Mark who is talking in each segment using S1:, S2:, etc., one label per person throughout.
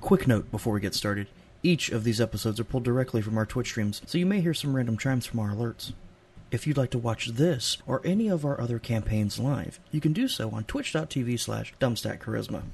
S1: Quick note before we get started each of these episodes are pulled directly from our Twitch streams, so you may hear some random chimes from our alerts. If you'd like to watch this or any of our other campaigns live, you can do so on twitch.tv slash dumbstackcharisma.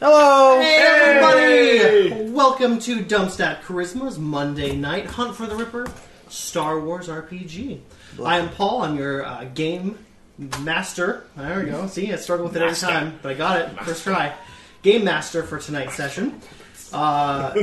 S2: Hello,
S3: Hey,
S2: everybody! Welcome to Dumpstat Charisma's Monday Night Hunt for the Ripper Star Wars RPG. I am Paul. I'm your uh, game master. There we go. See, I struggle with it every time, but I got it first try. Game master for tonight's session. Uh,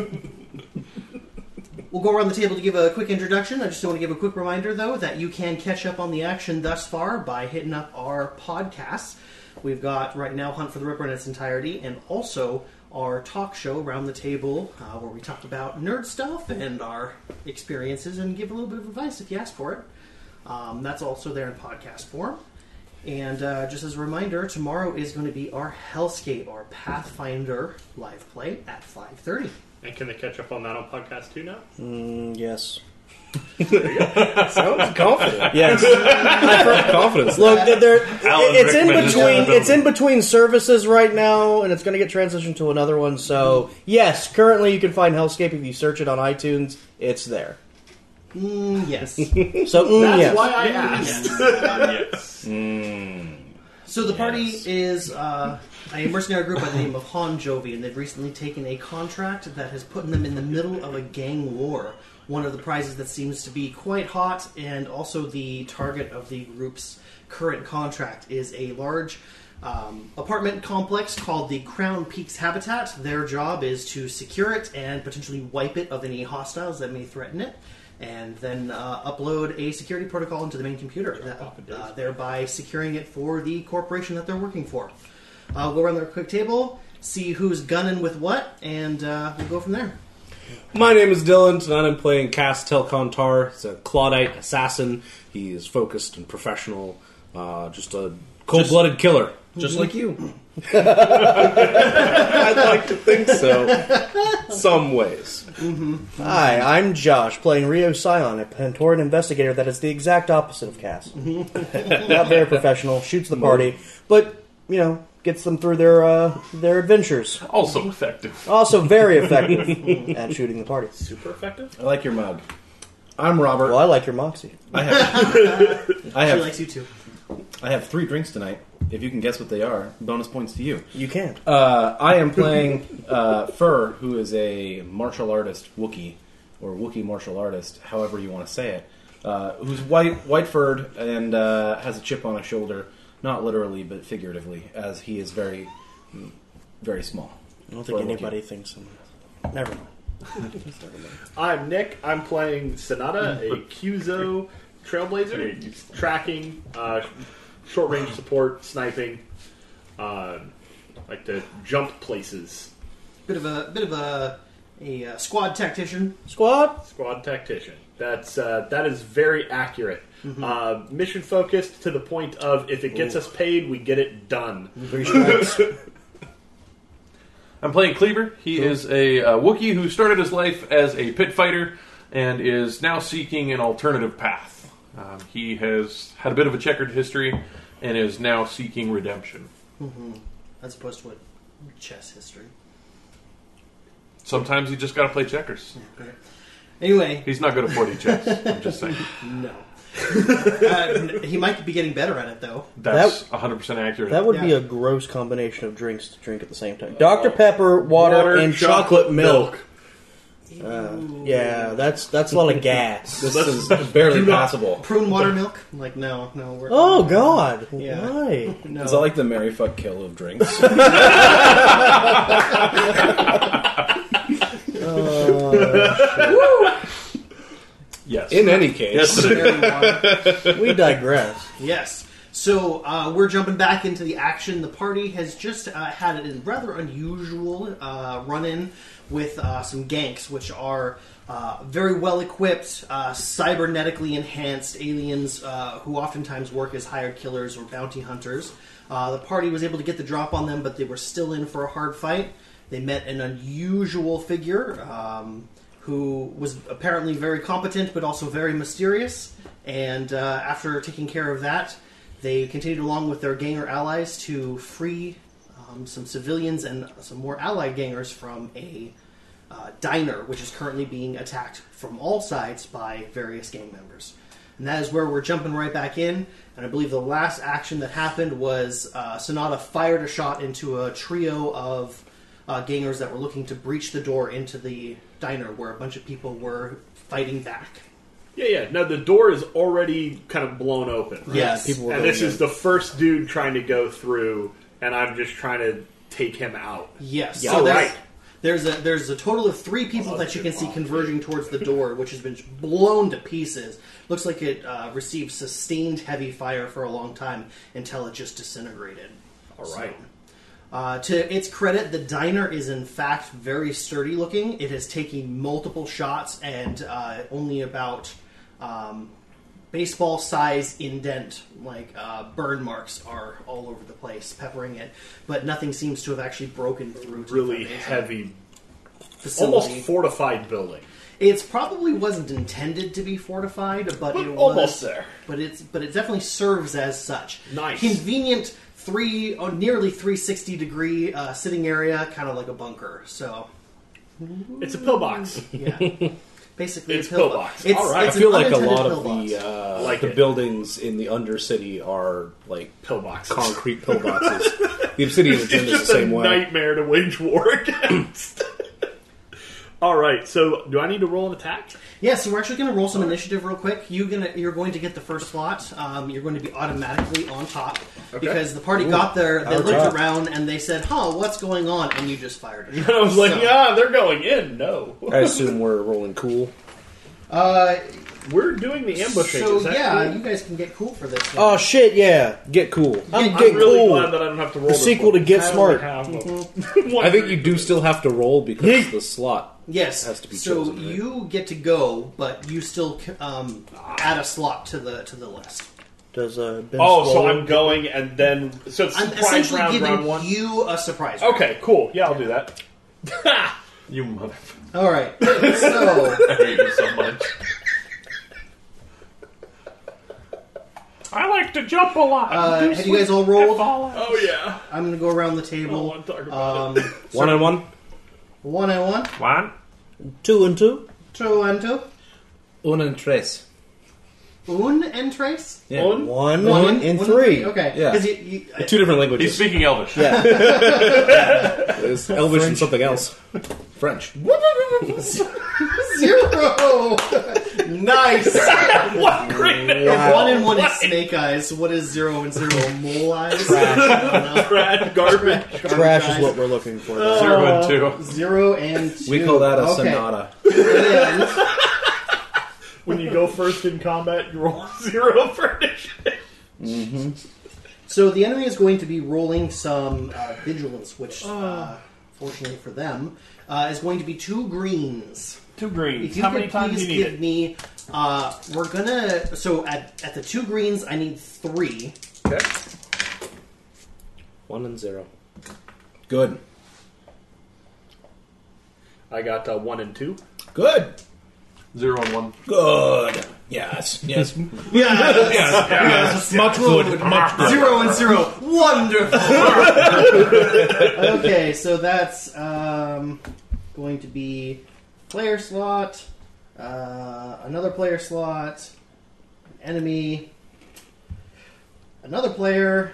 S2: we'll go around the table to give a quick introduction. I just want to give a quick reminder, though, that you can catch up on the action thus far by hitting up our podcasts. We've got right now Hunt for the Ripper in its entirety, and also our talk show around the table uh, where we talk about nerd stuff and our experiences and give a little bit of advice if you ask for it. Um, that's also there in podcast form. And uh, just as a reminder, tomorrow is going to be our Hellscape, our Pathfinder live play at 5.30.
S3: And can they catch up on that on podcast too now?
S1: yes.
S4: Sounds confident.
S5: Yes.
S4: confidence.
S5: Look, they're, they're-
S3: Alan Rickman
S5: it's in
S3: is in the
S5: between.
S3: building.
S5: It's in between services right now, and it's going to get transitioned to another one. So, yes, currently you can find Hellscape if you search it on iTunes. It's there.
S2: Mm, yes.
S5: So, mm,
S3: That's
S5: yes.
S3: why I Mm. asked. yes.
S2: So the party is uh, a mercenary group by the name of Han Jovi, and they've recently taken a contract that has put them in the middle of a gang war. One of the prizes that seems to be quite hot, and also the target of the group's current contract, is a large um, apartment complex called the Crown Peaks Habitat. Their job is to secure it and potentially wipe it of any hostiles that may threaten it, and then uh, upload a security protocol into the main computer, that, uh, thereby securing it for the corporation that they're working for. Uh, we'll go around their quick table, see who's gunning with what, and uh, we'll go from there.
S4: My name is Dylan. Tonight I'm playing Cass Telcontar. He's a Claudite assassin. He is focused and professional. Uh, just a cold-blooded killer.
S1: Just like you.
S4: I'd like to think so. Some ways.
S5: Hi, I'm Josh, playing Rio Scion, a Pantoran investigator that is the exact opposite of Cass. Not very professional, shoots the party, but you know gets them through their uh, their adventures.
S3: Also
S6: Oh,
S3: effective.
S5: Also, very effective at shooting the party.
S3: Super effective.
S4: I like your mug. I'm Robert.
S5: Well, I like your moxie.
S4: I have, I
S2: She
S4: have,
S2: likes you too.
S4: I have three drinks tonight. If you can guess what they are, bonus points to you.
S5: You can't.
S4: Uh, I am playing uh, Fur, who is a martial artist Wookiee, or Wookiee martial artist, however you want to say it, uh, who's white, white furred, and uh, has a chip on his shoulder, not literally but figuratively, as he is very, very small.
S5: I don't think
S4: Or Wookiee.
S5: anybody thinks I'm. Never mind.
S6: I'm Nick. I'm playing Sonata, a Cuzo Trailblazer, tracking, uh, short range support, sniping. Uh, like to jump places.
S2: Bit of a bit of a a uh, squad tactician.
S5: Squad.
S6: Squad tactician. That's uh, that is very accurate.
S5: Mm-hmm.
S6: Uh, mission focused to the point of if it gets us paid, we get it done.
S7: I'm playing Cleaver. He is a uh, Wookiee who started his life as a pit fighter and is now seeking an alternative path. Um, he has had a bit of a checkered history and is now seeking redemption.
S2: as opposed to what chess history.
S7: Sometimes you just got to play checkers.
S2: Anyway,
S7: He's not good at 40 chess. I'm just saying.
S2: no. uh, he might be getting better at it though.
S7: That's 100% accurate.
S5: That would be
S2: Yeah.
S5: a gross combination of drinks to drink at the same time. Dr. Pepper, water, and chocolate milk. Yeah, that's that's a lot of gas.
S4: This is barely passable.
S2: Prune water milk? Like no, no. We're,
S5: oh God!
S2: Yeah.
S5: Why?
S2: no.
S4: Is that like the Mary Fuck Kill of drinks?
S7: Yes.
S4: In any case,
S7: yes, it is.
S1: we digress.
S2: Yes. So uh, we're jumping back into the action. The party has just uh, had a rather unusual uh, run-in with uh, some ganks, which are uh, very well-equipped, uh, cybernetically enhanced aliens uh, who oftentimes work as hired killers or bounty hunters. Uh, the party was able to get the drop on them, but they were still in for a hard fight. They met an unusual figure um, who was apparently very competent but also very mysterious. And uh, after taking care of that, they continued along with their ganger allies to free um, some civilians and some more allied gangers from a uh, diner, which is currently being attacked from all sides by various gang members. And that is where we're jumping right back in. And I believe the last action that happened was uh, Sonata fired a shot into a trio of uh, gangers that were looking to breach the door into the diner where a bunch of people were fighting back.
S6: Yeah, yeah. No, the door is already kind of blown open. Right?
S2: Yes.
S1: People were
S6: And
S1: going
S6: this is
S1: in.
S6: the first dude trying to go through, and I'm just trying to take him out.
S2: Yes.
S6: Yeah,
S2: so there's,
S6: right.
S2: there's a there's a total of three people that you can see converging towards the door, which has been blown to pieces. Looks like it uh, received sustained heavy fire for a long time until it just disintegrated. All right. Uh, to its credit, the diner is in fact very sturdy looking. It has taken multiple shots and uh, only about um, baseball size indent, like uh, burn marks are all over the place, peppering it. But nothing seems to have actually broken through. To the
S6: Really
S2: foundation
S6: heavy,
S2: facility.
S6: almost fortified building.
S2: It's probably wasn't intended to be fortified, but it was
S6: almost there.
S2: But it's but it definitely serves as such.
S6: Nice.
S2: convenient three, oh, nearly three sixty degree uh, sitting area, kind of like a bunker. So
S6: It's a pillbox.
S2: yeah, basically
S6: It's
S2: a pillow.
S6: pillbox.
S2: It's,
S6: All right.
S2: it's
S4: I feel
S2: an
S4: like a
S2: unintended
S4: lot of
S2: pillbox.
S4: the uh,
S6: Like
S4: the
S6: it.
S4: buildings in the undercity are like
S6: Pillbox.
S4: concrete pillboxes. the obsidian
S6: It's
S4: agenda is the
S6: just a
S4: same way.
S6: nightmare to wage war against. All right, so do I need to roll an attack?
S2: Yeah, so we're actually going to roll some initiative real quick. You gonna you're going to get the first slot. Um, you're going to be automatically on top because the party got there. They
S4: Our
S2: looked
S4: top.
S2: around and they said, "Huh, what's going on?" And you just fired. A shot.
S6: And I was like,
S2: So,
S6: ah, they're going in. No,
S4: I assume we're rolling cool.
S2: Uh,
S6: we're doing the ambushing.
S2: so
S6: Is that
S2: yeah,
S6: cool?
S2: you guys can get cool for this. one.
S1: Oh shit! Yeah,
S4: Get cool.
S1: I'm,
S6: I'm
S1: get
S6: really
S1: cool.
S6: glad that I don't have to roll
S1: the
S6: this
S1: sequel to
S6: one.
S1: Get
S6: I only
S1: Smart.
S6: have a-
S4: I think you do still have to roll because the slot.
S2: Yes.
S4: Has to be
S2: so
S4: chosen, right?
S2: you get to go, but you still um, add a slot to the to the list.
S1: Does uh, ben
S6: Oh, so
S1: Swallow-
S6: I'm going, and then so it's
S2: I'm
S6: surprise
S2: essentially
S6: round,
S2: giving
S6: round one. Oh.
S2: you a surprise. round.
S6: Okay, cool. Yeah, I'll do that.
S7: You motherfucker.
S2: All right. So
S7: I hate you so much.
S8: I like to jump a lot.
S2: uh, have you guys all rolled?
S8: Ball.
S6: Oh yeah.
S2: I'm gonna go around the table.
S6: wanna talk about
S2: Um,
S4: One on one.
S2: one and one,
S7: One.
S1: two and two.
S2: two and two,
S4: Una and tres.
S2: un and tres.
S4: Yeah.
S6: One?
S1: One,
S2: One
S1: and
S2: one
S1: three.
S2: Okay.
S4: Yeah.
S2: 'Cause you- you- I-
S4: Two different languages.
S7: He's speaking Elvish.
S1: Yeah,
S4: It's Elvish and something else. French.
S2: Zero. nice.
S6: What great name?
S2: One and one is snake eyes. What is zero and zero? Mole eyes.
S6: Brad Garbage.
S1: trash is what we're looking for. though.
S7: Zero and two.
S2: Zero and two.
S4: We call that a
S2: okay.
S4: sonata.
S2: And-
S6: when you go first in combat, you roll zero for initiative.
S2: So the enemy is going to be rolling some uh, vigilance, which, uh, fortunately for them, uh, is going to be two greens.
S8: Two greens.
S2: If you
S8: How
S2: could
S8: many times
S2: please
S8: you need
S2: give
S8: it?
S2: me, uh, we're gonna. So at at the two greens, I need three.
S6: Okay.
S1: One and zero.
S4: Good.
S6: I got uh, one and two.
S4: Good.
S7: Zero and one.
S4: Good. Yes. Yes.
S2: Yeah,
S4: yes. Much good. Much
S2: zero and zero. Wonderful. okay, so that's um, going to be player slot, uh, another player slot, an enemy, another player,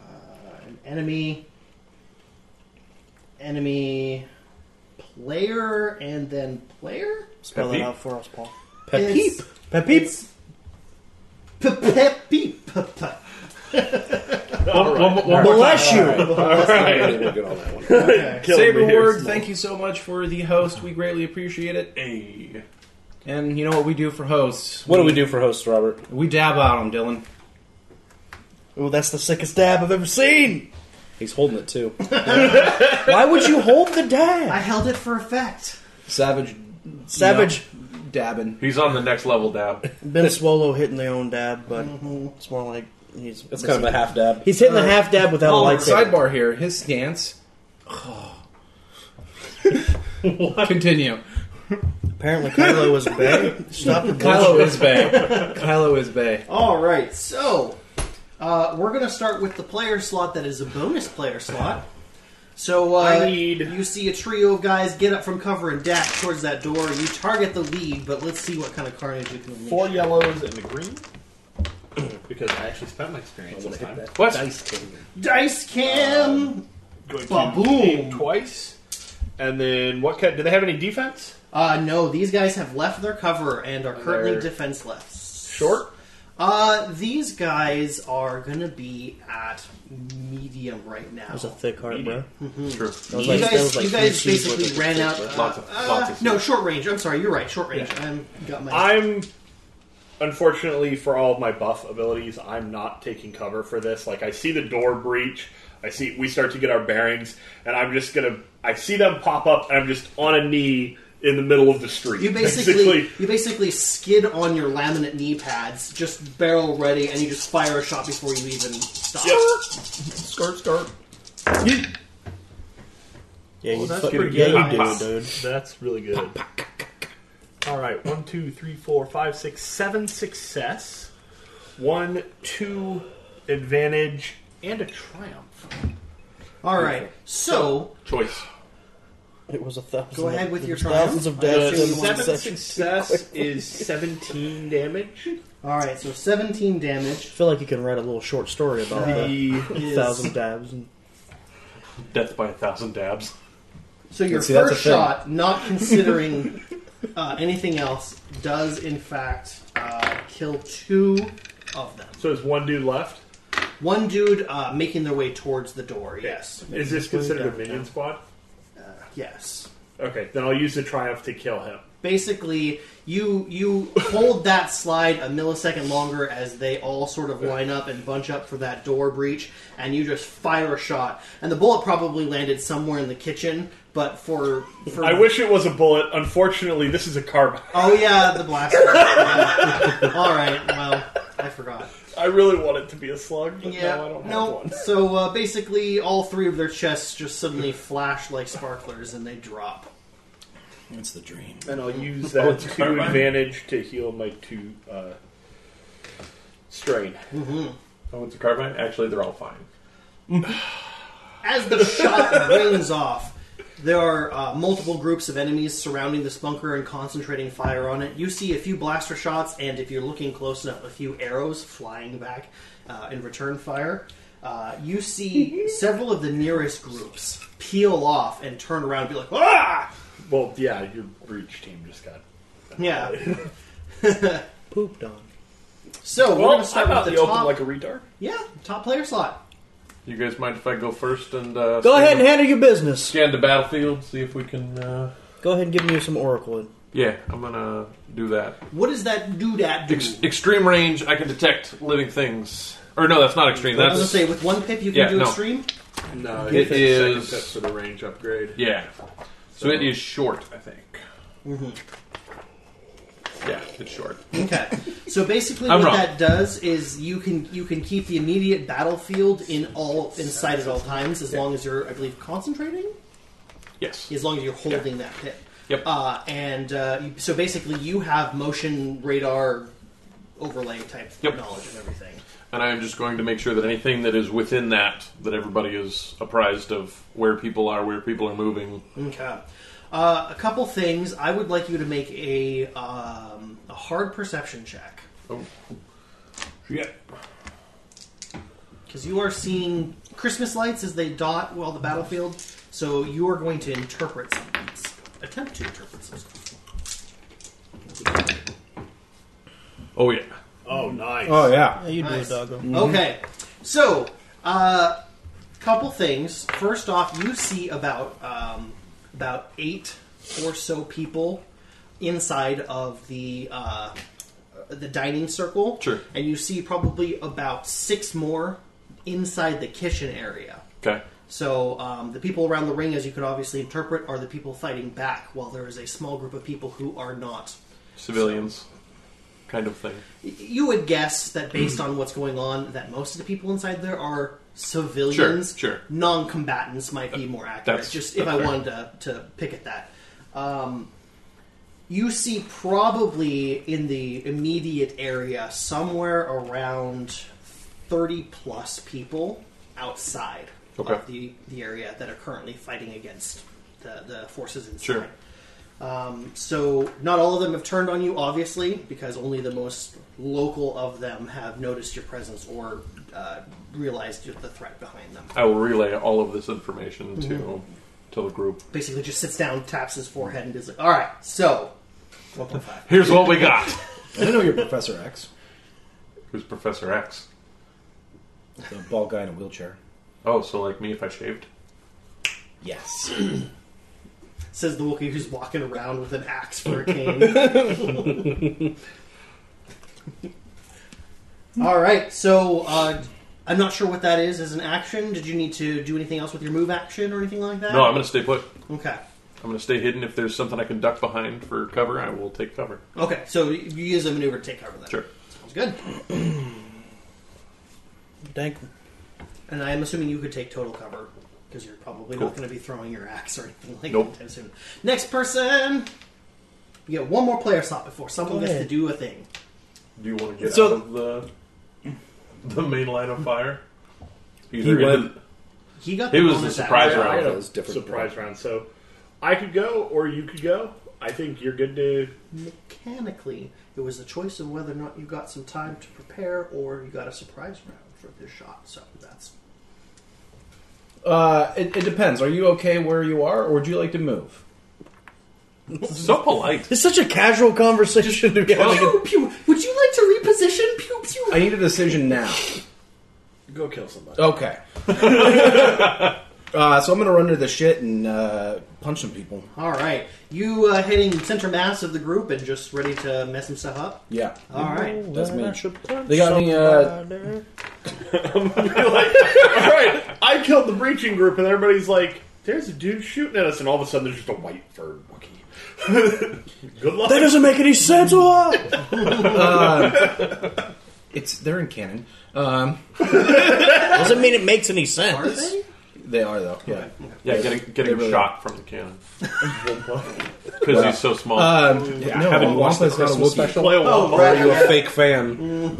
S2: uh, an enemy, enemy, player, and then player.
S1: Spell
S7: Pepeep.
S1: that out for us, Paul.
S2: It's-
S1: Pepeep. Pepeep.
S2: Peep. Peep. Peep.
S1: Bless you.
S6: Killing me
S4: Saber
S6: here.
S4: Ward, thank you so much for the host. We greatly appreciate it.
S7: Hey.
S4: And you know what we do for hosts?
S5: What do we do for hosts, Robert?
S4: We dab out on Dylan.
S1: Oh, that's the sickest dab I've ever seen.
S5: He's holding it too.
S1: Why would you hold the dab?
S2: I held it for effect.
S4: Savage
S1: Savage
S4: dabbing.
S7: He's on the next level dab.
S1: Ben Swallow hitting the own dab, but it's more like he's.
S5: It's kind of a half dab.
S1: He's hitting the half dab without
S4: Oh,
S1: a lightsaber.
S4: sidebar here. His stance. Oh. Continue.
S1: Apparently, Kylo was Bay. Stop the
S4: Kylo
S1: bullshit.
S4: is Bay. Kylo is Bay.
S2: All right, so uh, we're going to start with the player slot that is a bonus player slot. So uh,
S6: I need-
S2: you see a trio of guys get up from cover and dash towards that door. You target the lead, but let's see what kind of carnage you can unleash.
S6: Four yellows and a green. because I actually spent my experience this time.
S7: What?
S2: Dice cam.
S6: Going
S2: Uh, Ba-boom.
S6: to aim twice. And then what kind? Do they have any defense?
S2: Uh, no, these guys have left their cover and are currently
S6: They're-
S2: defenseless.
S6: Short.
S2: Uh, these guys are gonna be at medium right now.
S1: That was a thick heart, bro.
S7: True.
S1: That was
S2: you
S1: like- that
S2: guys,
S1: was like
S2: you
S1: three
S2: guys
S1: cheese
S2: basically
S1: worth of-
S2: ran out. Uh,
S7: Lots of-
S2: uh,
S7: lots of
S2: no
S7: food.
S2: short range. I'm sorry, you're right. Short range. I'm got my.
S6: I'm unfortunately for all of my buff abilities, I'm not taking cover for this. Like I see the door breach, I see we start to get our bearings, and I'm just gonna I see them pop up and I'm just on a knee in the middle of the street.
S2: you basically, you basically skid on your laminate knee pads, just barrel ready, and you just fire a shot before you even stop.
S6: Yep.
S4: Skirt, skirt.
S1: Yeah, you
S6: that's
S1: fucking
S6: pretty
S1: yeah,
S6: good.
S1: you do, dude.
S6: That's really good. All right, one, two, three, four, five, six, seven success, one, two advantage, and a triumph.
S2: All right, so
S7: Choice.
S1: It was a thousand.
S2: go ahead with your
S1: Thousands
S2: triumph.
S1: of
S6: The
S1: dabs. in one
S6: seven
S1: session.
S6: success is seventeen damage.
S2: All right, so 17 damage.
S1: I feel like you can write a little short story about the
S6: The
S1: thousand dabs. And
S7: Death by a thousand dabs.
S2: So your
S5: See, that's a
S2: first
S5: thing.
S2: shot, not considering uh, anything else, does in fact uh, kill two of them.
S6: So there's one dude left.
S2: One dude uh, making their way towards the door. Yes.
S6: Is this considered a minion squad?
S2: Yes.
S6: Okay, then I'll use the triumph to kill him.
S2: Basically, you you hold that slide a millisecond longer as they all sort of line up and bunch up for that door breach, and you just fire a shot. And the bullet probably landed somewhere in the kitchen, but for for
S6: I wish it was a bullet. Unfortunately, this is a carbine.
S2: Oh yeah, the blaster. Yeah. All right. Well, I forgot.
S6: I really want it to be a slug, but
S2: Yeah.
S6: no, I don't have
S2: No.
S6: one.
S2: So uh, basically, all three of their chests just suddenly flash like sparklers, and they drop.
S5: It's the dream.
S6: And I'll use
S9: Oh,
S6: that
S7: it's a
S6: to
S7: carbine?
S6: advantage to heal my two uh, strain.
S7: Oh, it's a carbine? Actually, they're all fine.
S2: As the shot rings off, there are uh, multiple groups of enemies surrounding this bunker and concentrating fire on it. You see a few blaster shots, and if you're looking close enough, a few arrows flying back uh, in return fire. Uh, you see several of the nearest groups peel off and turn around and be like, ah!
S6: Well, yeah, your breach team just got.
S2: Yeah.
S1: pooped on.
S2: So we're
S6: Well,
S2: going to
S6: I'm
S2: start
S6: out
S2: with
S6: in
S2: the,
S6: the open
S2: top.
S6: like a retard.
S2: yeah, top player slot.
S7: You guys mind if I go first and uh,
S1: Go
S7: scan
S1: ahead
S7: the-
S1: and handle your business.
S7: scan the battlefield, see if we can. Uh...
S1: Go ahead and give me some oracle.
S7: Yeah, I'm gonna do that.
S2: What does that do? That do?
S7: Ex- extreme range, I can detect living things. Or no, that's not extreme.
S2: I was gonna
S7: That's
S2: say with one pip you can
S7: Yeah,
S2: do
S7: no.
S2: extreme.
S6: No,
S7: It is-
S6: test for the range upgrade.
S7: yeah. So it is short, I think.
S2: Mm-hmm.
S7: Yeah, it's short.
S2: Okay. So basically,
S7: I'm
S2: what
S7: wrong.
S2: that does is you can you can keep the immediate battlefield in all in sight at all times as long as you're I believe concentrating
S7: Yes.
S2: as long as you're holding that pip.
S7: Yep.
S2: Uh, and uh, you- so basically, you have motion radar overlay type
S7: Yep.
S2: knowledge of everything.
S7: And I am just going to make sure that anything that is within that, that everybody is apprised of where people are, where people are moving.
S2: Okay. Uh, a couple things. I would like you to make a um, a hard perception check.
S7: Oh. Yeah.
S2: Because you are seeing Christmas lights as they dot well the battlefield, so you are going to interpret some of these. Attempt to interpret some stuff.
S7: Oh yeah.
S6: Oh, nice.
S5: Oh yeah.
S9: Oh,
S1: Yeah, you do
S4: Oh,
S6: Oh,
S2: Nice.
S1: it, doggo.
S2: Okay, so Uh, couple things. First off, you see about um, about eight or so people inside of the uh, the dining circle.
S7: Sure.
S2: And you see probably about six more inside the kitchen area.
S7: Okay.
S2: So um, the people around the ring, as you can obviously interpret, are the people fighting back, while there is a small group of people who are not.
S7: Civilians, kind of thing.
S2: Y- You would guess that based
S7: Hmm.
S2: on what's going on, that most of the people inside there are civilians.
S7: Sure, sure.
S2: Non-combatants might be more accurate.
S7: That's-
S2: just if
S7: that's
S2: I
S7: fair.
S2: wanted to, to pick at that. Um, you see probably in the immediate area somewhere around 30 plus people outside
S7: Okay.
S2: of the, the area that are currently fighting against the, the forces inside.
S7: Sure.
S2: Um, so not all of them have turned on you, obviously, because only the most local of them have noticed your presence or uh, realized the threat behind them.
S7: I will relay all of this information
S2: Mm-hmm.
S7: to to the group.
S2: Basically, just sits down, taps his forehead, and is like, "All right, so." 1.5.
S7: Here's what we got.
S6: I didn't know you're Professor X.
S7: Who's Professor X?
S6: The bald guy in a wheelchair.
S7: Oh, so like me if I shaved?
S6: Yes.
S2: Says the Wookiee who's walking around with an axe for a cane. All right, so uh, I'm not sure what that is as an action. Did you need to do anything else with your move action or anything like that?
S7: No, I'm gonna stay put.
S2: Okay.
S7: I'm gonna stay hidden. If there's something I can duck behind for cover, I will take cover.
S2: Okay, so you use a maneuver to take cover then.
S7: Sure.
S2: Sounds good.
S10: Thank
S2: And I'm assuming you could take total cover because you're probably not
S7: Cool.
S2: going to be throwing your axe or anything like
S7: Nope.
S2: that anytime soon. Next person! You get one more player slot before someone
S10: Go
S2: gets to
S10: ahead.
S2: do a thing.
S7: Do you want to get
S6: So-
S7: out of the the main line of fire?
S6: He
S7: into
S6: went-
S7: the-
S2: He got
S7: It
S2: the
S7: was
S2: bonus
S7: the
S2: action.
S7: surprise round.
S9: I
S6: That
S9: got a
S6: was different.
S9: surprise round. So I could go or you could go. I think you're good to.
S2: Mechanically, it was the choice of whether or not you got some time to prepare or you got a surprise round for this shot. So that's.
S4: Uh, it, it depends. Are you okay where you are, or would you like to move?
S7: so polite.
S10: It's such a casual conversation to be having.
S2: Pew, pew. Would you like to reposition? Pew, pew.
S4: I need a decision now.
S6: Go kill somebody.
S4: Okay. uh, so I'm gonna run to the shit and uh, punch some people.
S2: All right. You uh, hitting center mass of the group and just ready to mess some stuff up?
S4: Yeah.
S2: All right.
S4: That's me. They got me, uh,
S9: You're like, all right, I killed the breaching group, and everybody's like, "There's a dude shooting at us," and all of a sudden, there's just a white furred Wookiee. good luck.
S10: That doesn't make any sense. what?
S4: It's they're in canon. Um,
S10: Doesn't mean it makes any
S2: Are
S10: sense.
S2: they?
S4: they are though. Yeah.
S7: Yeah, getting getting
S4: really-
S7: shot from the cannon because he's so small.
S6: Uh,
S4: Um, no,
S6: haven't watched the
S4: Wampa's not a
S6: Christmas
S4: Wookiee.
S6: special.
S9: Play a wall.
S2: right.
S4: Are you a fake fan?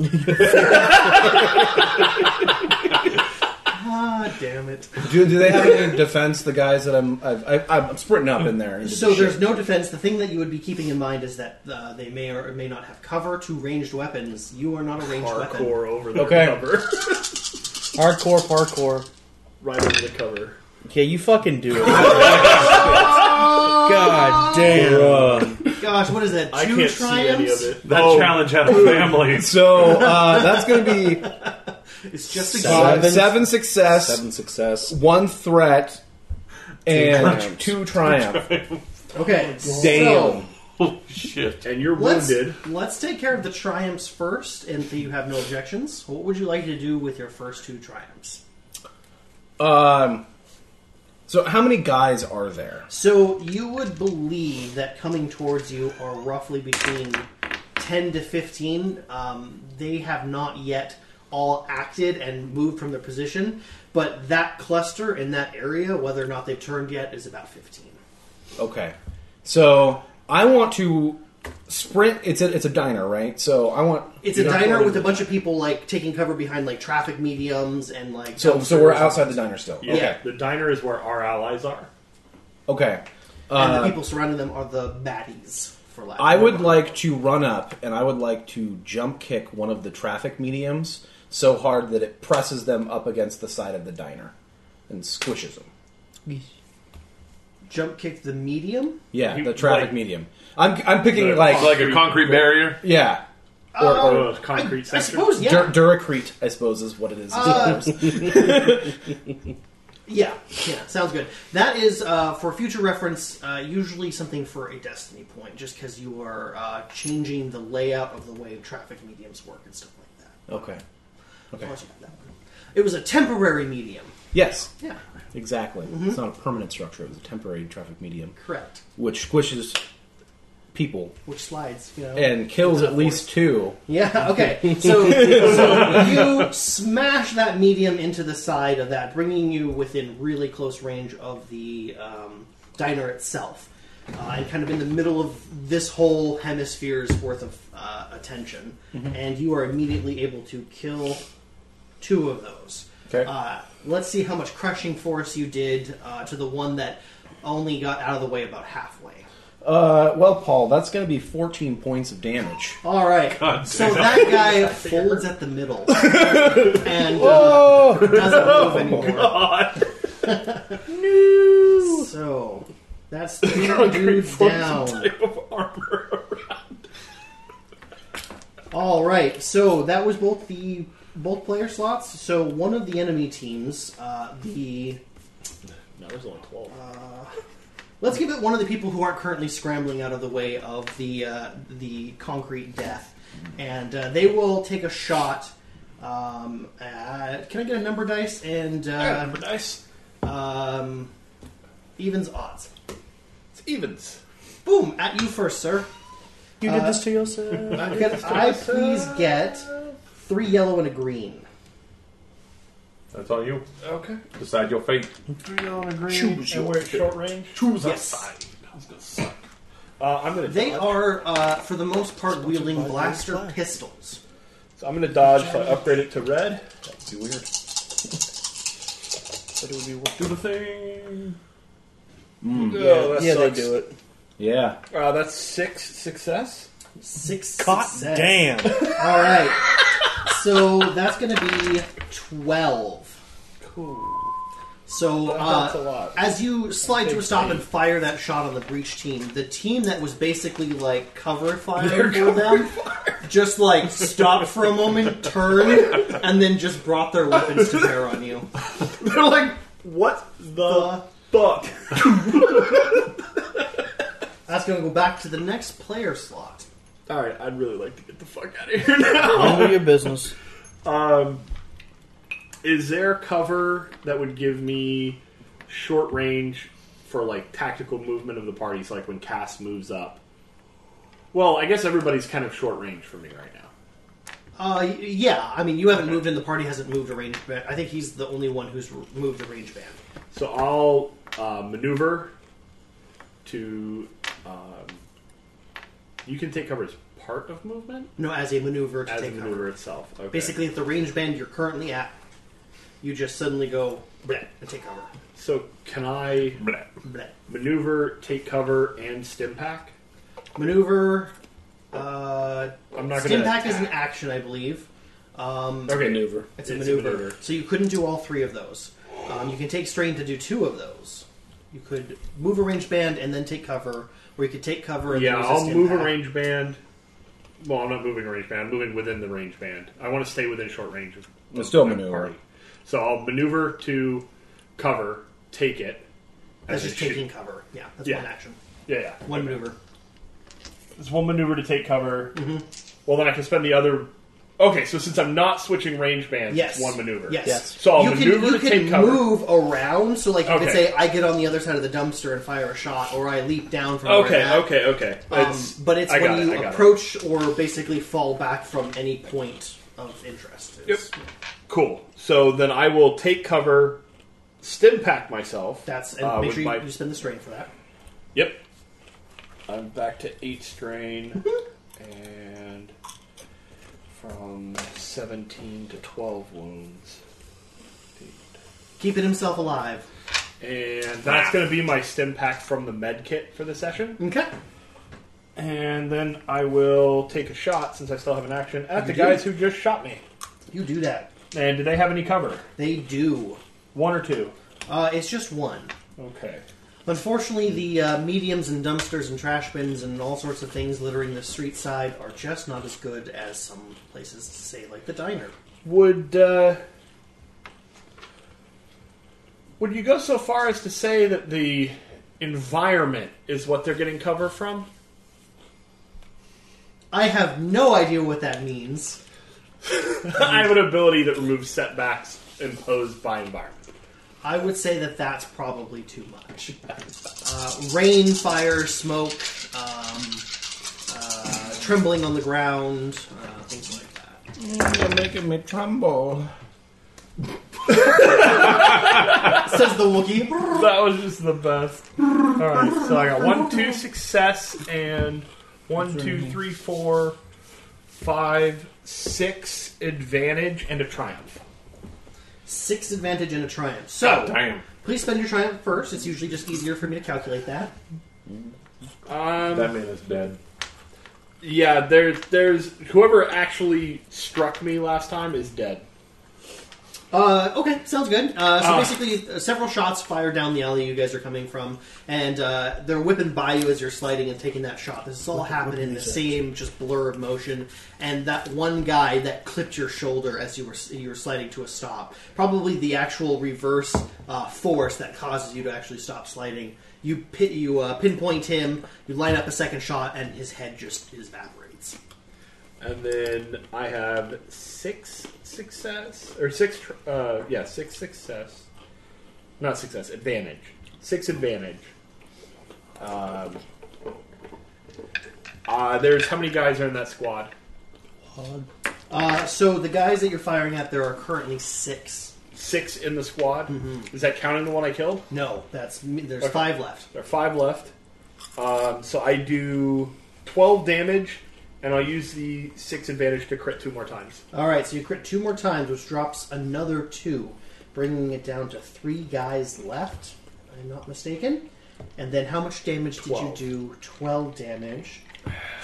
S2: Ah, damn it.
S4: Do, do they have any defense? The guys that I'm I've, I, I'm sprinting up in there. into the
S2: So there's
S4: shit.
S2: no defense. The thing that you would be keeping in mind is that uh, they may or may not have cover to ranged weapons. You are not a ranged weapon.
S9: Hardcore over the
S4: Okay.
S9: cover,
S10: Hardcore, parkour.
S9: right over the cover.
S10: Okay, you fucking do it. God damn.
S2: Gosh, what is that? Two
S9: I can't see any
S2: triumphs?
S9: of it.
S7: that
S6: oh.
S7: challenge had a family.
S4: So uh, that's going to be
S2: It's just a
S4: uh,
S10: Seven.
S4: seven success,
S6: Seven success.
S4: one threat, and
S6: triumphs.
S4: two triumph.
S2: Okay.
S4: Damn.
S7: Holy shit!
S9: And you're
S2: So let's,
S9: wounded.
S2: let's take care of the triumphs first, and if you have no objections. What would you like to do with your first two triumphs?
S4: Um, so how many guys are there?
S2: So you would believe that coming towards you are roughly between 10 to 15. Um, they have not yet all acted and moved from their position, but that cluster in that area, whether or not they've turned yet, is about 15.
S4: Okay, so I want to sprint. It's a it's a diner, right? So I want
S2: It's a diner with a bunch of people like taking cover behind like traffic mediums and like
S4: So so we're outside the diner still.
S9: Yeah,
S4: Okay.
S9: the diner is where our allies are.
S4: Okay. Uh,
S2: and the people surrounding them are the baddies for lack.
S4: I
S2: of a
S4: would
S2: word.
S4: like to run up and I would like to jump kick one of the traffic mediums so hard that it presses them up against the side of the diner and squishes them.
S2: jump kick the medium.
S4: Yeah,
S9: You-
S4: the traffic
S9: like-
S4: medium. I'm I'm picking
S9: The-
S4: like
S7: It's like a concrete barrier.
S4: yeah.
S6: Or, or
S2: Uh,
S6: a concrete
S2: I
S6: section.
S2: suppose, yeah.
S4: Dur- Duracrete, I suppose, is what it is.
S2: Uh, Yeah, yeah, sounds good. That is, uh, for future reference, uh, usually something for a destiny point, just because you are uh, changing the layout of the way traffic mediums work and stuff like that.
S4: okay.
S2: Of
S4: Okay.
S2: course you have that one. It was a temporary medium.
S4: Yes.
S2: Yeah,
S4: Exactly.
S2: Mm-hmm.
S4: It's not a permanent structure. It was a temporary traffic medium,
S2: correct.
S4: which squishes people
S2: Which slides, you know.
S4: and kills at least two.
S2: Yeah, okay. So, so you smash that medium into the side of that, bringing you within really close range of the um, diner itself. Uh, and kind of in the middle of this whole hemisphere's worth of uh, attention. And you are immediately able to kill two of those.
S4: Okay.
S2: Uh, let's see how much crushing force you did uh, to the one that only got out of the way about halfway.
S4: Uh, well, Paul, that's going to be 14 points of damage.
S2: All right. so that guy folds at the middle and uh,
S4: Oh!
S2: doesn't move anymore. So that's three dudes down. All right. So that was both the both player slots. So one of the enemy teams, uh, the
S11: No, there's only 12.
S9: Uh,
S2: Let's give it one of the people who aren't currently scrambling out of the way of the uh, the concrete death, and uh, they will take a shot. Um, at, can I get a number dice and uh,
S11: nice.
S2: um, evens odds?
S11: It's evens.
S2: Boom! At you first, sir.
S12: You did this to yourself.
S2: Uh, Can I please get three yellow and a green?
S7: That's on you.
S11: Okay.
S7: Decide your fate.
S11: Choose your
S6: We're short range.
S11: Choose
S2: Yes.
S6: Uh, I'm gonna.
S2: They
S6: dodge.
S2: are, uh, for the most part, wielding
S12: by Blaze
S2: blaster
S12: Flag.
S2: pistols.
S6: So I'm gonna dodge. So I upgrade it to red.
S4: That's too weird.
S7: Do the thing.
S6: Oh, that
S12: yeah, they
S6: sucks.
S12: do it.
S4: Yeah.
S6: Uh, that's six success.
S2: Six.
S12: God
S2: success.
S12: damn.
S2: All right. So that's going to be 12. Cool. So
S6: That's a
S2: uh,
S6: lot.
S2: as you slide to a stop and fire that shot on the breach team, the team that was basically like cover fire for them just like stopped for a moment, turned, and then just brought their weapons to bear on you.
S6: They're like, what the, fuck?
S2: That's going to go back to the next player slot.
S6: All right, I'd really like to get the fuck out of here now.
S12: Handle your business.
S6: Um, is there cover that would give me short range for like tactical movement of the parties, like when Cass moves up? Well, I guess everybody's kind of short range for me right now.
S2: Uh, y- yeah, I mean, you haven't moved in, the party hasn't moved a range band. I think he's the only one who's r- moved a range band.
S6: So I'll uh, maneuver to. Um, you can take cover as part of movement
S2: No, as a maneuver to
S6: as a
S2: take
S6: maneuver
S2: cover.
S6: itself. Okay.
S2: Basically, at the range band you're currently at, you just suddenly go bleh, and take cover.
S6: so can I
S7: Blah.
S2: Bleh.
S6: maneuver, take cover, and stim pack?
S2: Maneuver. Uh,
S6: I'm not
S2: stim
S6: gonna
S2: pack is an
S6: attack.
S2: action, I believe. Um,
S6: Okay,
S4: Maneuver.
S2: it's, a
S6: it's a
S2: maneuver.
S6: maneuver.
S2: so you couldn't do all three of those. Um, you can take strain to do two of those. You could move a range band and then take cover, or you could take cover. And
S6: Yeah,
S2: then use
S6: I'll
S2: stim
S6: move a
S2: pack.
S6: range band. Well, I'm not moving a range band. I'm moving within the range band. I want to stay within short range. Of
S4: Well, still
S6: of the
S4: maneuver.
S6: So I'll maneuver to cover, take it.
S2: That's
S6: and
S2: just
S6: then shoot.
S2: taking cover. Yeah, that's
S6: Yeah.
S2: one action,
S6: Yeah, yeah.
S2: one
S6: Okay.
S2: maneuver.
S6: It's one maneuver to take cover.
S2: Mm-hmm.
S6: Well, then I can spend the other. Okay, so since I'm not switching range bands,
S2: Yes.
S6: it's one maneuver.
S2: Yes.
S6: So I'll
S2: you
S6: maneuver
S2: can, you
S6: to
S2: can
S6: take cover.
S2: move around. So like you can
S6: Okay.
S2: say, I get on the other side of the dumpster and fire a shot, or I leap down from. where
S6: Okay,
S2: I'm at.
S6: okay, okay.
S2: Um, but it's
S6: I got
S2: when
S6: it,
S2: you
S6: I got it.
S2: approach or basically fall back from any point of interest. It's-
S6: Cool. So then I will take cover, stim pack myself.
S2: That's and
S6: uh,
S2: make
S6: with
S2: sure you,
S6: my-
S2: you spend the strain for that.
S6: Yep. I'm back to eight strain, and from seventeen to twelve wounds,
S2: Keeping himself alive.
S6: and that's going to be my stim pack from the med kit for the session.
S2: Okay.
S6: And then I will take a shot since I still have an action at the guys who just shot me.
S2: You do that.
S6: And do they have any cover?
S2: They do.
S6: One or two?
S2: Uh, it's just one.
S6: Okay.
S2: Unfortunately, the uh, mediums and dumpsters and trash bins and all sorts of things littering the street side are just not as good as some places, say, like the diner.
S6: Would uh, would you go so far as to say that the environment is what they're getting cover from?
S2: I have no idea what that means.
S6: I have an ability that removes setbacks imposed by environment.
S2: I would say that that's probably too much. Uh, rain, fire, smoke, um, uh, trembling on the ground, uh, things like that.
S4: making me tremble.
S2: Says the Wookiee.
S6: That was just the best. All right, so I got one, two success, and one, two, three, four, five, six advantage, and a triumph.
S2: Six advantage and a triumph.
S7: God
S2: So,
S7: damn.
S2: please spend your triumph first. It's usually just easier for me to calculate that.
S6: Um,
S7: That man is dead.
S6: yeah, there's there's whoever actually struck me last time is dead.
S2: Uh, okay, sounds good. Uh, so
S6: Ah.
S2: basically, uh, several shots fire down the alley you guys are coming from, and uh, they're whipping by you as you're sliding and taking that shot. This is all happening in the same just blur of motion, and that one guy that clipped your shoulder as you were you were sliding to a stop, probably the actual reverse uh, force that causes you to actually stop sliding. You pit, you uh, pinpoint him, you line up a second shot, and his head just evaporates.
S6: And then I have six success or six, tr- uh, yeah, six success, not success, advantage, six advantage. Um, uh, there's how many guys are in that squad?
S2: Uh, so the guys that you're firing at, there are currently six.
S6: Six in the squad. Is that counting the one I killed?
S2: No, that's there's
S6: Okay.
S2: five left.
S6: There are five left. Um, so I do twelve damage, and I'll use the six advantage to crit two more times.
S2: All right, so you crit two more times, which drops another two, bringing it down to three guys left. if I'm not mistaken. And then how much damage
S6: Twelve.
S2: did you do? Twelve damage.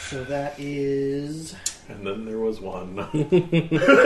S2: So that is
S7: And then there was one.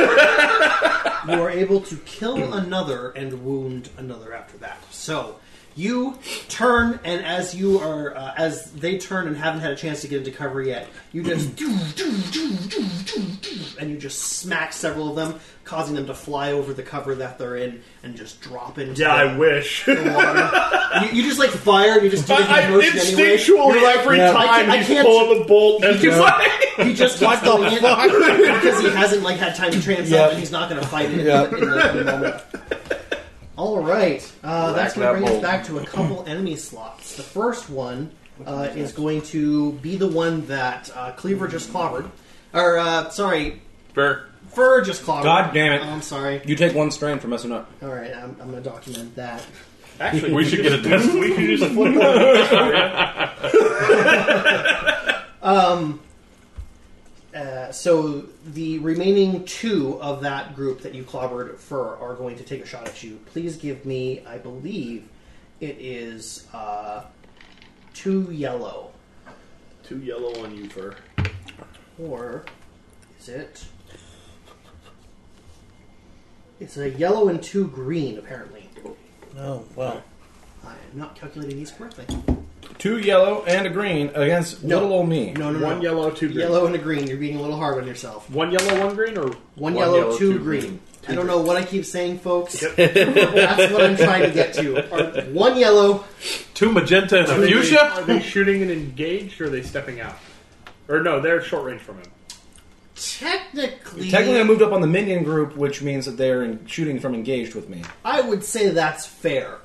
S2: you are able to kill another and wound another after that. So you turn, and as you are, uh, as they turn and haven't had a chance to get into cover yet, you just do, do, do, do, do, do, and you just smack several of them, causing them to fly over the cover that they're in and just drop into
S6: Yeah, I
S2: the-
S6: wish.
S2: the water. you, you just like fire, and you just do the
S6: I, I
S2: motion anyway.
S6: instinctually
S2: You're like,
S6: every
S2: yeah.
S6: time
S2: I can't- I
S6: he's
S2: can't-
S6: pulling the bolt and he's like,
S2: He just what the fuck? because he hasn't like had time to translate,
S13: Yeah.
S2: and he's not going to fight it in, the, in the moment. All right, uh, that's going
S7: that
S2: to bring us
S7: bolt.
S2: back to a couple enemy slots. The first one uh, is going to be the one that uh, Cleaver just clobbered, or uh, sorry,
S7: Fair.
S2: Fur just clobbered. Oh,
S4: God damn it.
S2: I'm sorry.
S4: You take one strain for messing up.
S2: All right, I'm, I'm going to document that.
S6: actually,
S7: We should get a test.
S6: we could just flip one.
S2: Uh, so the remaining two of that group that you clobbered fur are going to take a shot at you. Please give me, I believe, it is uh, two yellow,
S6: Two yellow on you for
S2: or is it? It's a yellow and two green, apparently.
S13: Oh, well.
S2: I am not calculating these correctly.
S4: Two yellow and a green against
S2: No.
S4: little old me.
S2: No, no, no.
S6: one yellow, two green.
S2: Yellow and a green. You're being a little hard on yourself.
S6: One yellow, one green, or
S2: One,
S4: One
S2: yellow,
S4: yellow,
S2: two,
S4: two
S2: green.
S4: green.
S2: I don't know what I keep saying, folks. That's what I'm trying to get to. Are- One yellow,
S7: Two magenta and a
S6: Are
S7: fuchsia?
S6: they shooting and engaged, or are they stepping out? Or no, they're short range from him.
S2: Technically,
S4: Technically, I moved up on the minion group, which means that they're in, shooting from engaged with me.
S2: I would say that's fair.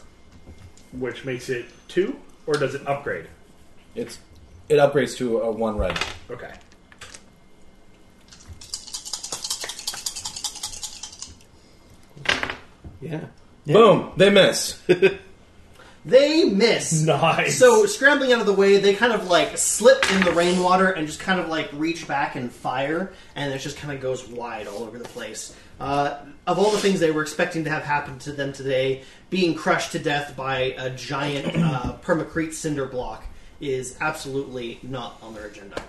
S6: Which makes it two, or does it upgrade?
S4: It's it upgrades to a one red.
S6: Okay.
S4: Yeah. Boom! They miss.
S2: They miss.
S6: Nice.
S2: So scrambling out of the way, they kind of like slip in the rainwater and just kind of like reach back and fire, and it just kind of goes wide all over the place. Uh, of all the things they were expecting to have happen to them today, being crushed to death by a giant uh, permacrete cinder block is absolutely not on their agenda.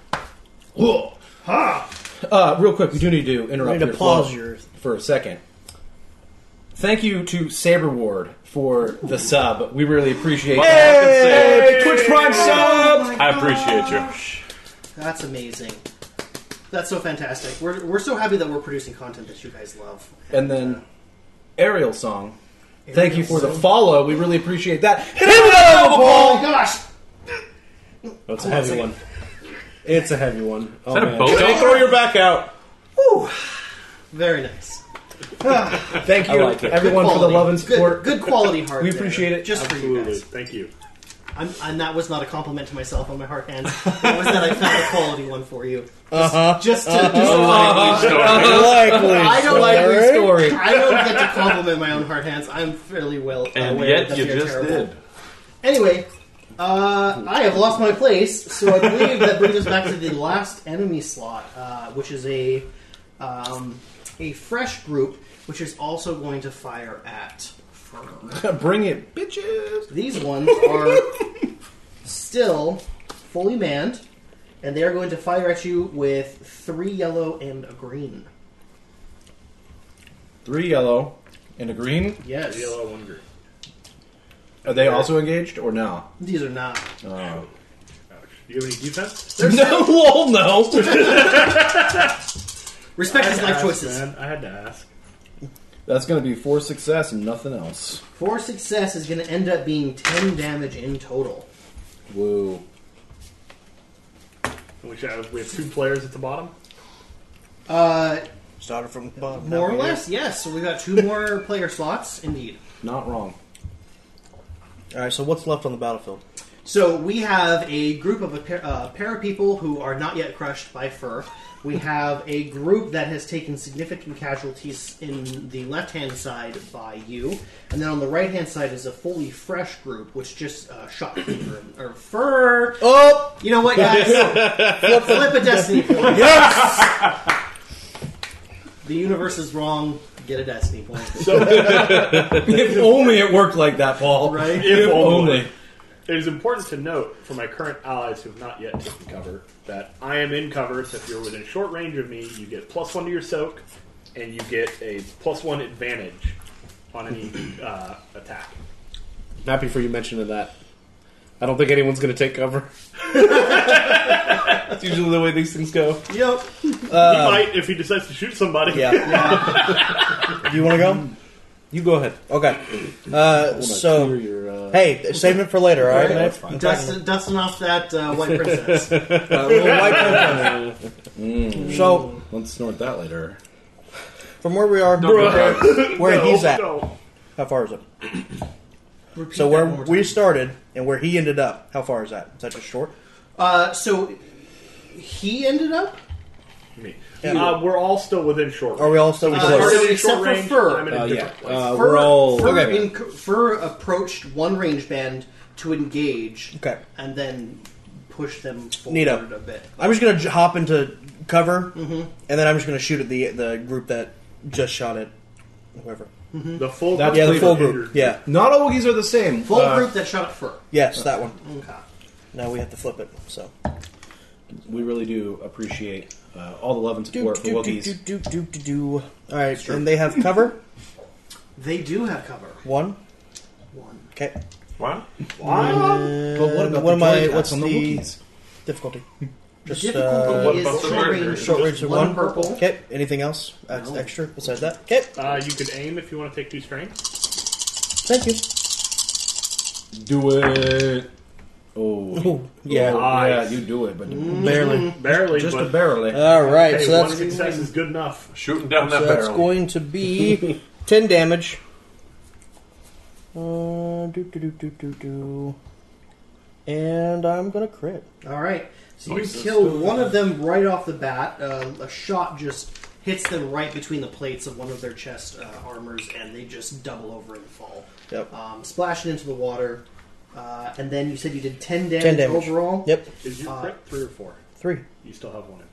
S4: Whoa. Uh, real quick, we do need to interrupt
S13: Need to
S4: your
S13: pause
S4: flow
S13: your-
S4: for a second. Thank you to Saber Ward for the sub. We really appreciate it. Twitch Prime sub!
S7: I appreciate you.
S2: That's amazing. That's so fantastic. We're, we're so happy that we're producing content that you guys love.
S4: And then Ariel Song. Thank you for the
S2: Ariel Song.
S4: follow. We really appreciate that. Hit him with that elbow
S2: Oh
S4: ball!
S2: my gosh!
S4: That's a heavy one. It's a heavy one. Oh,
S7: that a
S4: man.
S7: boat?
S4: Don't throw your back out.
S2: Very nice.
S4: Thank you,
S7: like it.
S4: everyone, for the
S2: Quality.
S4: love and
S2: Good-
S4: support.
S2: Good, quality heart.
S4: We
S2: there.
S4: appreciate it.
S2: Just for
S6: Absolutely.
S2: you guys.
S6: Thank you.
S2: I'm, and that was not a compliment to myself on my heart hand. It was that I found a quality one for you.
S1: Uh-huh.
S2: Just to. Just
S7: Please don't.
S1: Likely.
S2: Oh, I don't like
S1: story.
S2: this story. I don't get to compliment my own hard hands. I'm fairly well
S7: And
S2: aware
S7: yet
S2: that
S7: you
S2: they're
S7: just
S2: terrible.
S7: did.
S2: Anyway, uh, I have lost my place, so I believe that brings us back to the last enemy slot, uh, which is a um, a fresh group, which is also going to fire at. Fern.
S4: Bring it, bitches.
S2: These ones are still fully manned, and they are going to fire at you with three yellow and a green.
S4: Three yellow and a green.
S2: Yes,
S6: Yellow one green.
S4: Are they also engaged or no?
S2: these are not.
S4: Oh.
S6: Do you have any defense?
S4: No, well, no.
S2: Respect his
S6: I had to
S2: life
S6: ask,
S2: choices.
S6: man. I had to ask.
S4: That's going to be four success and nothing else.
S2: Four success is going to end up being ten damage in total.
S4: Woo.
S6: We have, we have two players at the bottom.
S2: Uh,
S1: Started from the bottom.
S2: More or less, yes. So we've got two more player slots, indeed.
S4: Not wrong.
S1: All right. So what's left on the battlefield?
S2: So we have a group of a pair, uh, pair of people who are not yet crushed by fur. We have a group that has taken significant casualties in the left hand side by you, and then on the right hand side is a fully fresh group, which just uh, shot fever and- or fur.
S1: Oh,
S2: You know what, guys? Flip a destiny point. The universe is wrong. Get a destiny point,
S4: if only it worked like that, Paul.
S2: right?
S4: If only.
S6: It is important to note for my current allies who have not yet taken cover that I am in cover, so if you're within short range of me, you get plus one to your soak, and you get a plus one advantage on any uh, attack.
S14: Happy for you mentioning that. I don't think anyone's going to take cover. That's usually the way these things go.
S2: Yep.
S6: he might if he decides to shoot somebody.
S1: Um, yeah. Do you want to go?
S14: You go ahead.
S1: Okay. Uh, so
S4: Your, uh,
S1: hey, saving it for later. All right.
S4: that's fine.
S2: Dust, dusting off that uh, white princess.
S1: Uh, we'll wipe it from there. So
S4: Let's snort that later.
S1: from where we are, where
S6: No,
S1: he's at,
S6: no.
S1: how far is it?
S2: Repeat
S1: So
S2: that
S1: where
S2: one more
S1: we
S2: time.
S1: started and where he ended up, how far is that? Is that just short?
S2: uh, so he ended up.
S6: Me. Uh, we're all still within short
S1: Are
S6: range.
S1: we all still
S2: Uh,
S1: close? Oh,
S2: are
S6: Within
S2: Except
S6: short
S2: for
S6: range,
S2: fur.
S6: I'm in a
S4: Uh, yeah.
S6: different place.
S4: Uh,
S2: Fur-
S4: we're all.
S2: Fur,
S1: okay.
S2: inc- Fur approached one range band to engage.
S1: Okay.
S2: And then push them forward
S1: Neato.
S2: a bit.
S1: I'm just gonna j- hop into cover,
S10: Mm-hmm.
S1: and then I'm just gonna shoot at the the group that just shot at whoever.
S6: The full
S4: That's
S1: Yeah, the
S4: Leader.
S1: Um, full group. Yeah,
S4: Not all Wookiees are the same.
S2: Full
S4: Uh,
S2: group that shot at fur.
S1: yes, that one.
S2: Okay.
S1: Now we have to flip it. So
S4: We really do appreciate uh, all the love and
S1: do
S4: support for
S1: do do
S4: Wookiees.
S1: do do do do. do. All right, and they have cover
S2: They do have cover.
S1: one.
S2: One.
S1: Okay,
S7: What?
S4: But what
S1: what
S4: about the
S1: am I-
S4: joy
S1: what's
S4: on the
S1: the-
S4: Wookiees?
S1: difficulty.
S2: The
S1: Just
S2: difficulty
S1: uh,
S7: what about
S2: is
S7: the
S2: short
S7: range?
S2: range.
S1: short range
S2: Just
S1: of
S2: one,
S1: one.
S2: purple.
S1: Okay, anything else Ex-
S2: No.
S1: extra besides that? Okay,
S6: Uh, you could aim if you want to take two strain.
S1: thank you.
S4: Do it. Oh.
S1: Ooh, yeah,
S4: Yeah,
S6: Nice.
S4: you do it, but
S1: Mm. barely.
S6: Barely,
S4: just
S6: but
S4: a eh? barely.
S1: All right,
S6: hey,
S1: so
S6: one
S1: that's
S6: success is good enough.
S7: Shooting down
S1: So
S7: that
S1: that's
S7: barrel.
S1: going to be 10 damage. Uh, do, do, do, do, do, do. And I'm going to crit.
S2: All right. So you
S7: Nice.
S2: killed one of them right off the bat. Uh, a shot just hits them right between the plates of one of their chest uh, armors, and they just double over and fall,
S1: Yep.
S2: um, splashing into the water. Uh, and then you said you did ten damage,
S1: 10 damage.
S2: overall.
S1: Yep.
S6: Is your
S2: Uh,
S6: crit three or four?
S1: 3.
S6: You still have one advantage.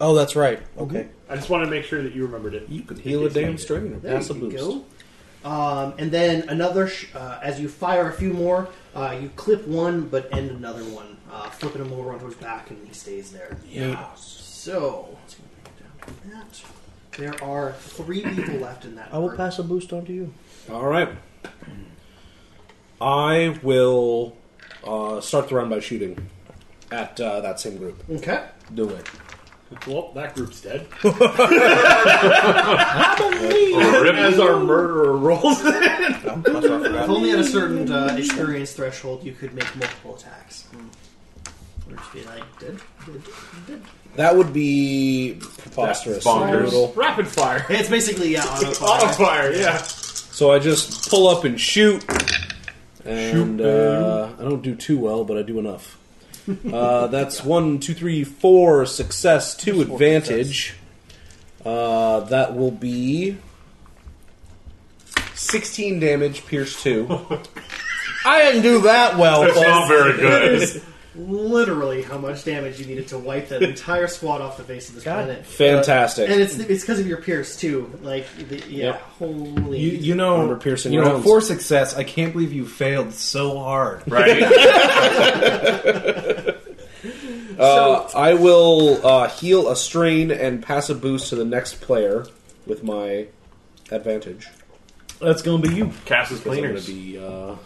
S1: Oh, that's right.
S2: Mm-hmm.
S1: Okay.
S6: I just wanted to make sure that you remembered it. You could
S14: Heal a damn strain or
S2: There
S14: pass a
S2: you
S14: boost.
S2: go. Um, and then another, sh- uh, as you fire a few more, uh, you clip one but end another one, uh, flipping him over onto his back, and he stays there.
S1: Neat.
S2: So, let's go back down to that. There are three people left in that.
S10: I will
S2: group.
S10: pass a boost on to you.
S1: All right. I will uh, start the round by shooting at uh, that same group.
S2: Okay.
S1: Do it.
S6: Well, that group's dead.
S9: As our murderer rolls.
S2: If only at a certain uh, experience threshold, you could make multiple attacks. Or just be like, did, did, did.
S1: That would be preposterous.
S7: That's bonkers.
S1: Brutal.
S6: Rapid fire.
S2: It's basically yeah, auto
S6: Auto
S2: fire.
S6: fire, yeah.
S1: So I just pull up and shoot. And uh, I don't do too well, but I do enough. Uh, that's one, two, three, four success, two advantage. Uh, that will be sixteen damage, pierce two.
S2: Uh,
S1: I didn't do that well.
S7: That's
S1: folks.
S7: not very good.
S2: Literally, how much damage you needed to wipe that entire squad off the face of this planet?
S1: Fantastic.
S2: And it's it's because of your pierce too. Like, the, yeah,
S1: Yep.
S2: holy.
S4: You, you know,
S1: Armor piercing
S4: you know,
S1: rounds.
S4: for success, I can't believe you failed so hard.
S7: Right?
S1: Uh, I will uh, heal a strain and pass a boost to the next player with my advantage.
S4: That's gonna be you.
S7: Cass is
S1: Because I'm going
S7: cleaners.
S1: to be uh,
S2: I'm gonna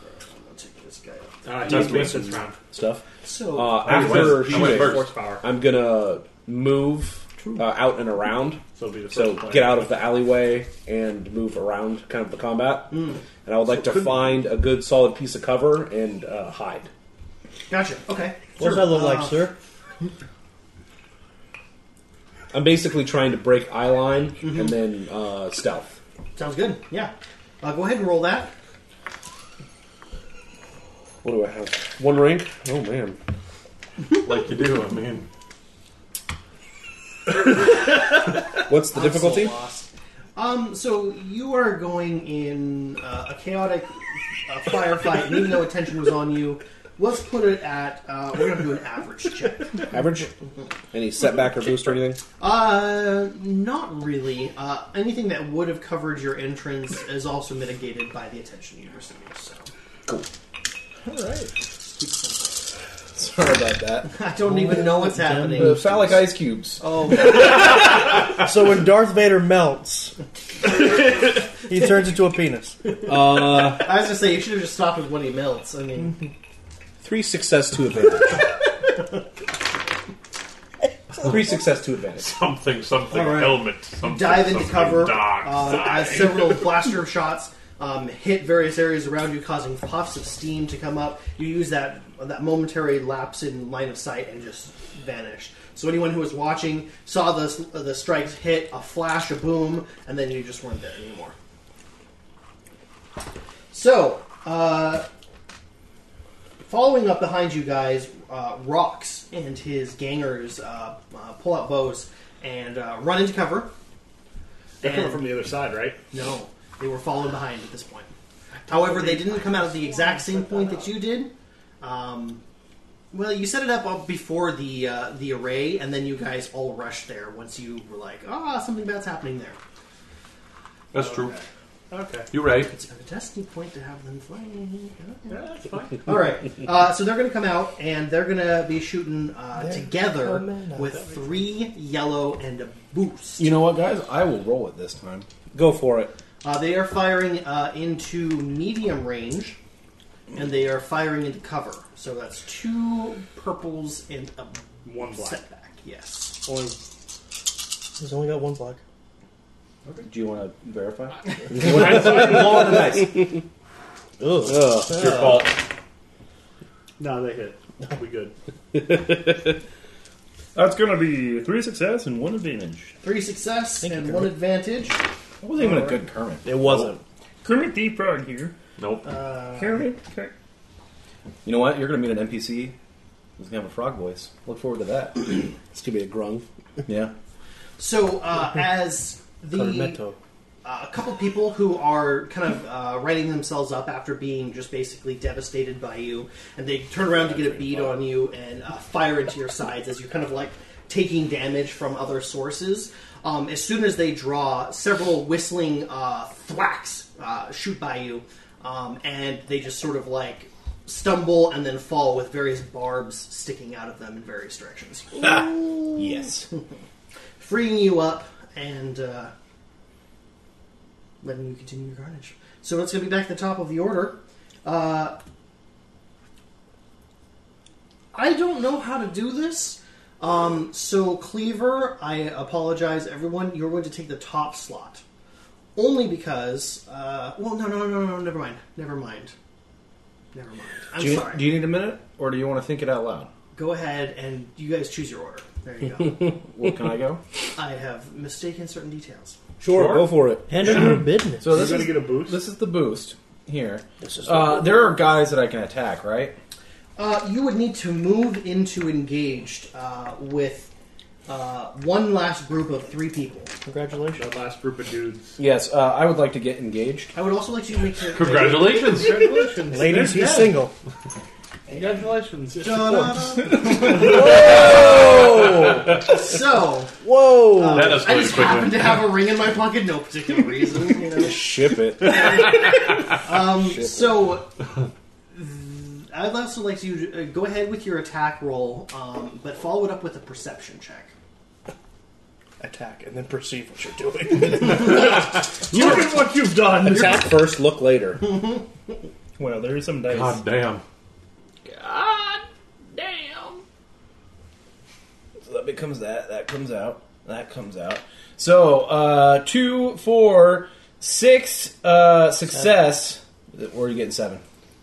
S2: take this guy out.
S6: Alright, that's me. Uh, This round.
S1: stuff.
S2: So
S1: Uh,
S7: I went- I
S1: after
S7: went
S1: shooting,
S7: first.
S6: Horsepower.
S1: I'm gonna move uh, out and around.
S6: So it'll be the first
S1: So
S6: player.
S1: get out of the alleyway and move around, kind of the combat. And I would like to find a good, solid piece of cover and uh, hide.
S2: gotcha. Okay.
S10: What does that look like,
S2: Uh,
S10: sir?
S1: I'm basically trying to break eye line and then uh, stealth.
S2: Sounds good. Yeah. Uh, go ahead and roll that.
S1: What do I have? One rank. Oh man.
S7: like you do, I mean.
S1: What's the
S2: I'm so
S1: difficulty?
S2: lost. Um, so you are going in uh, a chaotic uh, firefight, and even though attention was on you, let's put it at uh, we're going to do an average check.
S1: Average? Any setback or boost or anything?
S2: Uh, not really. Uh, anything that would have covered your entrance is also mitigated by the attention you received. So
S1: Sorry about that.
S2: I don't even know what's
S1: Uh,
S2: happening.
S1: phallic ice cubes.
S2: Oh,
S10: so when Darth Vader melts, he turns into a penis.
S2: I was gonna say you should have just stopped with when he melts. I mean,
S1: Three success, two advantage. Three success, two advantage.
S7: Something, something,
S2: All right.
S7: helmet. Something,
S2: dive into
S7: something,
S2: cover
S7: Dog,
S2: uh, as several blaster shots um, hit various areas around you, causing puffs of steam to come up. You use that that momentary lapse in line of sight and just vanish. So anyone who was watching saw the the strikes hit a flash, a boom, and then you just weren't there anymore. So, uh, following up behind you guys, uh, Rocks and his gangers uh, uh, pull out bows and uh, run into cover.
S6: They're coming
S2: And-
S6: from the other side, right?
S2: no, they were falling behind at this point. However, they didn't come out at the exact same point that you did. Um, well, you set it up all before the uh, the array, and then you guys all rushed there once you were like, ah, something bad's happening there.
S7: That's true.
S6: Okay.
S7: You're right.
S2: It's a destiny point to have them flying.
S6: Yeah, that's fine.
S2: All right, uh, so they're going to come out and they're going to be shooting uh, together with three yellow and a boost.
S1: You know what, guys? I will roll it this time. Go for it.
S2: Uh, they are firing uh, into medium range, and they are firing into cover. So that's two purples and a
S6: One black.
S2: setback. Yes.
S6: Only
S10: He's only got one block.
S1: Do you want to verify? Oh,
S10: Ugh.
S1: Ugh.
S7: It's your fault.
S6: No, they hit. We good.
S9: That's gonna be three success and one advantage.
S2: Three success and one advantage.
S4: That wasn't even a good Kermit.
S1: It wasn't.
S9: Kermit the Frog here.
S7: Nope.
S9: Kermit. Ker-
S4: You know what? You're gonna meet an NPC. He's gonna have a frog voice. Look forward to that.
S1: It's gonna be a grung.
S4: yeah.
S2: So uh, as the
S10: Cornetto.
S2: uh, a couple people who are kind of uh, writing themselves up after being just basically devastated by you, and they turn around to get a bead on you and uh, fire into your sides as you're kind of like taking damage from other sources. Um, as soon as they draw, several whistling uh, thwacks uh, shoot by you, um, and they just sort of like stumble and then fall with various barbs sticking out of them in various directions
S4: Yes.
S2: freeing you up and uh, letting you continue your carnage. So it's going to be back at the top of the order. Uh, I don't know how to do this. Um, so, Cleaver, I apologize, everyone. You're going to take the top slot. Only because. Uh, well, no, no, no, no, no, never mind. Never mind. Never mind. I'm
S4: Do you,
S2: sorry.
S4: do you need a minute, or do you want to think it out loud?
S2: Go ahead and you guys choose your order. There you go.
S4: Well, can I go?
S2: I have mistaken certain details.
S1: Sure, go for it.
S10: Hand over your business.
S4: So
S6: You're
S4: this
S6: going to
S4: is,
S6: get a boost?
S4: this is the boost here. This
S10: is
S4: uh, there are guys that I can attack, right?
S2: Uh, you would need to move into engaged uh, with uh, one last group of three people.
S10: Congratulations.
S6: That last group of dudes.
S4: Yes. Uh, I would like to get engaged.
S2: I would also like you to make your
S7: Congratulations.
S6: Congratulations.
S10: Ladies, he's single.
S6: Congratulations.
S2: Da-da-da. so
S10: Whoa!
S4: Uh,
S7: that is
S2: I
S7: really
S2: just
S7: quick.
S2: happened
S7: one.
S2: to have a ring in my pocket, no particular reason. You know.
S1: Ship it.
S2: Um, so I'd also like you to uh, go ahead with your attack roll, um, but follow it up with a perception check.
S10: Attack and then perceive what you're doing.
S6: Look at what you've done.
S1: Attack first, look later.
S6: Well, there is some dice.
S7: God damn.
S4: So that becomes that. That comes out. That comes out. So uh, two, four, six uh, success. Or are you getting seven?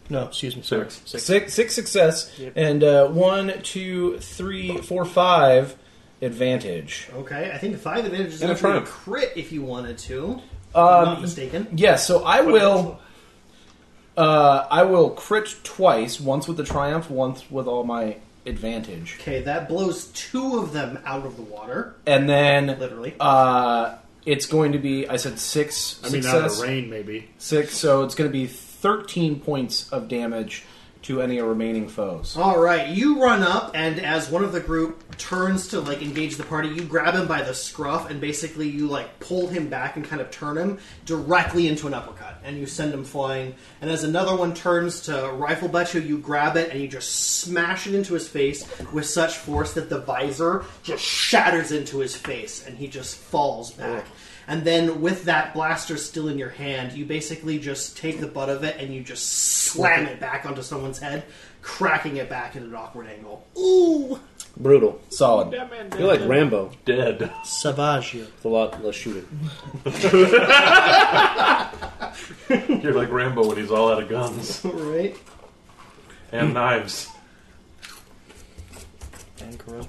S10: no, excuse me.
S7: Six.
S4: Six, six success and uh, one, two, three, four, five advantage.
S2: Okay, I think five advantages
S4: And a
S2: is actually a
S4: triumph.
S2: crit if you wanted to. If I'm not
S4: Um,
S2: mistaken.
S4: Yes, so I will. Uh, I will crit twice, once with the triumph, once with all my advantage,
S2: Okay, that blows two of them out of the water,
S4: and then
S2: literally.
S4: uh, it's going to be. I said six
S6: I mean, out of
S4: success,
S6: the rain, maybe.
S4: six. So it's going to be thirteen points of damage to any remaining foes.
S2: All right, you run up, and as one of the group turns to like engage the party, you grab him by the scruff, and basically you like pull him back and kind of turn him directly into an uppercut, and you send him flying. And as another one turns to rifle butt you, you grab it and you just smash it into his face with such force that the visor just shatters into his face, and he just falls back. And then with that blaster still in your hand, you basically just take the butt of it and you just slam it back onto someone's head, cracking it back at an awkward angle. Ooh!
S1: Brutal.
S4: Solid.
S1: You're like Rambo.
S7: Dead.
S10: Savage.
S1: It's a lot less shooting.
S7: You're like Rambo when he's all out of guns
S2: Right?
S7: and knives.
S10: And charisma.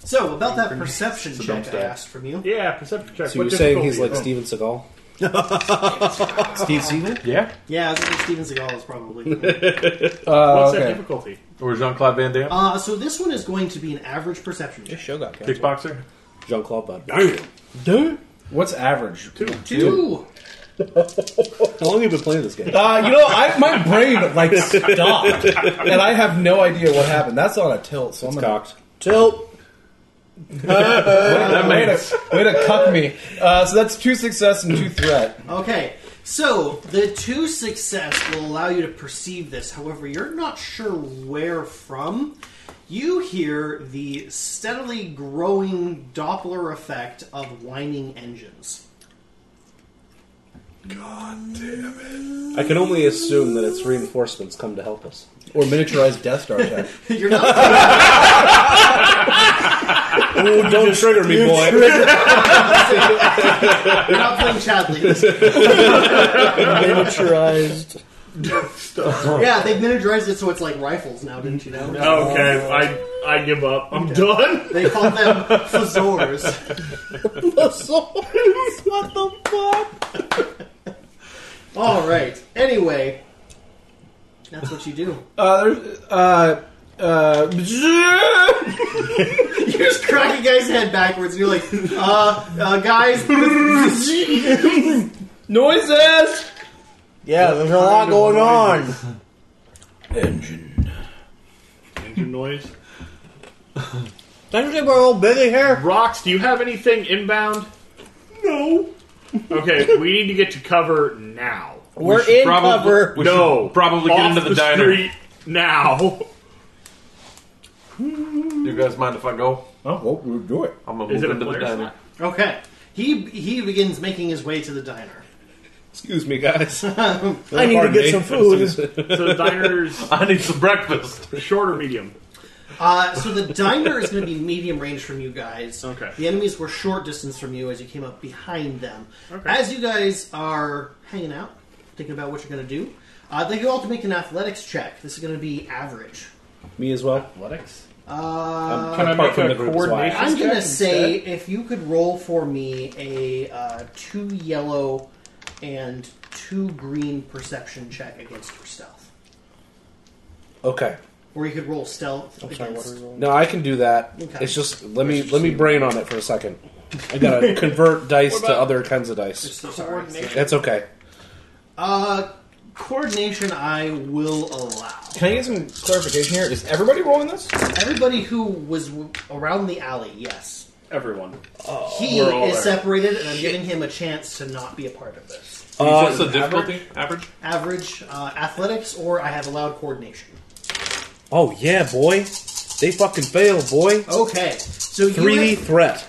S2: So, about that perception check I
S7: stat.
S2: asked from you.
S6: Yeah, perception check.
S1: So
S6: what
S1: you're saying
S6: difficulty
S1: he's like
S6: is it?
S1: Steven Seagal? Steve Seagal?
S7: Yeah.
S2: Yeah, I think Steven Seagal is probably.
S4: Uh,
S6: What's that
S4: okay.
S6: difficulty?
S7: Or Jean Claude Van Damme.
S2: uh, so, this one is going to be an average perception check.
S4: Show got canceled.
S7: Kickboxer.
S1: Jean Claude Van Damme.
S6: Damn.
S10: Dude!
S4: What's average? Two.
S2: Two!
S1: How long have you been playing this game?
S4: Uh, you know, I, my brain like stopped, and I have no idea what happened. That's on a tilt. So I'm gonna,
S1: Cocked.
S10: Tilt!
S7: that
S4: way,
S7: means.
S4: to, way to cuck me. Uh, so that's two success and two threat.
S2: Okay, so the two success will allow you to perceive this. However, you're not sure where from. You hear the steadily growing Doppler effect of whining engines.
S1: I can only assume that it's reinforcements come to help us.
S4: Or miniaturized Death Star attack.
S2: You're not.
S1: Ooh, don't trigger me, boy.
S2: you're not playing Chadley.
S10: Miniaturized.
S2: Yeah, they miniaturized it so it's like rifles now, didn't you know?
S6: Okay, I I give up. I'm done.
S2: They call them fazors.
S10: what the fuck?
S2: All right. Anyway, that's what you do.
S4: Uh, there's, uh, uh,
S2: You just crack a guy's head backwards, and you're like, uh, uh guys,
S4: noises.
S10: Yeah, there's a lot going on.
S6: Engine noise.
S10: Don't you think we're old Billy here?
S6: Rocks, do you have anything inbound? No. Okay, we need to get to cover now.
S10: We're in
S7: probably-
S10: cover.
S7: we should
S6: no.
S7: probably get
S6: Off
S7: into the, diner.
S6: street now.
S7: You guys mind if I go?
S4: Oh, well, we'll do it.
S7: I'm gonna
S6: Is it a
S7: move into the
S6: player's
S7: diner.
S6: lot?
S2: Okay. He he begins making his way to the diner.
S1: Excuse me, guys.
S10: I need to
S1: Pardon
S10: get
S1: me.
S10: some food.
S6: So the diner's
S7: I need some breakfast.
S6: short or medium.
S2: Uh, so the diner is going to be medium range from you guys.
S6: Okay.
S2: The enemies were short distance from you as you came up behind them.
S6: Okay.
S2: As you guys are hanging out, thinking about what you're going to do, uh, they can all to make an athletics check. This is going to be average.
S1: me as well. Um,
S4: Athletics.
S2: Uh,
S1: Can
S9: I make a
S1: is why I
S9: coordination?
S2: I'm going to
S9: check
S2: say if you could roll for me a uh, two yellow and two green perception check against your stealth.
S1: asked. Okay.
S2: Or you could roll stealth against.
S1: No, I can do that.
S2: Okay.
S1: It's just let me let me brain on it for a second. I gotta convert dice to other kinds of dice.
S2: Coordination.
S1: That's okay.
S2: Uh, coordination, I will allow.
S5: Can I get some clarification here? Is everybody rolling this?
S2: Everybody who was w- around the alley, yes.
S9: Everyone.
S2: He
S9: we're all
S2: is
S9: there.
S2: separated, and I'm giving him a chance to not be a part of this.
S7: What's the difficulty? Average?
S2: Average uh, athletics, or I have allowed coordination.
S1: Oh yeah, boy. They fucking failed, boy.
S2: Okay, so
S1: Three
S2: you have,
S1: threat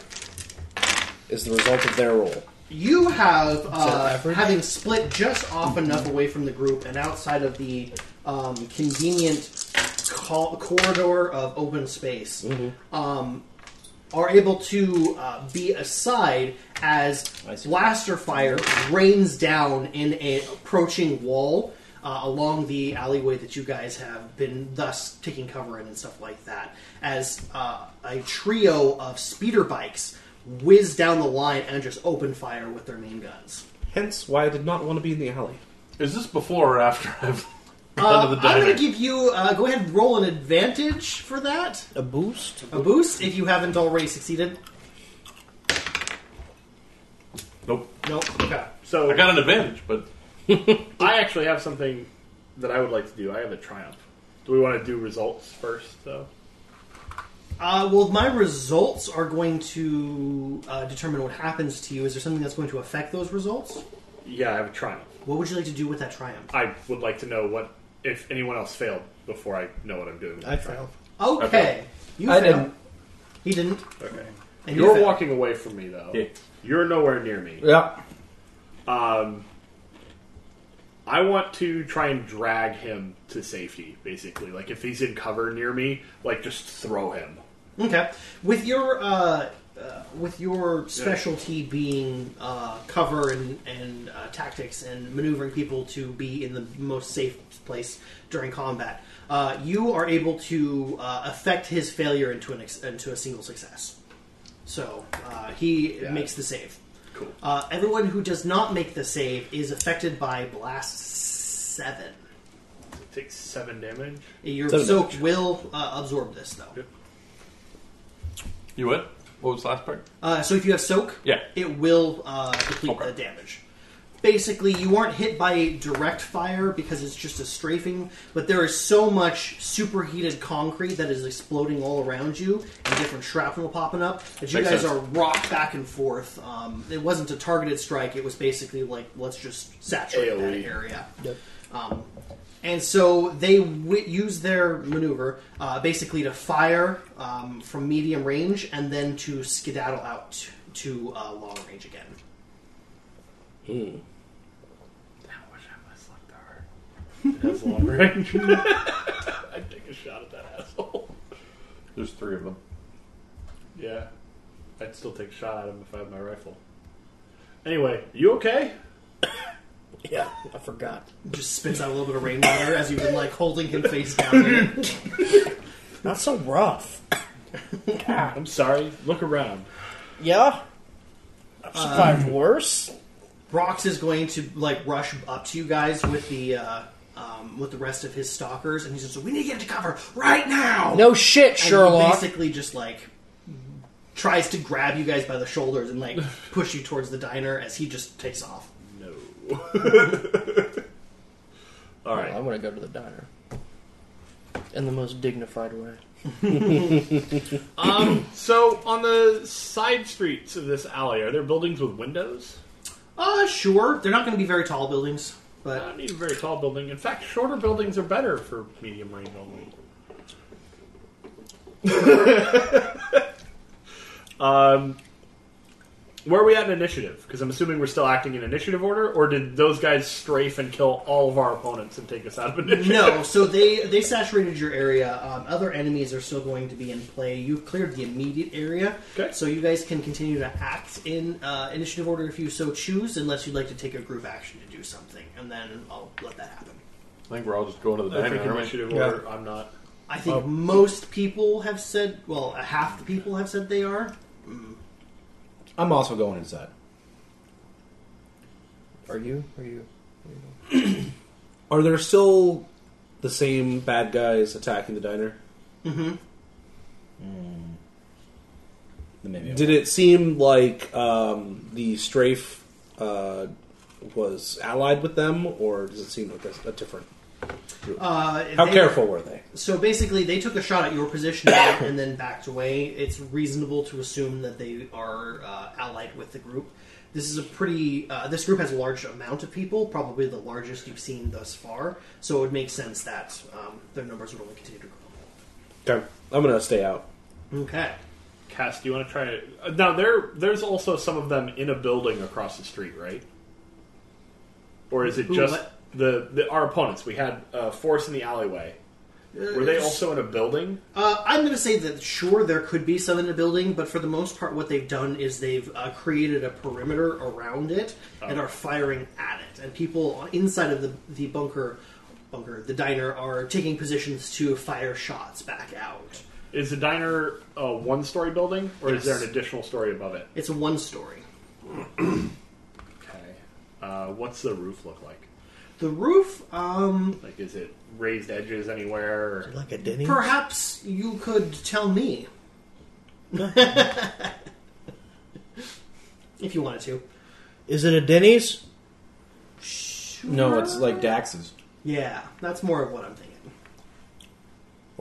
S1: is the result of their roll.
S2: you have uh, having split just off enough away from the group and outside of the um, convenient col- corridor of open space. are able to uh, be aside as blaster fire rains down in an approaching wall uh, along the alleyway that you guys have been thus taking cover in and stuff like that. As uh, a trio of speeder bikes whiz down the line and just open fire with their main guns.
S1: Hence why I did not want to be in the alley.
S7: Is this before or after I've gone
S2: Uh,
S7: to
S2: I'm
S7: the diner?
S2: going to give you uh, go ahead and roll an advantage for that
S10: A boost?
S2: a boost if you haven't already succeeded.
S7: Nope.
S2: Nope. Okay.
S6: So
S7: I got an advantage, but
S6: I actually have something that I would like to do. I have a triumph. Do we want to do results first, though?
S2: Uh, well, my results are going to uh, determine what happens to you. Is there something that's going to affect those results?
S6: Yeah, I have a triumph.
S2: What would you like to do with that triumph?
S6: I would like to know what if anyone else failed before I know what I'm doing. with
S5: I
S6: the
S5: failed.
S2: Okay, you
S5: I
S2: failed.
S5: didn't.
S2: He didn't.
S6: triumph. Okay.
S2: And you
S6: You're
S2: failed.
S6: walking away from me, though.
S7: Yeah.
S6: You're nowhere near me.
S5: Yeah.
S6: Um, I want to try and drag him to safety, basically. Like, if he's in cover near me, like, just throw him.
S2: Okay, with your uh, uh, with your specialty being uh, cover and and uh, tactics and maneuvering people to be in the most safe place during combat, uh, you are able to uh, affect his failure into an ex- into a single success. So uh, he makes the save.
S6: Cool.
S2: Uh, everyone who does not make the save is affected by blast seven.
S6: Take seven damage.
S2: Your
S1: Seven
S2: soak will uh, absorb this though.
S7: you what? What was the last part?
S2: Uh, so if you have soak,
S7: Yeah.
S2: it will uh, deplete
S7: Okay.
S2: the damage. Basically, you aren't hit by direct fire because it's just a strafing, but there is so much superheated concrete that is exploding all around you and different shrapnel popping up that you
S7: Makes
S2: guys
S7: sense.
S2: are rocked back and forth. Um, it wasn't a targeted strike; it was basically like let's just saturate that
S7: E.
S6: AoE.
S2: area. Um, and so they w- use their maneuver uh, basically to fire um, from medium range and then to skedaddle out to uh, long range again.
S6: That's long range. I'd take a shot at that asshole.
S7: There's three of them.
S6: Yeah. I'd still take a shot at him if I had my rifle. Anyway, you okay?
S5: Yeah, I forgot.
S2: Just spits out a little bit of rainwater as you've been like holding him face down.
S5: Not so rough.
S6: I'm sorry. Look around.
S5: Yeah. I've survived worse.
S2: Rox Um, is going to like rush up to you guys with the uh, um, with the rest of his stalkers, and he says, "We need to get into cover right now."
S5: No shit,
S2: And he
S5: Sherlock.
S2: basically just like tries to grab you guys by the shoulders and like push you towards the diner as he just takes off.
S6: No. All
S5: Well,
S6: right.
S5: I'm gonna go to the diner. In the most dignified way.
S6: Um, so on the side streets of this alley, are there buildings with windows?
S2: Uh, sure. They're not going to be very tall buildings,
S6: I
S2: but
S6: don't need a very tall building. In fact, shorter buildings are better for medium range only. um, Where are we at in initiative? Because I'm assuming we're still acting in initiative order, or did those guys strafe and kill all of our opponents and take us out of initiative?
S2: No, so they they saturated your area. Um, other enemies are still going to be in play. You've cleared the immediate area,
S6: Okay.
S2: so you guys can continue to act in uh, initiative order if you so choose, unless you'd like to take a group action to do something, and then I'll let that happen.
S7: I think we're all just going to the
S6: I
S7: diner.
S6: think
S7: aren't we?
S6: initiative order. I'm not.
S2: I think
S1: Um,
S2: most people have said, well, half the people have said they are.
S4: I'm also going inside.
S10: Are you? Are you?
S1: Are there still the same bad guys attacking the diner?
S4: Mm. Maybe I
S1: Did it seem like um, the strafe uh, was allied with them, or does it seem like a, a different?
S2: Uh,
S1: How
S2: they-
S1: careful were they?
S2: So basically, they took a shot at your position and then backed away. It's reasonable to assume that they are uh, allied with the group. This is a pretty. Uh, this group has a large amount of people, probably the largest you've seen thus far. So it would make sense that um, their numbers would only continue to grow.
S1: Okay, I'm gonna stay out.
S2: Okay.
S6: Cass, do you want to try it? Uh, Now there, there's also some of them in a building across the street, right? Or is it
S2: Who,
S6: just
S2: what?
S6: the, the our opponents? We had uh, force in the alleyway. Were they also in a building?
S2: Uh, I'm going to say that sure, there could be some in the building, but for the most part, what they've done is they've uh, created a perimeter around it and are firing at it. And people on- inside of the, the bunker, bunker, the diner, are taking positions to fire shots back out.
S6: Is the diner a one-story building, or is there
S2: Yes.
S6: an additional story above it?
S2: It's a one story.
S6: Okay. Uh, what's the roof look like?
S2: The roof, um,
S6: Like, is it raised edges anywhere? Or...
S10: Like a Denny?
S2: perhaps you could tell me. if you wanted to.
S10: Is it a Denny's?
S4: No, it's like Dax's.
S2: Yeah, that's more of what I'm thinking.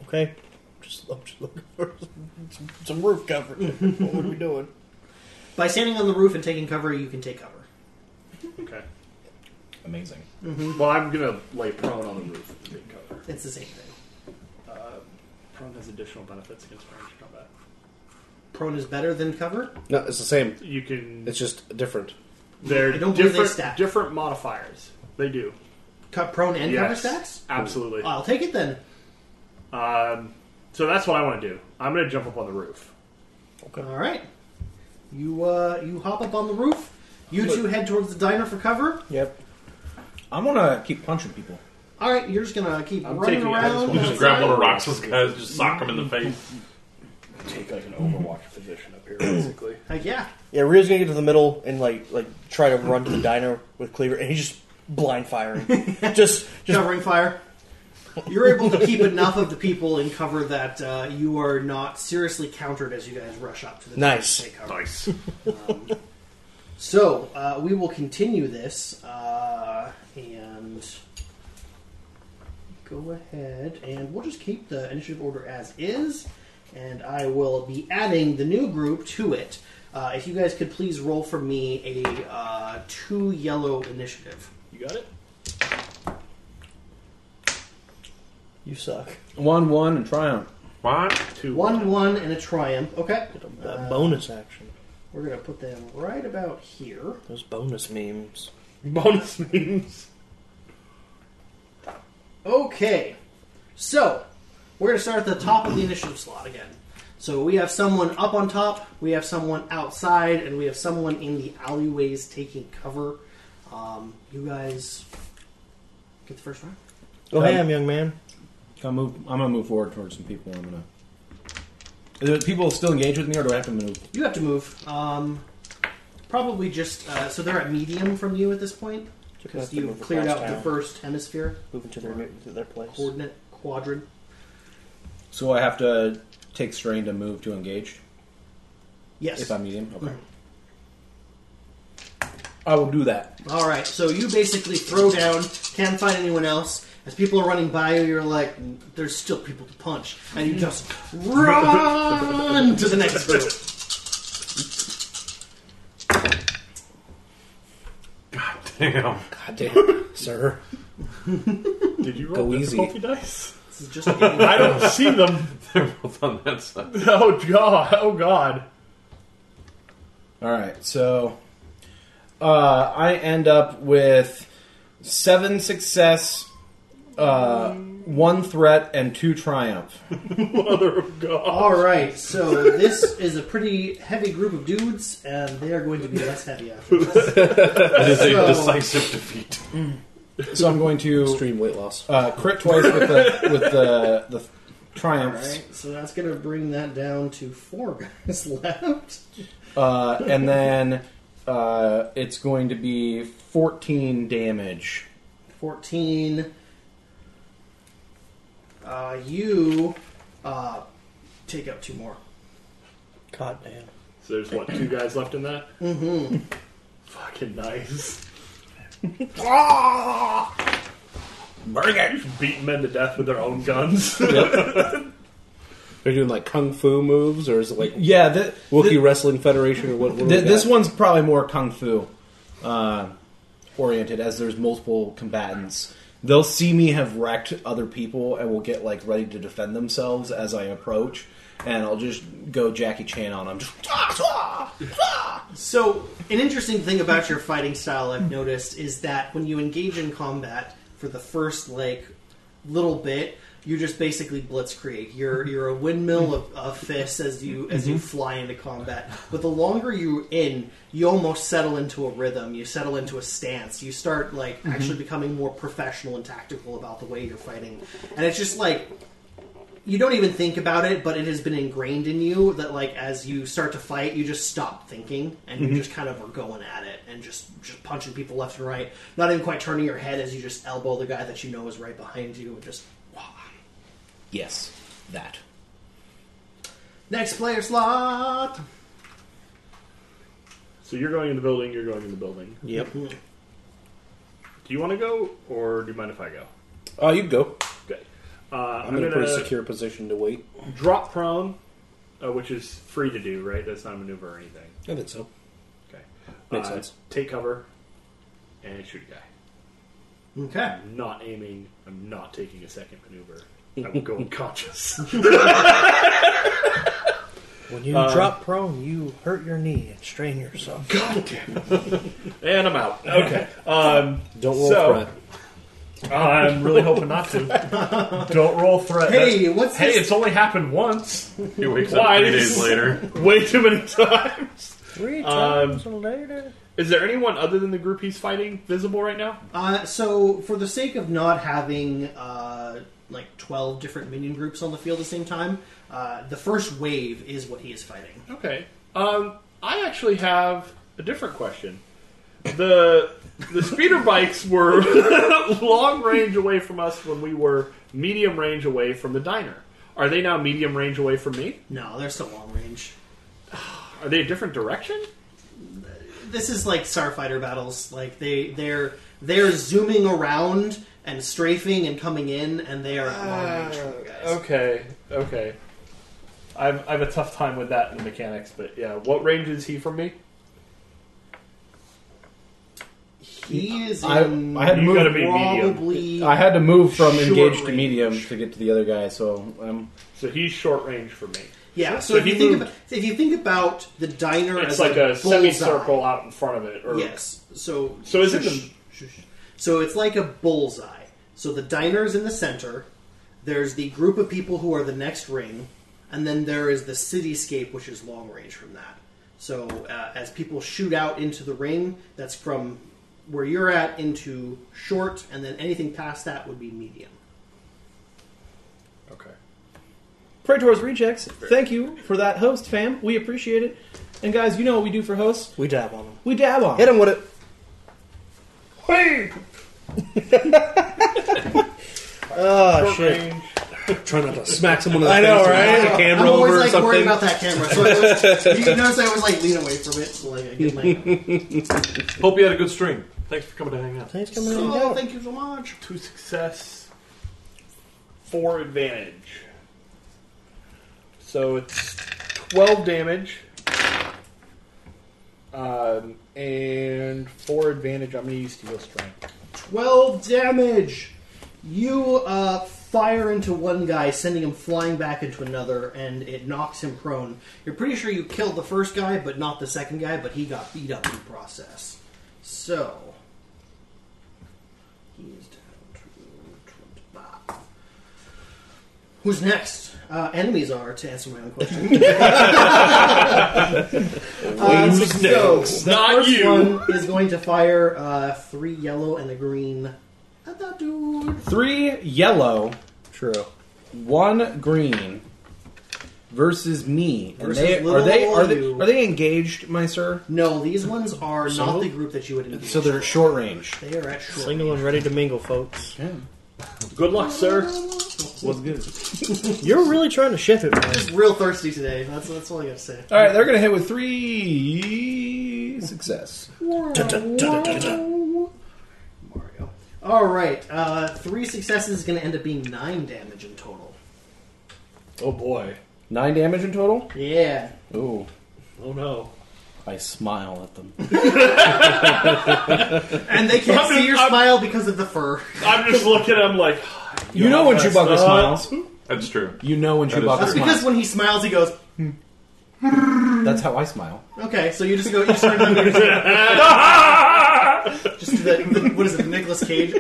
S10: Okay. Just, I'm just looking for some, some roof coverage. what are we doing?
S2: By standing on the roof and taking cover, you can take cover.
S6: Okay.
S4: Amazing.
S6: Well, I'm gonna lay prone on the roof. as a Big cover.
S2: It's the same thing.
S6: Prone has additional benefits against ranged combat.
S2: Prone is better than cover.
S1: No, it's the same.
S6: You can.
S1: It's just different.
S6: They're
S2: I don't believe they
S6: different.
S2: stack.
S6: Different modifiers. They do.
S2: Cut prone and cover
S6: Yes,
S2: stacks.
S6: Absolutely.
S2: I'll take it then.
S6: Um, so that's what I want to do. I'm gonna jump up on the roof.
S2: All right. You uh, you hop up on the roof. You two head towards the diner for cover.
S10: Yep.
S4: I'm gonna keep punching people.
S2: All right, you're just gonna keep
S6: I'm
S2: running
S6: taking it. I just
S2: around.
S6: wanna
S7: Just
S2: outside.
S7: grab one of Roxas' guys, just sock
S2: Mm-hmm.
S7: him in the face.
S6: Take like an Overwatch position up here, basically.
S2: Heck yeah.
S10: Yeah, Rio's gonna get to the middle and like like try to run to the diner with Cleaver, and he's just blind firing. just just
S2: Covering fire. You're able to keep enough of the people in cover that uh, you are not seriously countered as you guys rush up to the diner
S10: Nice.
S2: to take
S6: Oh,
S2: cover.
S7: Nice.
S2: So uh, we will continue this uh, and go ahead and we'll just keep the initiative order as is, and I will be adding the new group to it. Uh, if you guys could please roll for me a uh, two yellow initiative.
S6: You got it.
S10: you suck.
S4: One, one, and triumph.
S7: What?
S6: Two.
S2: One one and a triumph. Okay,
S10: That bonus action.
S2: we're gonna put them right about here.
S10: Those bonus memes.
S6: bonus means.
S2: Okay, so we're going to start at the top of the initiative slot again. So we have someone up on top, we have someone outside, and we have someone in the alleyways taking cover. Um, you guys get the first round.
S10: Go
S4: Okay.
S10: ham, young man.
S4: Gonna move, I'm gonna move forward towards some people. I'm gonna. Are there people still engage with me, or do I have to move?
S2: You have to move. Um, probably just uh, so they're at medium from you at this point
S10: Just have
S2: because
S10: to
S2: you
S10: move
S2: cleared
S10: across
S2: out the
S10: town.
S2: first hemisphere
S10: Moving to their to their place.
S2: coordinate quadrant.
S4: So I have to take strain to move to engage
S2: Yes.
S4: if I'm medium. Okay. I will do that.
S2: All right, so you basically throw down, can't find anyone else. As people are running by you, you're like, there's still people to punch. And you just run to the next group.
S7: God damn.
S1: God damn, sir.
S6: Did you roll
S1: Go easy.
S6: difficulty dice?
S2: This is just a game.
S6: I don't see them.
S7: They're both on that side.
S6: Oh god. Oh god.
S4: All right, so uh, I end up with seven success, uh, one threat, and two triumph.
S2: All right, so this is a pretty heavy group of dudes, and they are going to be less heavy after this.
S7: It is
S2: So-
S7: a decisive defeat.
S4: So I'm going to
S1: Extreme weight loss.
S4: uh, crit twice with the with the the
S2: All
S4: triumphs,
S2: right, so that's going to bring that down to four guys left.
S4: uh, and then uh, it's going to be fourteen damage.
S2: Fourteen. Uh, you uh, take out two more.
S10: God damn.
S6: So there's what two guys left in that. Mm-hmm. Fucking nice.
S7: Bring it!
S6: Beating men to death with their own guns.
S1: They're doing like kung fu moves, or is it like
S4: Yeah, th-
S1: Wookiee
S4: th-
S1: Wrestling Federation, or what? what do we
S4: th- this
S1: got?
S4: one's probably more kung fu uh, oriented, as there's multiple combatants. They'll see me have wrecked other people and will get like ready to defend themselves as I approach, and I'll just go Jackie Chan on them. Just
S2: So, an interesting thing about your fighting style I've noticed is that when you engage in combat for the first like little bit, you just basically blitzkrieg. You're you're a windmill of, of fists as you as you fly into combat. But the longer you're in, you almost settle into a rhythm. You settle into a stance. You start like actually becoming more professional and tactical about the way you're fighting. And it's just like you don't even think about it, but it has been ingrained in you that like as you start to fight, you just stop thinking and you just kind of are going at it and just just punching people left and right, not even quite turning your head as you just elbow the guy that you know is right behind you and just.
S4: yes, that.
S2: Next player slot.
S6: so you're going in the building. You're going in the building.
S10: Yep.
S6: Do you want to go, or do you mind if I go?
S1: Oh, you go.
S6: Okay. Uh, I'm,
S1: I'm in
S6: gonna,
S1: a pretty secure position to wait.
S6: drop prone, uh, which is free to do, right? That's not a maneuver or anything.
S1: I think so.
S6: Okay.
S1: Makes
S6: Uh,
S1: sense.
S6: Take cover and shoot a guy.
S2: Okay.
S6: I'm not aiming. I'm not taking a second maneuver. I'm going conscious.
S10: When you
S2: Uh,
S10: drop prone, you hurt your knee and strain yourself.
S6: and I'm out. Okay. Um,
S1: Don't roll
S6: So-
S1: threat.
S6: I'm really hoping not to. Don't roll threat.
S2: Hey,
S6: That's-
S2: what's
S6: hey,
S2: this?
S6: it's only happened once.
S7: He wakes
S6: Why?
S7: up three days later.
S6: Way too many times.
S10: Three
S6: times
S10: later.
S6: Um, Is there anyone other than the group he's fighting visible right now?
S2: Uh, so, for the sake of not having uh, like twelve different minion groups on the field at the same time, uh, the first wave is what he is fighting.
S6: Okay. Um, I actually have a different question. The the speeder bikes were long range away from us when we were medium range away from the diner. Are they now medium range away from me?
S2: No, they're still long range.
S6: Are they a different direction?
S2: this is like starfighter battles like they they're they're zooming around and strafing and coming in and they are at long range from you guys.
S6: Okay, okay. I've, I have a tough time with that in the mechanics, but yeah. What range is he from me?
S2: he is
S4: I-
S2: in
S4: I had
S6: You gotta be medium.
S2: probably
S4: I had to move from
S2: Short
S4: engaged to
S2: range.
S4: medium to get to the other guy, so um,
S6: So he's short range for me.
S2: yeah so,
S6: So
S2: if
S6: he
S2: you think
S6: moved-
S2: about, if you think about the diner
S6: It's
S2: as
S6: like
S2: a,
S6: a
S2: bullseye-
S6: semicircle out in front of it. Or,
S2: yes so
S6: So is it the-
S2: so it's like a bullseye so the diner is in the center there's the group of people who are the next ring and then there is the cityscape which is long range from that so uh, as people shoot out into the ring that's from where you're at into short and then anything past that would be medium
S6: Okay.
S4: Praetor's rejects. Thank you for that host, fam. We appreciate it. And guys, you know what we do for hosts?
S10: We dab on him.
S4: We dab on.
S10: Hit him with it.
S6: Hey!
S10: Oh,
S6: Short
S10: shit.
S6: range.
S1: Trying not to smack someone in the
S10: I know,
S1: face or
S10: right?
S1: knock the camera
S2: I'm
S1: over
S2: always
S1: or
S2: like
S1: something.
S2: worried about that camera so I always, you can notice I always like lean away from it so like I get my
S7: Hope you had a good stream. Thanks for coming to hang out.
S10: Thanks for coming in.
S2: so, thank you so much
S6: Two success, four advantage. So it's 12 damage. Um, and four advantage. I'm going to use steel strength.
S2: 12 damage. You uh, fire into one guy, sending him flying back into another, and it knocks him prone. You're pretty sure you killed the first guy, but not the second guy, but he got beat up in the process. So. He is down to 25. Who's next? Uh, enemies are, to answer my own question. Uh, so, the
S6: Not
S2: first
S6: you.
S2: one is going to fire uh, three yellow and a green at that dude.
S4: Three yellow,
S10: True.
S4: one green versus me. And
S2: Versus
S4: they, are
S2: little
S4: they are
S2: old
S4: they
S2: you.
S4: are they engaged, my sir?
S2: No, these ones are
S4: So-
S2: not the group that you would engage.
S4: So they're short range.
S2: they are at short.
S5: Single and ready to mingle, folks.
S6: Good luck, sir.
S4: What's good?
S5: You're really trying to ship it, man.
S2: Real thirsty today. That's that's all I gotta say.
S4: All right, they're gonna hit with three success.
S2: Mario. All right, uh, three successes is gonna end up being nine damage in total.
S6: Oh boy.
S4: Nine damage in total.
S2: Yeah.
S4: Ooh,
S6: Oh no.
S4: I smile at them.
S2: And they can't
S6: I'm-
S2: see your
S6: I'm-
S2: smile because of the fur.
S6: I'm just looking at him like,
S4: You know when
S6: that's
S4: Chewbacca
S6: not-
S4: smiles.
S7: That's true.
S4: You know when
S7: That is
S4: Chewbacca
S2: That's
S7: true.
S2: because
S4: smiles.
S2: when he smiles, he goes,
S4: That's how I smile.
S2: okay, so you just go, you just, start doing your- just do that, the, what is it, Nicholas Cage?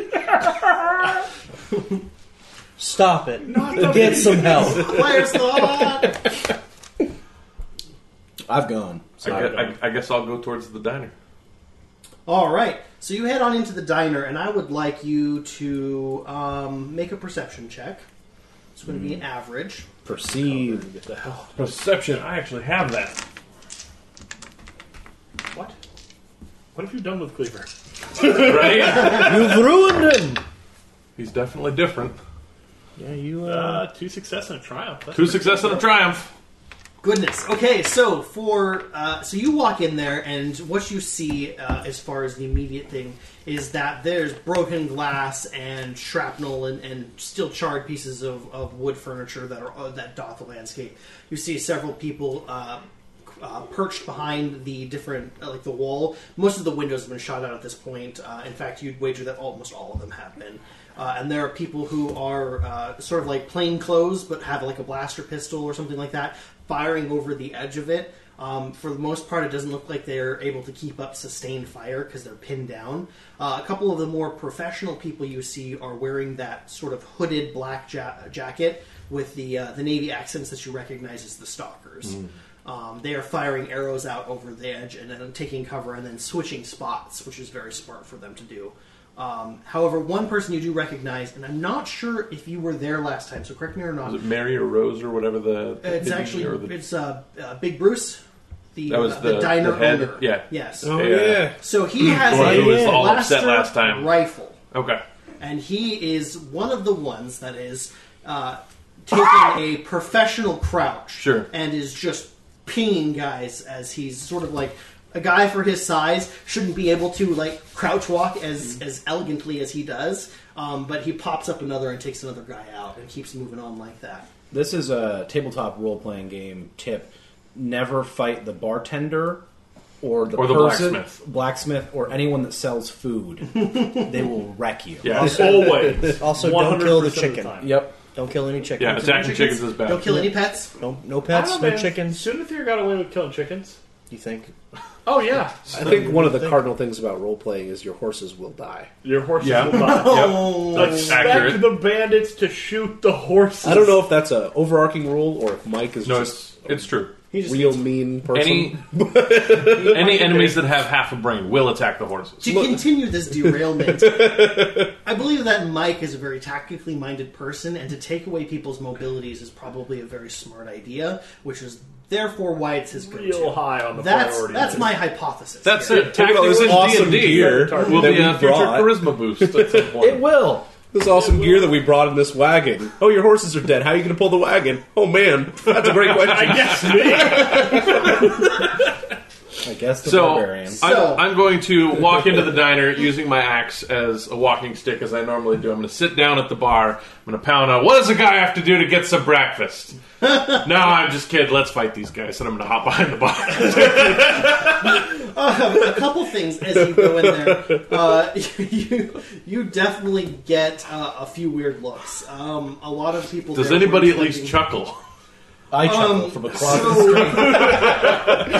S10: Stop it. Get some help.
S2: Player slot!
S4: I've gone.
S7: I, gue- I, I guess I'll go towards the diner.
S2: All right. So you head on into the diner, and I would like you to um, make a perception check. It's going to be average.
S4: Perceived.
S6: Get the hell.
S3: Perception. I actually have that.
S6: What? What have you done with Cleaver?
S7: Right?
S10: You've ruined him.
S7: He's definitely different.
S5: Yeah, you. Uh,
S6: Uh, two success and a triumph. That's
S7: Two success and a triumph.
S2: Goodness. Okay. So for uh, so you walk in there, and what you see uh, as far as the immediate thing is that there's broken glass and shrapnel and, and still charred pieces of, of wood furniture that are uh, that dot the landscape. You see several people. Uh, uh, perched behind the different, uh, like the wall. Most of the windows have been shot out at this point. Uh, in fact, you'd wager that almost all of them have been. Uh, and there are people who are uh, sort of like plain clothes, but have like a blaster pistol or something like that, firing over the edge of it. Um, for the most part, it doesn't look like they're able to keep up sustained fire because they're pinned down. Uh, a couple of the more professional people you see are wearing that sort of hooded black ja- jacket with the uh, the navy accents that you recognize as the stalkers.
S7: Mm.
S2: Um, they are firing arrows out over the edge and then taking cover and then switching spots, which is very smart for them to do. Um, however, one person you do recognize, and I'm not sure if you were there last time, so correct me or not.
S7: Was it Mary or Rose or whatever the. the
S2: Uh, It's
S7: hidden-
S2: actually
S7: or the-
S2: it's uh, uh, Big Bruce, the,
S7: That was
S2: uh, the,
S7: the-
S2: diner
S7: the head-
S2: owner.
S7: yeah.
S2: Yes.
S7: Oh, Yeah.
S2: So he has
S7: The one
S2: a
S7: who was all
S2: blaster
S7: upset last time.
S2: rifle,
S7: Okay.
S2: and he is one of the ones that is uh, taking a professional crouch,
S7: Sure.
S2: and is just pinging guys as he's sort of like a guy for his size shouldn't be able to like crouch walk as
S7: Mm-hmm.
S2: as elegantly as he does. Um, but he pops up another and takes another guy out and keeps moving on like that.
S4: This is a tabletop role playing game tip. Never fight the bartender or the,
S7: Or the
S4: person-
S7: blacksmith.
S4: blacksmith, or anyone that sells food. they will wreck you.
S7: Yeah.
S6: Always.
S10: Also, don't kill the
S6: 100% of
S10: chicken.
S6: time.
S4: Yep.
S10: Don't kill any chickens.
S7: Yeah, attacking chickens is bad.
S2: Don't kill any pets.
S10: No, no
S6: I
S10: pets,
S6: don't
S10: no
S6: know, man.
S10: chickens.
S6: Sundathir got away with killing chickens.
S10: You think?
S6: Oh yeah.
S1: I think one of the cardinal things about role playing is your horses will die.
S6: Your horses
S7: Yeah.
S6: will die.
S7: Yep. That's
S6: Expect
S7: accurate.
S6: the bandits to shoot the horses.
S1: I don't know if that's a overarching rule or if Mike is
S7: No,
S1: just
S7: it's, it's true.
S1: a real mean person.
S7: Any any enemies that have half a brain will attack the horses.
S2: To continue this derailment, I believe that Mike is a very tactically minded person, and to take away people's mobilities is probably a very smart idea, which is therefore why it's his go-to.
S6: Real high on the
S2: that's
S6: priority
S2: that's
S6: list.
S2: my hypothesis.
S7: That's
S2: here.
S7: it. Tactics in
S1: awesome
S7: D&D
S1: gear
S7: will
S1: that
S7: be
S1: we
S7: a future
S1: brought.
S7: charisma boost at some point.
S1: It will. This awesome gear that we brought in this wagon. Oh, your horses are dead. How are you going to pull the wagon? Oh man, that's a great question.
S4: I guess the
S7: So,
S4: barbarian.
S2: So-
S7: I'm, I'm going to walk into the diner using my axe as a walking stick, as I normally do. I'm going to sit down at the bar. I'm going to pound on, what does a guy have to do to get some breakfast? No, I'm just kidding. Let's fight these guys, and I'm going to hop behind the box.
S2: a couple things as you go in there. Uh, you you definitely get uh, a few weird looks. Um, a lot of people.
S7: Does
S2: there were
S7: anybody at least
S2: expecting-
S7: chuckle?
S4: I chuckle from a closet.
S2: So,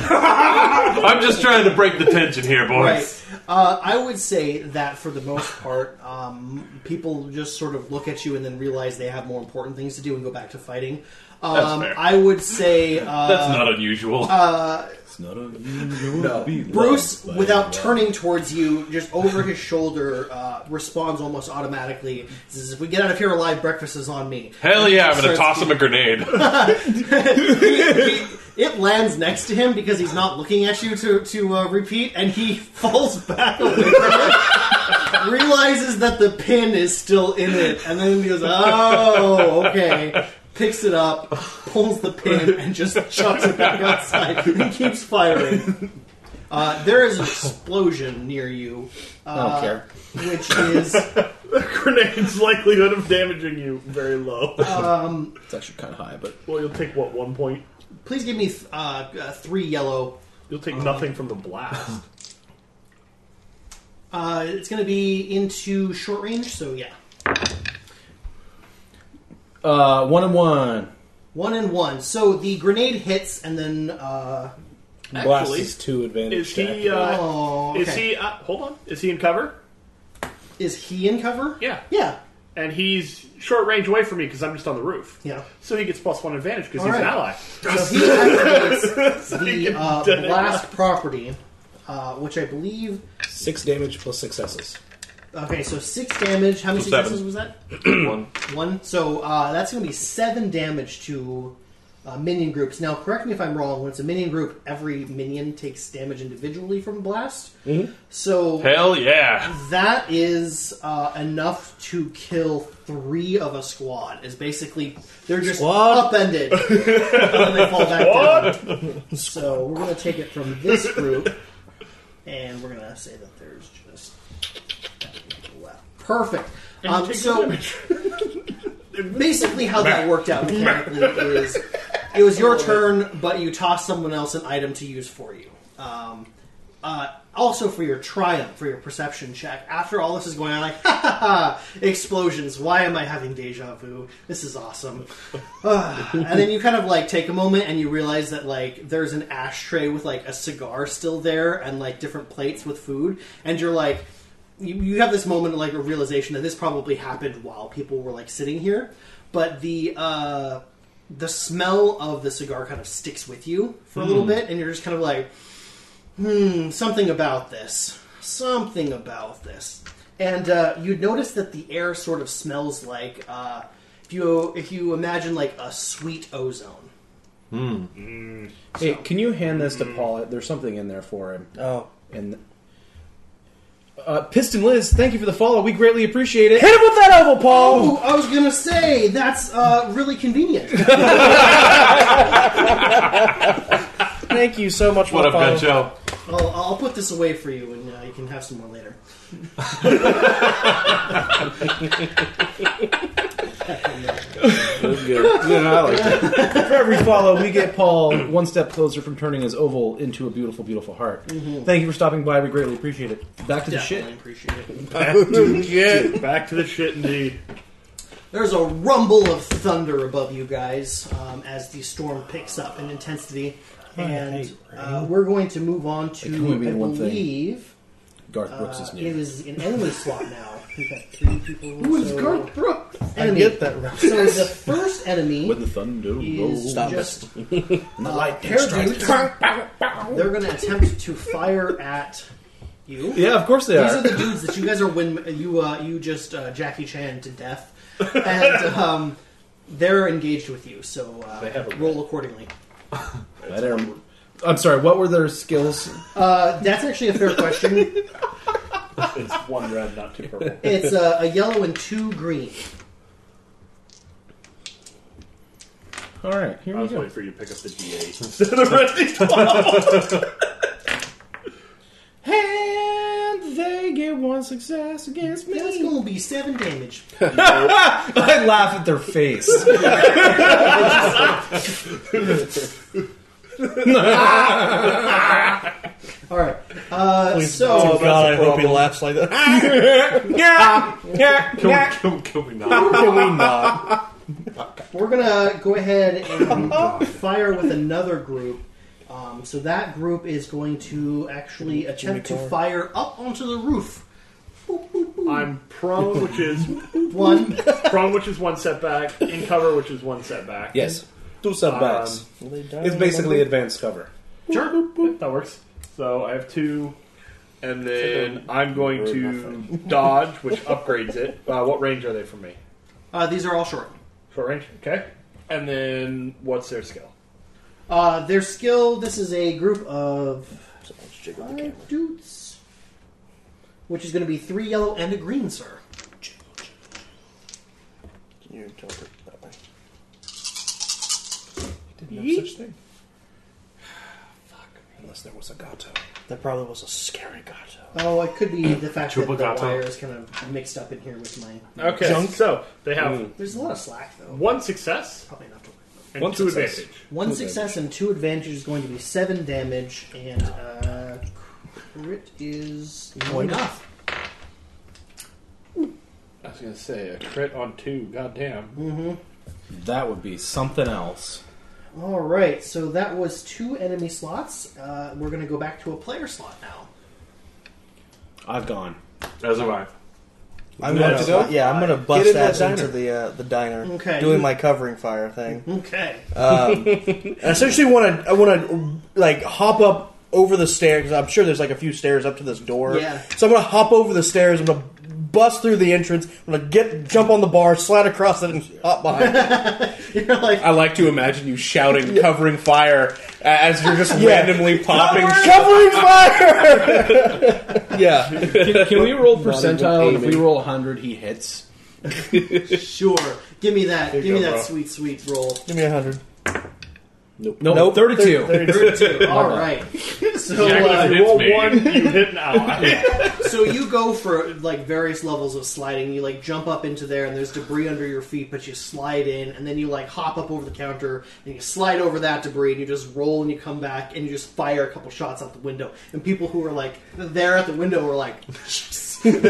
S7: I'm just trying to break the tension here, boys.
S2: right. Uh, I would say that for the most part, um, people just sort of look at you and then realize they have more important things to do and go back to fighting. Um,
S7: fair.
S2: I would say uh,
S7: That's not unusual.
S6: uh,
S4: It's not unusual to be loved
S2: Bruce,
S4: by
S2: without
S4: anyone.
S2: turning towards you, just over his shoulder, uh, responds almost automatically. Says, "If we get out of here alive, breakfast is on me."
S7: Hell yeah, I'm going to
S2: Starts
S7: toss him a grenade.
S2: It lands next to him because he's not looking at you to to uh, repeat, and he falls back away from it, realizes that the pin is still in it, and then he goes, "Oh, okay." Picks it up, pulls the pin, and just chucks it back outside. He keeps firing. Uh, there is an explosion near you.
S4: I don't
S2: Uh,
S4: care.
S2: which is
S6: Grenade's likelihood of damaging you very low.
S4: It's actually kind of high, but
S6: well, you'll take what one point?
S2: please give me th- uh, uh, three yellow.
S6: You'll take
S10: Uh-huh.
S6: nothing from the blast.
S2: Uh, it's going to be into short range, so yeah,
S4: uh, one and one.
S2: one and one. So the grenade hits, and then uh,
S1: Blast
S6: Actually,
S1: is two advantage.
S6: Is he?
S1: to
S6: Uh,
S2: oh,
S6: Is
S2: okay.
S6: he? Uh, hold on. Is he in cover?
S2: Is he in cover?
S6: Yeah.
S2: yeah,
S6: And he's short range away from me because I'm just on the roof.
S2: yeah.
S6: So he gets plus one advantage because
S2: All
S6: he's an
S2: right.
S6: ally.
S2: So he activates
S6: he
S2: the
S6: can
S2: uh,
S6: detonate
S2: blast property, uh, which I believe.
S1: active. six damage plus successes.
S2: Okay, so six damage. How many
S7: So seven.
S2: successes was that?
S7: One.
S2: One. So uh, that's going to be seven damage to uh, minion groups. Now, correct me if I'm wrong. When it's a minion group, every minion takes damage individually from blast.
S7: Mm-hmm.
S2: So
S7: Hell yeah.
S2: that is uh, enough to kill three of a squad. Is basically they're just upended and then they fall back down. So we're going to take it from this group, and we're going to say that there's just perfect. Um, so basically how that worked out mechanically is it was your turn, but you tossed someone else an item to use for you. Um, uh, also for your triumph, for your perception check. After all this is going on, like, ha ha ha, explosions. Why am I having deja vu? This is awesome. Ah, and then you kind of like take a moment and you realize that like there's an ashtray with like a cigar still there and like different plates with food, and you're like, you, you have this moment of like a realization that this probably happened while people were like sitting here, but the uh, the smell of the cigar kind of sticks with you for a little bit, and you're just kind of like, hmm, something about this, something about this, and uh, you notice that the air sort of smells like uh, if you if you imagine like a sweet ozone.
S1: Hey, can you hand this to Paul? There's something in there for him.
S10: Oh.
S1: And uh, Piston Liz, thank you for the follow. We greatly appreciate it.
S10: Hit him with that elbow, Paul!
S2: Oh, I was gonna say that's uh, really convenient.
S10: Thank you so much for
S7: What
S10: the
S7: up,
S10: follow.
S7: Guncho?
S2: I'll, I'll put this away for you, and uh, you can have some more later.
S1: yeah, I like that. For every follow, we get Paul one step closer from turning his oval into a beautiful, beautiful heart.
S2: Mm-hmm.
S1: Thank you for stopping by. We greatly appreciate it. Back to the
S2: Definitely
S1: shit.
S2: appreciate it.
S6: Back to the shit, indeed.
S2: There's a rumble of thunder above you guys um, as the storm picks up in intensity, and uh, we're going to move on
S1: It can
S2: to
S1: only be
S2: I
S1: one thing.
S2: believe
S1: Garth Brooks
S2: uh,
S1: is
S2: it
S1: new.
S2: is an enemy slot now. We've got three people. Who is
S10: Garth
S2: Uh, Brooks?
S10: I
S2: Enemy.
S10: get that right.
S2: So the first enemy
S4: When the thunder
S2: is
S4: rolls,
S2: just
S4: and the light
S2: hair
S4: strikes.
S2: dudes. They're going to attempt to fire at you.
S1: Yeah, of course they
S2: These are
S1: are.
S2: the dudes that you guys are win. You uh, you just uh, Jackie Chan to death, and um, they're engaged with you. So uh,
S6: have a
S2: roll accordingly.
S1: That air- I'm sorry, what were their skills?
S2: Uh, that's actually a fair question.
S6: It's one red, not two purple.
S2: it's uh, a yellow and two green.
S1: All right, here
S6: I
S1: we
S6: was
S1: go.
S6: waiting for you to pick up the D8 instead of red D12.
S1: And they get one wild success against me.
S2: That's gonna be seven damage.
S4: I laugh at their face.
S2: All right. Uh, so
S10: Oh, God, I hope he laughs like that.
S7: Kill, kill, kill me now.
S10: Can we not?
S2: We're gonna go ahead and uh, fire with another group. Um, so that group is going to actually attempt to fire up onto the roof.
S6: I'm prone, which is
S2: One,
S6: prone, which is one setback. In cover, which is one setback.
S4: yes, two setbacks.
S1: Um,
S4: it's basically advanced cover.
S6: Sure, that works. So I have two, and then I'm going to dodge, which upgrades it. Uh, what range are they from me?
S2: uh, these are all short.
S6: Short range, okay. And then what's their skill?
S2: Uh, their skill. This is a group of five dudes, which is going to be three yellow and a green, sir.
S10: You interpret that way.
S4: Unless there was a gato.
S10: That probably was a scary gato.
S2: Oh, it could be the fact that the
S7: Chupacabra.
S2: wire is kind of mixed up in here with my.
S6: Okay, so they have
S2: There's a lot of slack though.
S6: one success
S2: Probably not. To
S6: and
S4: One
S6: two
S4: success.
S6: advantage.
S2: One success and two advantage is going to be seven damage, and uh, crit is not enough.
S6: I was gonna say a crit on two. Goddamn.
S4: That would be something else.
S2: All right, so that was two enemy slots. Uh, we're going to go back to a player slot now.
S4: I've gone.
S7: As have I.
S10: I'm
S4: No.
S10: gonna, yeah, I'm gonna bust
S4: in that
S10: ass
S4: diner.
S10: into the uh, the diner,
S2: Okay.
S10: doing my covering fire thing.
S2: Okay.
S10: I essentially want to, I want to like hop up over the stairs. 'cause I'm sure there's like a few stairs up to this door.
S2: Yeah.
S10: So I'm gonna hop over the stairs. I'm gonna bust through the entrance. I'm gonna get jump on the bar, slide across it, and hop behind. it.
S2: You're like,
S1: I like to imagine you shouting, covering fire, a- as you're just randomly popping.
S10: covering fire.
S1: Yeah.
S4: Can, can we roll
S1: Not
S4: percentile?
S1: even
S4: If we
S1: aiming.
S4: roll 100, he hits.
S2: sure. Give me that. Give
S6: you
S2: me
S6: go,
S2: that
S6: bro.
S2: sweet, sweet roll.
S10: Give me a hundred.
S4: No,
S10: Nope.
S4: 32.
S2: Thirty-two. All right. So,
S7: Jack
S2: uh,
S7: was
S6: You roll
S7: It's me.
S6: one, you hit an ally.
S2: so you go for like various levels of sliding. You like jump up into there, and there's debris under your feet, but you slide in, and then you like hop up over the counter, and you slide over that debris, and you just roll, and you come back, and you just fire a couple shots out the window. And people who were like there at the window were like,
S10: I'm here.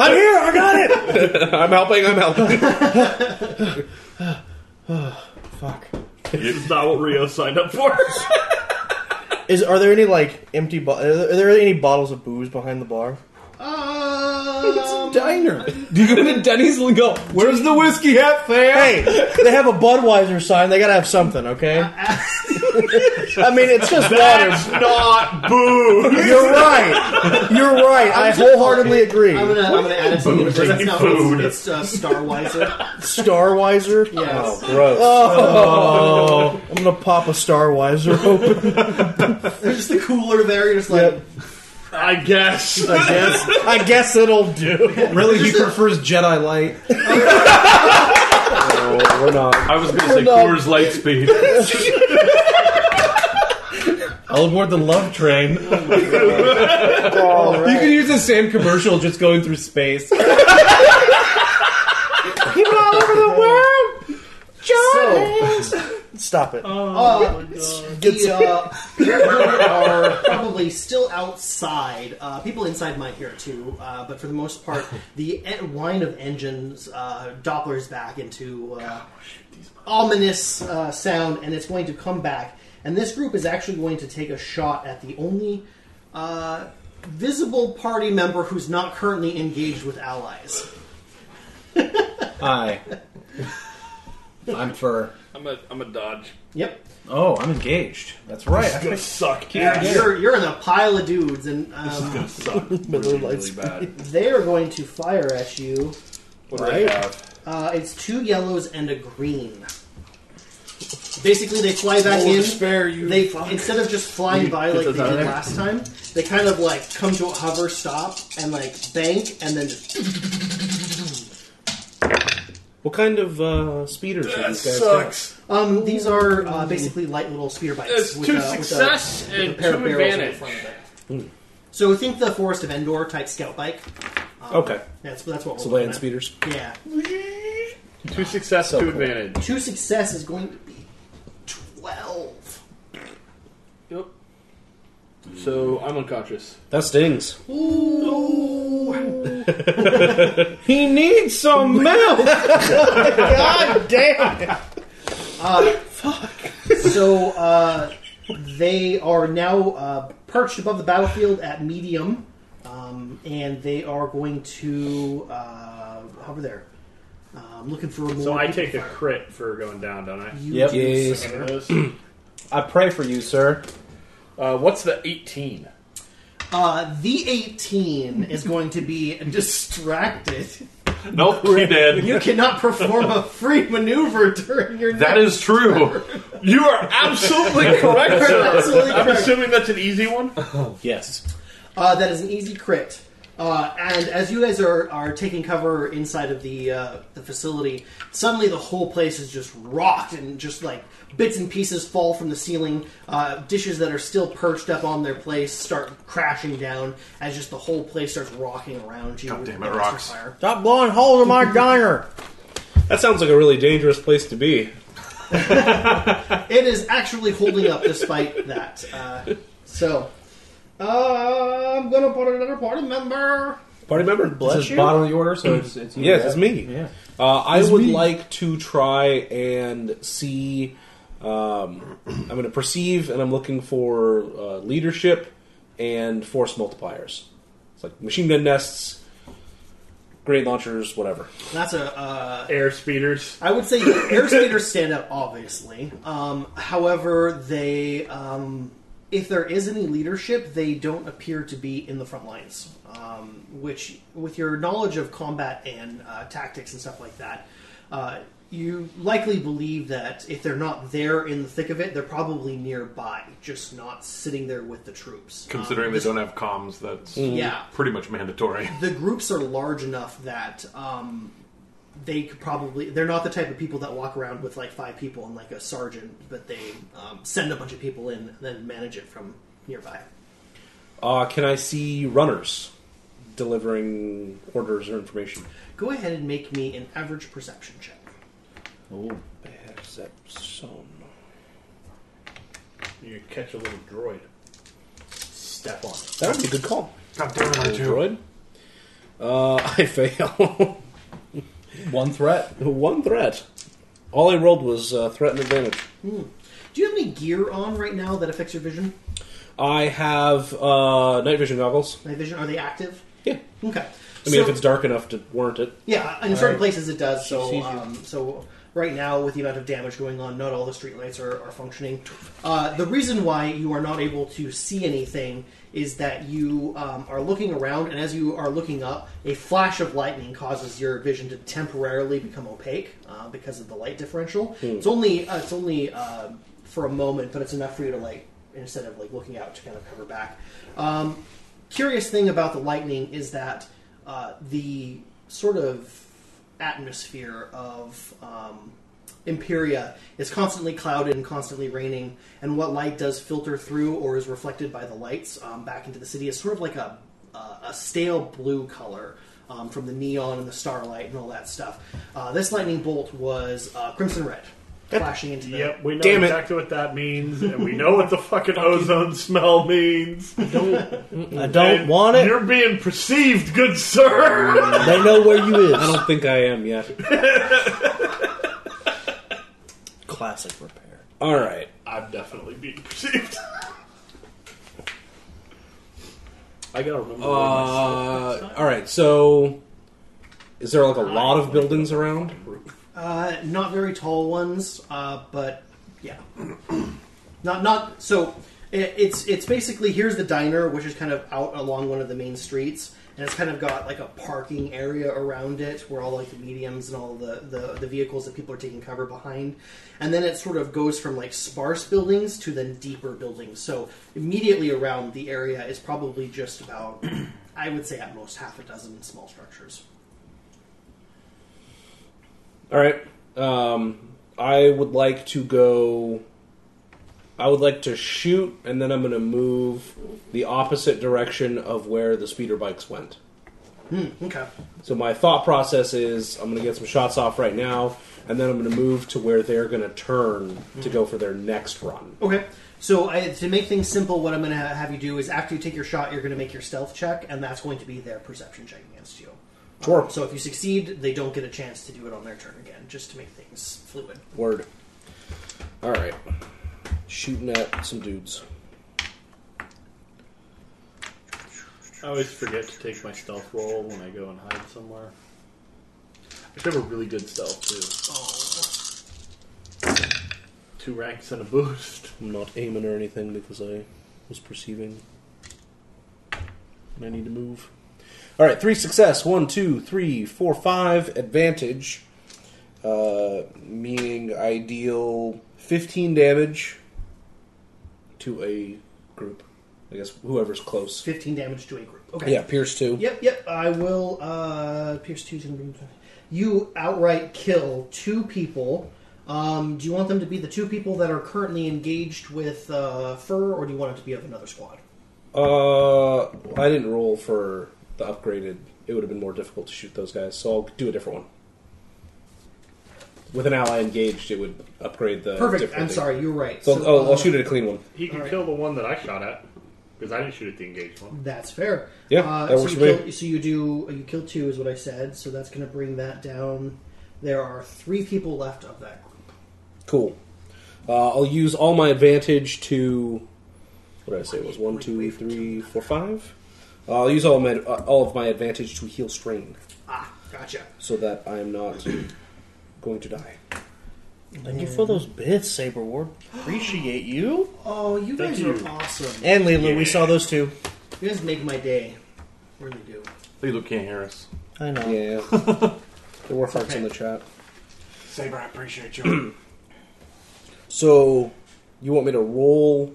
S10: I got it.
S1: I'm helping, I'm helping.
S10: Fuck.
S6: this is not what Rio signed up for.
S10: Is are there any like empty? Bo- are there- are there any bottles of booze behind the bar?
S2: um,
S1: Diner. Do you go to Denny's and go, where's the whiskey at, fam?
S10: Hey, they have a Budweiser sign. They gotta have something, okay? I mean, it's just water.
S6: That's not boo.
S10: You're right. You're right. I wholeheartedly agree.
S2: I'm gonna, I'm gonna add it to the universe. That's not what it's, it's uh, Starwiser.
S10: Starwiser.
S2: Yes.
S4: Gross.
S1: Uh,
S10: Oh, I'm gonna pop a Starwiser open.
S2: There's just the cooler there. You're just like,
S10: Yep.
S6: I guess.
S10: I guess. I guess it'll do.
S4: Really, he prefers Jedi Light. no, we're not.
S7: I was going to say
S10: not-
S7: Coors Light Speed.
S4: I'll aboard the love train.
S1: You can use the same commercial just going through space.
S10: Stop it.
S2: Uh, the, uh, people are probably still outside. Uh, people inside might hear it too, uh, but for the most part, the en- whine of engines uh, dopplers back into uh, ominous uh, sound, and it's going to come back. And this group is actually going to take a shot at the only uh, visible party member who's not currently engaged with allies.
S4: Hi. I'm for.
S6: I'm a, I'm a dodge.
S2: Yep.
S4: Oh, I'm engaged. That's right. I
S6: Gonna
S4: think
S6: suck.
S2: Yeah, you're, you're in a pile of dudes, and um,
S10: Miller Lights.
S2: they are going to fire at you.
S6: What do they have?
S2: Uh, it's two yellows and a green. Basically, they fly back in.
S10: Spare you.
S2: They instead of just flying by like they did last time, they kind of like come to a hover, stop, and like bank, and then just
S1: What kind of uh, speeders are these guys?
S2: um. These are uh, basically light little speeder bikes.
S6: It's two
S2: a-
S6: success
S2: with a
S6: and
S2: pair of
S6: two
S2: barrels in
S6: advantage.
S2: front of it. So think the Forest of Endor type scout bike.
S1: Okay.
S2: That's that's what we're
S1: So
S2: looking
S1: land
S2: at.
S1: speeders.
S2: Yeah.
S6: Two success, two advantage.
S2: Two success is going to be twelve.
S6: Yep. So I'm unconscious.
S1: That stings.
S2: Ooh.
S1: He needs some milk.
S2: God damn it! Uh, fuck. So uh, they are now uh, perched above the battlefield at medium, um, and they are going to uh, hover there. Um, looking for more.
S6: So I
S2: people
S6: take
S2: to
S6: a
S2: fire.
S6: crit for going down, don't I?
S2: You
S4: Yep.
S2: do,
S1: Yes.
S2: sir.
S6: Those.
S4: I pray for you, sir.
S6: Uh, what's the 18?
S2: Uh, the 18 is going to be distracted.
S7: Nope, he did.
S2: You cannot perform a free maneuver during your
S7: That
S2: next-
S7: is true.
S9: You are absolutely correct,
S2: You're
S9: sir.
S2: absolutely
S9: I'm
S2: correct.
S9: assuming that's an easy one.
S1: Yes.
S2: Uh, that is an easy crit. Uh, and as you guys are, are taking cover inside of the uh, the facility, suddenly the whole place is just rocked and just like bits and pieces fall from the ceiling. Uh, dishes that are still perched up on their place start crashing down as just the whole place starts rocking around you.
S7: God damn it,
S2: with
S7: rocks.
S2: fire.
S10: Stop blowing holes in my diner.
S1: That sounds like a really dangerous place to be.
S2: It is actually holding up despite that. Uh, so, uh, I'm gonna put another party member.
S1: Party member, bless
S4: This is bottom of the order, so it's, it's you,
S1: Yes,
S4: yeah.
S1: it's me.
S4: Yeah.
S1: Uh, I would like to try and see. Um, I'm going to perceive, and I'm looking for uh, leadership and force multipliers. It's like machine gun nests, grenade launchers, whatever.
S2: That's a. Uh,
S6: Air speeders.
S2: I would say air speeders stand up, obviously. Um, however, they, um, if there is any leadership, they don't appear to be in the front lines. Um, which, with your knowledge of combat and uh, tactics and stuff like that, uh, you likely believe that if they're not there in the thick of it, they're probably nearby, just not sitting there with the troops. Um,
S7: Considering they
S2: this-
S7: don't have comms, that's
S2: Mm. Yeah.
S7: pretty much mandatory.
S2: the groups are large enough that um, they could probably they're not the type of people that walk around with like five people and like a sergeant but they um, send a bunch of people in and then manage it from nearby
S1: Uh, can I see runners delivering orders or information?
S2: go ahead and make me an average perception check
S1: Perception.
S6: You catch a little droid. Step on it.
S1: That would be a good call.
S7: God damn it, I do.
S1: Droid. Uh, I fail.
S4: One threat.
S1: One threat. All I rolled was uh, threat and advantage.
S2: do you have any gear on right now that affects your vision
S1: I have uh, night vision goggles.
S2: my vision are they active
S1: Yeah.
S2: okay
S1: I mean,
S2: So-
S1: if it's dark enough to warrant it.
S2: yeah in certain places it does so um, so right now with the amount of damage going on not all the streetlights are, are functioning uh, the reason why you are not able to see anything is that you um, are looking around and as you are looking up a flash of lightning causes your vision to temporarily become opaque uh, because of the light differential it's only uh, it's only uh, for a moment but it's enough for you to like instead of like looking out to kind of cover back um, curious thing about the lightning is that uh, the sort of atmosphere of um, Imperia is constantly clouded and constantly raining, and what light does filter through or is reflected by the lights um, back into the city is sort of like a, uh, a stale blue color. Um, from the neon and the starlight and all that stuff, uh, this lightning bolt was uh, crimson red, flashing into the
S6: Yep, we know
S1: Damn it.
S6: exactly what that means, and we know what the fucking ozone smell means.
S10: I don't want it.
S6: You're being perceived, good sir.
S10: They know where you
S1: I
S10: is.
S1: don't think I am yet.
S10: Classic repair.
S1: All right.
S6: I'm definitely being perceived. I gotta remember. where my
S1: Uh, all right. So, is there like a lot of buildings around?
S2: Uh, not very tall ones, uh, but yeah, not not so. It, it's it's basically here's the diner, which is kind of out along one of the main streets, and it's kind of got like a parking area around it where all like the mediums and all the the, the vehicles that people are taking cover behind, and then it sort of goes from like sparse buildings to then deeper buildings. So immediately around the area is probably just about, I would say at most half a dozen small structures.
S1: All right. Um, I would like to go. I would like to shoot, and then I'm going to move the opposite direction of where the speeder bikes went.
S2: Okay.
S1: So my thought process is I'm going to get some shots off right now, and then I'm going to move to where they're going to turn to go for their next run.
S2: Okay. So I, to make things simple, what I'm going to ha- have you do is after you take your shot, you're going to make your stealth check, and that's going to be their perception check against you. Um,
S1: Sure.
S2: So if you succeed, they don't get a chance to do it on their turn again, just to make things fluid.
S1: Word. All right. Shooting at some dudes.
S6: I always forget to take my stealth roll when I go and hide somewhere. I should have a really good stealth too. Two ranks and a boost.
S1: I'm not aiming or anything because I was perceiving. And I need to move. All right, three success. One, two, three, four, five. Advantage, uh, meaning I deal 15 damage to a group. I guess whoever's close.
S2: 15 damage to a group. Okay.
S1: Yeah, Pierce two.
S2: Yep, yep. I will. Uh, Pierce two's going to be. You outright kill two people. Um, do you want them to be the two people that are currently engaged with uh, Fur, or do you want it to be of another squad?
S1: Uh, I didn't roll for the upgraded. It would have been more difficult to shoot those guys, so I'll do a different one. With an ally engaged, it would upgrade the.
S2: Perfect.
S1: difficulty.
S2: I'm sorry. You're right.
S1: So, oh, I'll, I'll
S2: uh,
S1: shoot at a clean one.
S6: He can kill the one that I shot at because I didn't shoot at the engaged one.
S2: That's fair.
S1: Yeah,
S2: uh,
S1: that
S2: so
S1: works
S2: you
S1: for me.
S2: kill, So you do you kill two is what I said. So that's going to bring that down. There are three people left of that group.
S1: Cool. Uh, I'll use all my advantage to. What did I say? It was one, two, three, four, five. Uh, I'll use all my uh, all of my advantage to heal strain,
S2: Ah, gotcha.
S1: so that I am not going to die.
S5: Thank you for those bits, Saber Ward.
S10: Appreciate you.
S2: Oh, you guys
S6: you.
S2: are awesome.
S10: And Leela, we saw those two.
S2: You guys make my day. Really do.
S7: Lilo can't hear us.
S10: I know.
S1: Yeah. there were hearts in the chat.
S3: Saber, I appreciate you.
S1: So, you want me to roll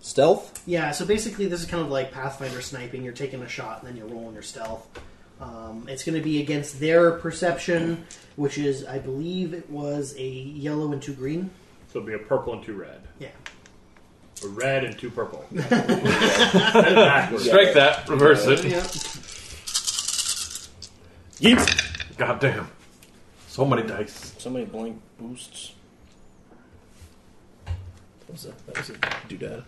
S1: stealth?
S2: Yeah, so basically, this is kind of like Pathfinder sniping. You're taking a shot and then you're rolling your stealth. Um, it's going to be against their perception, which is, I believe, it was a yellow and two green.
S6: So it'd be a purple and two red.
S2: Yeah.
S6: A red and two purple. Said it backwards.
S7: Strike that, reverse it.
S2: Yeah.
S1: Yeet.
S7: Goddamn. So many dice.
S10: So many blank boosts.
S1: That was a, that was a doodad.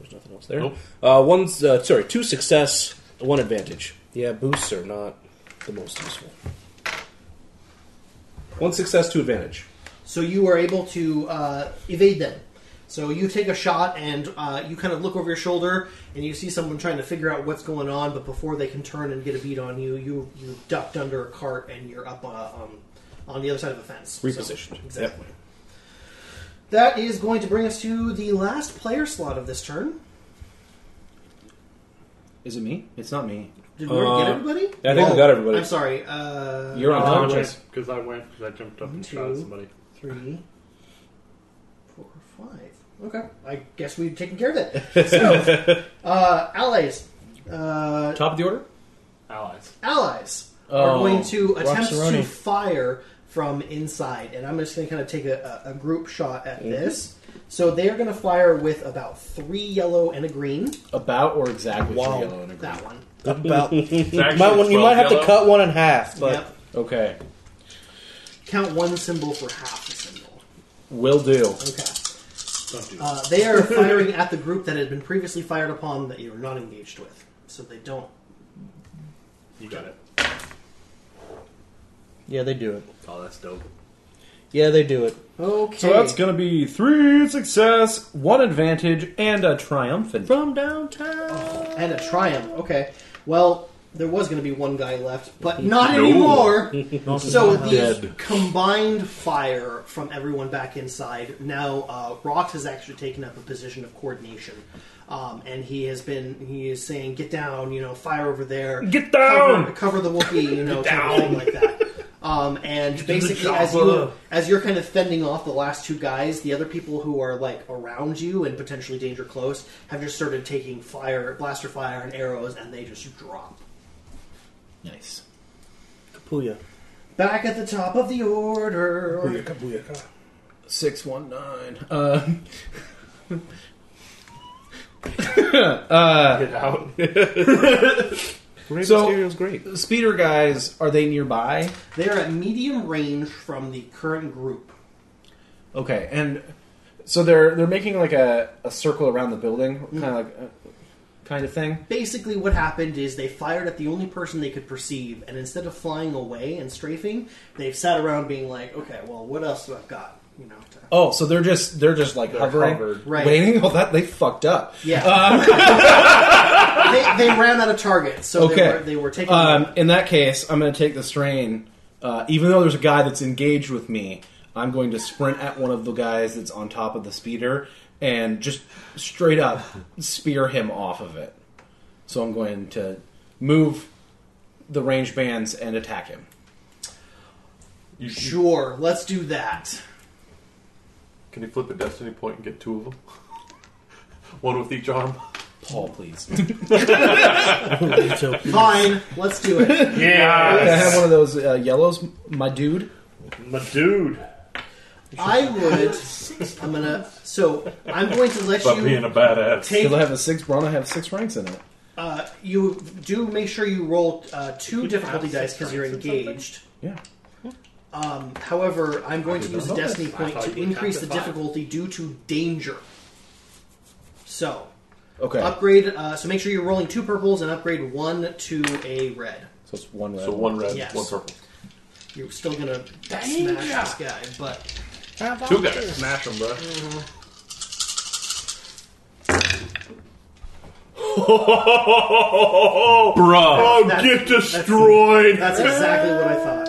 S1: There's nothing else there.
S7: Nope.
S1: Uh, one's uh, sorry, two success, one advantage. Yeah, boosts are not the most useful. One success, two advantage.
S2: So you are able to uh, evade them. So you take a shot and uh, you kind of look over your shoulder and you see someone trying to figure out what's going on, but before they can turn and get a beat on you, you you ducked under a cart and you're up uh, um, on the other side of a fence. So-
S1: Repositioned.
S2: exactly. That is going to bring us to the last player slot of this turn.
S4: Is it me? It's not me.
S2: Did we already get
S1: Uh,
S2: everybody?
S1: I think we got everybody.
S2: I'm sorry. Uh,
S1: You're on
S6: I
S1: top.
S6: went because I went because I jumped up and shot at
S2: Two.
S6: somebody.
S2: three, four, five. Okay, I guess we've taken care of it. So, uh, allies, uh,
S1: Top of the order.
S6: Allies.
S2: allies are going to attempt to
S10: Roxaroni.
S2: fire from inside, and I'm just going to kind of take a, a, a group shot at this. So they are going to fire with about three yellow and a green.
S4: About or exactly three
S10: Wow.
S4: yellow and a green.
S2: That one.
S10: About you
S7: It's actually
S10: might, want- you
S7: 12
S10: might have
S7: yellow.
S10: to cut one in half, but
S2: Yep.
S4: Okay,
S2: Count one symbol for half the symbol.
S4: will
S2: Okay.
S4: do.
S6: Don't do that.
S2: Uh, they are firing at the group that had been previously fired upon that you were not engaged with. So they don't
S6: You got it.
S10: yeah, they do it.
S6: Oh, that's dope.
S10: Yeah, they do it.
S2: Okay.
S4: So that's going to be three success, one advantage, and a triumphant.
S10: From downtown.
S2: and a triumph. Okay. Well, there was going to be one guy left, but not anymore. so the combined fire from everyone back inside. Now, uh, Rox has actually taken up a position of coordination, um, and he has been he is saying, "Get down! You know, fire over there.
S3: Get
S2: Cover,
S3: down!
S2: cover the Wookiee, you know, kind of thing like that." Um, and basically, as
S3: Jabba.
S2: you as you're kind of fending off the last two guys, the other people who are like around you and potentially danger close have just started taking fire, blaster fire, and arrows, and they just drop.
S4: Nice.
S10: Kapuya.
S2: Back at the top of the order.
S1: Booyaka, booyaka.
S4: Six one nine. Uh, uh,
S6: Get out.
S1: Rey
S4: So-
S1: Mysterio's great.
S4: speeder guys, are they nearby?
S2: They are at medium range from the current group.
S4: Okay, and so they're they're making like a, a circle around the building,
S2: Hmm.
S4: kind of like uh, kind of thing.
S2: Basically, what happened is they fired at the only person they could perceive, and instead of flying away and strafing, they've sat around being like, "Okay, well, what else do I've got?" You know. to-
S4: Oh, so they're just they're just like hovering,
S6: hovered.
S2: Right.
S4: waiting. Oh, that they fucked up.
S2: Yeah. they, they ran out of targets, so
S4: Uh, Okay.
S2: they, were, they were taking.
S4: Um, in that case, I'm going to take the strain. Uh, even though there's a guy that's engaged with me, I'm going to sprint at one of the guys that's on top of the speeder and just straight up spear him off of it. So I'm going to move the range bands and attack him.
S2: sure, let's do that.
S7: Can you flip a destiny point and get two of them? One with each arm.
S4: Paul, please.
S10: So,
S2: Fine, let's do it.
S4: I
S9: Yeah,
S4: have one of those uh, yellows, my dude.
S9: my dude.
S2: I would. I'm gonna. So I'm going to let
S7: By being
S2: you
S7: a badass.
S2: take.
S4: He'll have a six. Brana have six ranks in it.
S2: Uh, you do make sure you roll uh, two difficulty dice because you're engaged.
S4: Yeah.
S2: Um, however, I'm going to use a destiny point to increase the difficulty due to danger. So
S4: Okay.
S2: upgrade. Uh, so make sure you're rolling two purples and upgrade one to a red.
S4: So it's one red.
S7: So one red,
S2: Yes.
S7: one purple.
S2: You're still gonna
S6: Danger.
S2: smash this guy, but
S7: Two guys.
S6: Smash them, bro.
S7: Bruh.
S9: Oh,
S2: That's-
S9: get destroyed!
S2: that's exactly what I thought.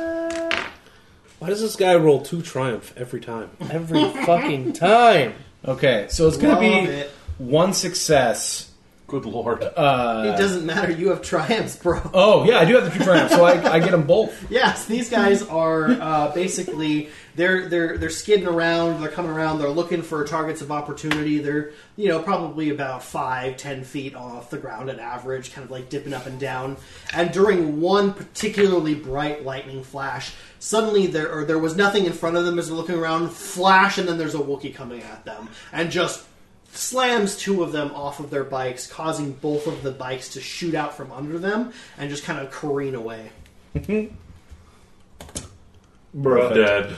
S1: Why does this guy roll two triumph every time?
S5: Every fucking time.
S4: Okay. So it's going to
S2: Love
S4: be
S2: it.
S4: one success.
S7: Good lord.
S2: it doesn't matter. You have triumphs, bro.
S4: Oh yeah, I do have the two triumphs, so I, I get them both.
S2: Yes, these guys are uh, basically they're they're they're skidding around. They're coming around. They're looking for targets of opportunity. They're you know probably about five ten feet off the ground at average, kind of like dipping up and down. And during one particularly bright lightning flash, suddenly there or there was nothing in front of them as they're looking around. Flash, and then there's a Wookiee coming at them, and just slams two of them off of their bikes, causing both of the bikes to shoot out from under them and just kind of careen away.
S7: Bruh. Dead.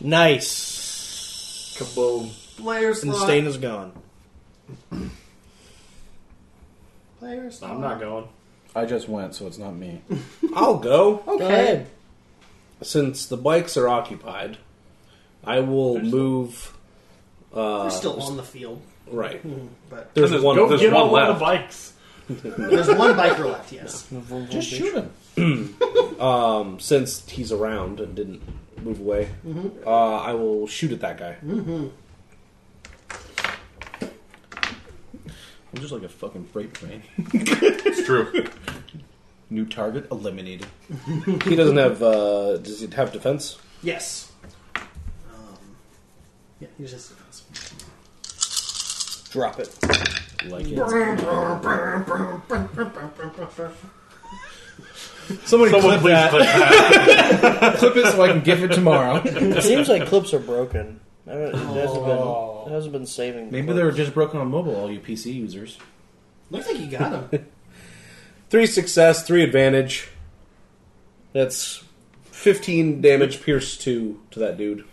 S10: nice.
S6: Kaboom.
S2: Player
S10: And
S2: slot.
S10: Stain is gone.
S2: Player slot.
S6: I'm not going.
S4: I just went, so it's not me.
S1: I'll go.
S10: Go ahead.
S1: Since the bikes are occupied, I will move.
S2: We're still on the field,
S1: Right.
S2: but
S1: There's
S7: This is-
S1: one.
S7: Hmm. go
S1: There's
S7: get
S1: one
S7: on one
S1: left.
S7: of
S6: Bikes.
S2: there's one biker left. Yes.
S4: Just shoot him.
S1: Um, since he's around and didn't move away, uh, I will shoot at that guy.
S4: I'm just like a fucking freight train.
S7: It's true.
S4: New target eliminated.
S1: he doesn't have. Uh, does he have defense?
S2: Yes. Um, yeah, he just
S1: Drop it.
S4: Like it. Somebody
S7: Someone
S4: clip
S7: please
S4: that.
S7: clip that.
S4: clip it so I can give it tomorrow.
S5: It seems like clips are broken. I don't- It hasn't been, it hasn't been saving.
S4: Maybe
S5: clips.
S4: they were just broken on mobile, all you PC users.
S2: looks like he got him.
S1: Three success, three advantage. That's fifteen damage pierce two to that dude.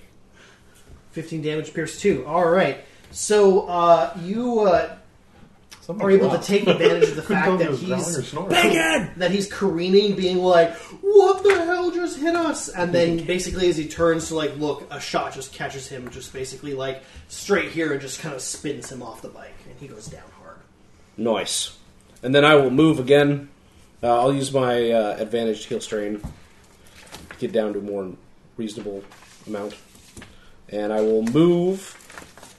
S2: Fifteen damage, pierce two. All right. So uh, you uh, are able to take advantage of the fact that he's that he's careening, being like, "What the hell just hit us?" And then basically, as he turns to like look, a shot just catches him, just basically like straight here, and just kind of spins him off the bike, and he goes down hard.
S1: Nice. And then I will move again. Uh, I'll use my uh, advantaged heal strain to get down to a more reasonable amount. And I will move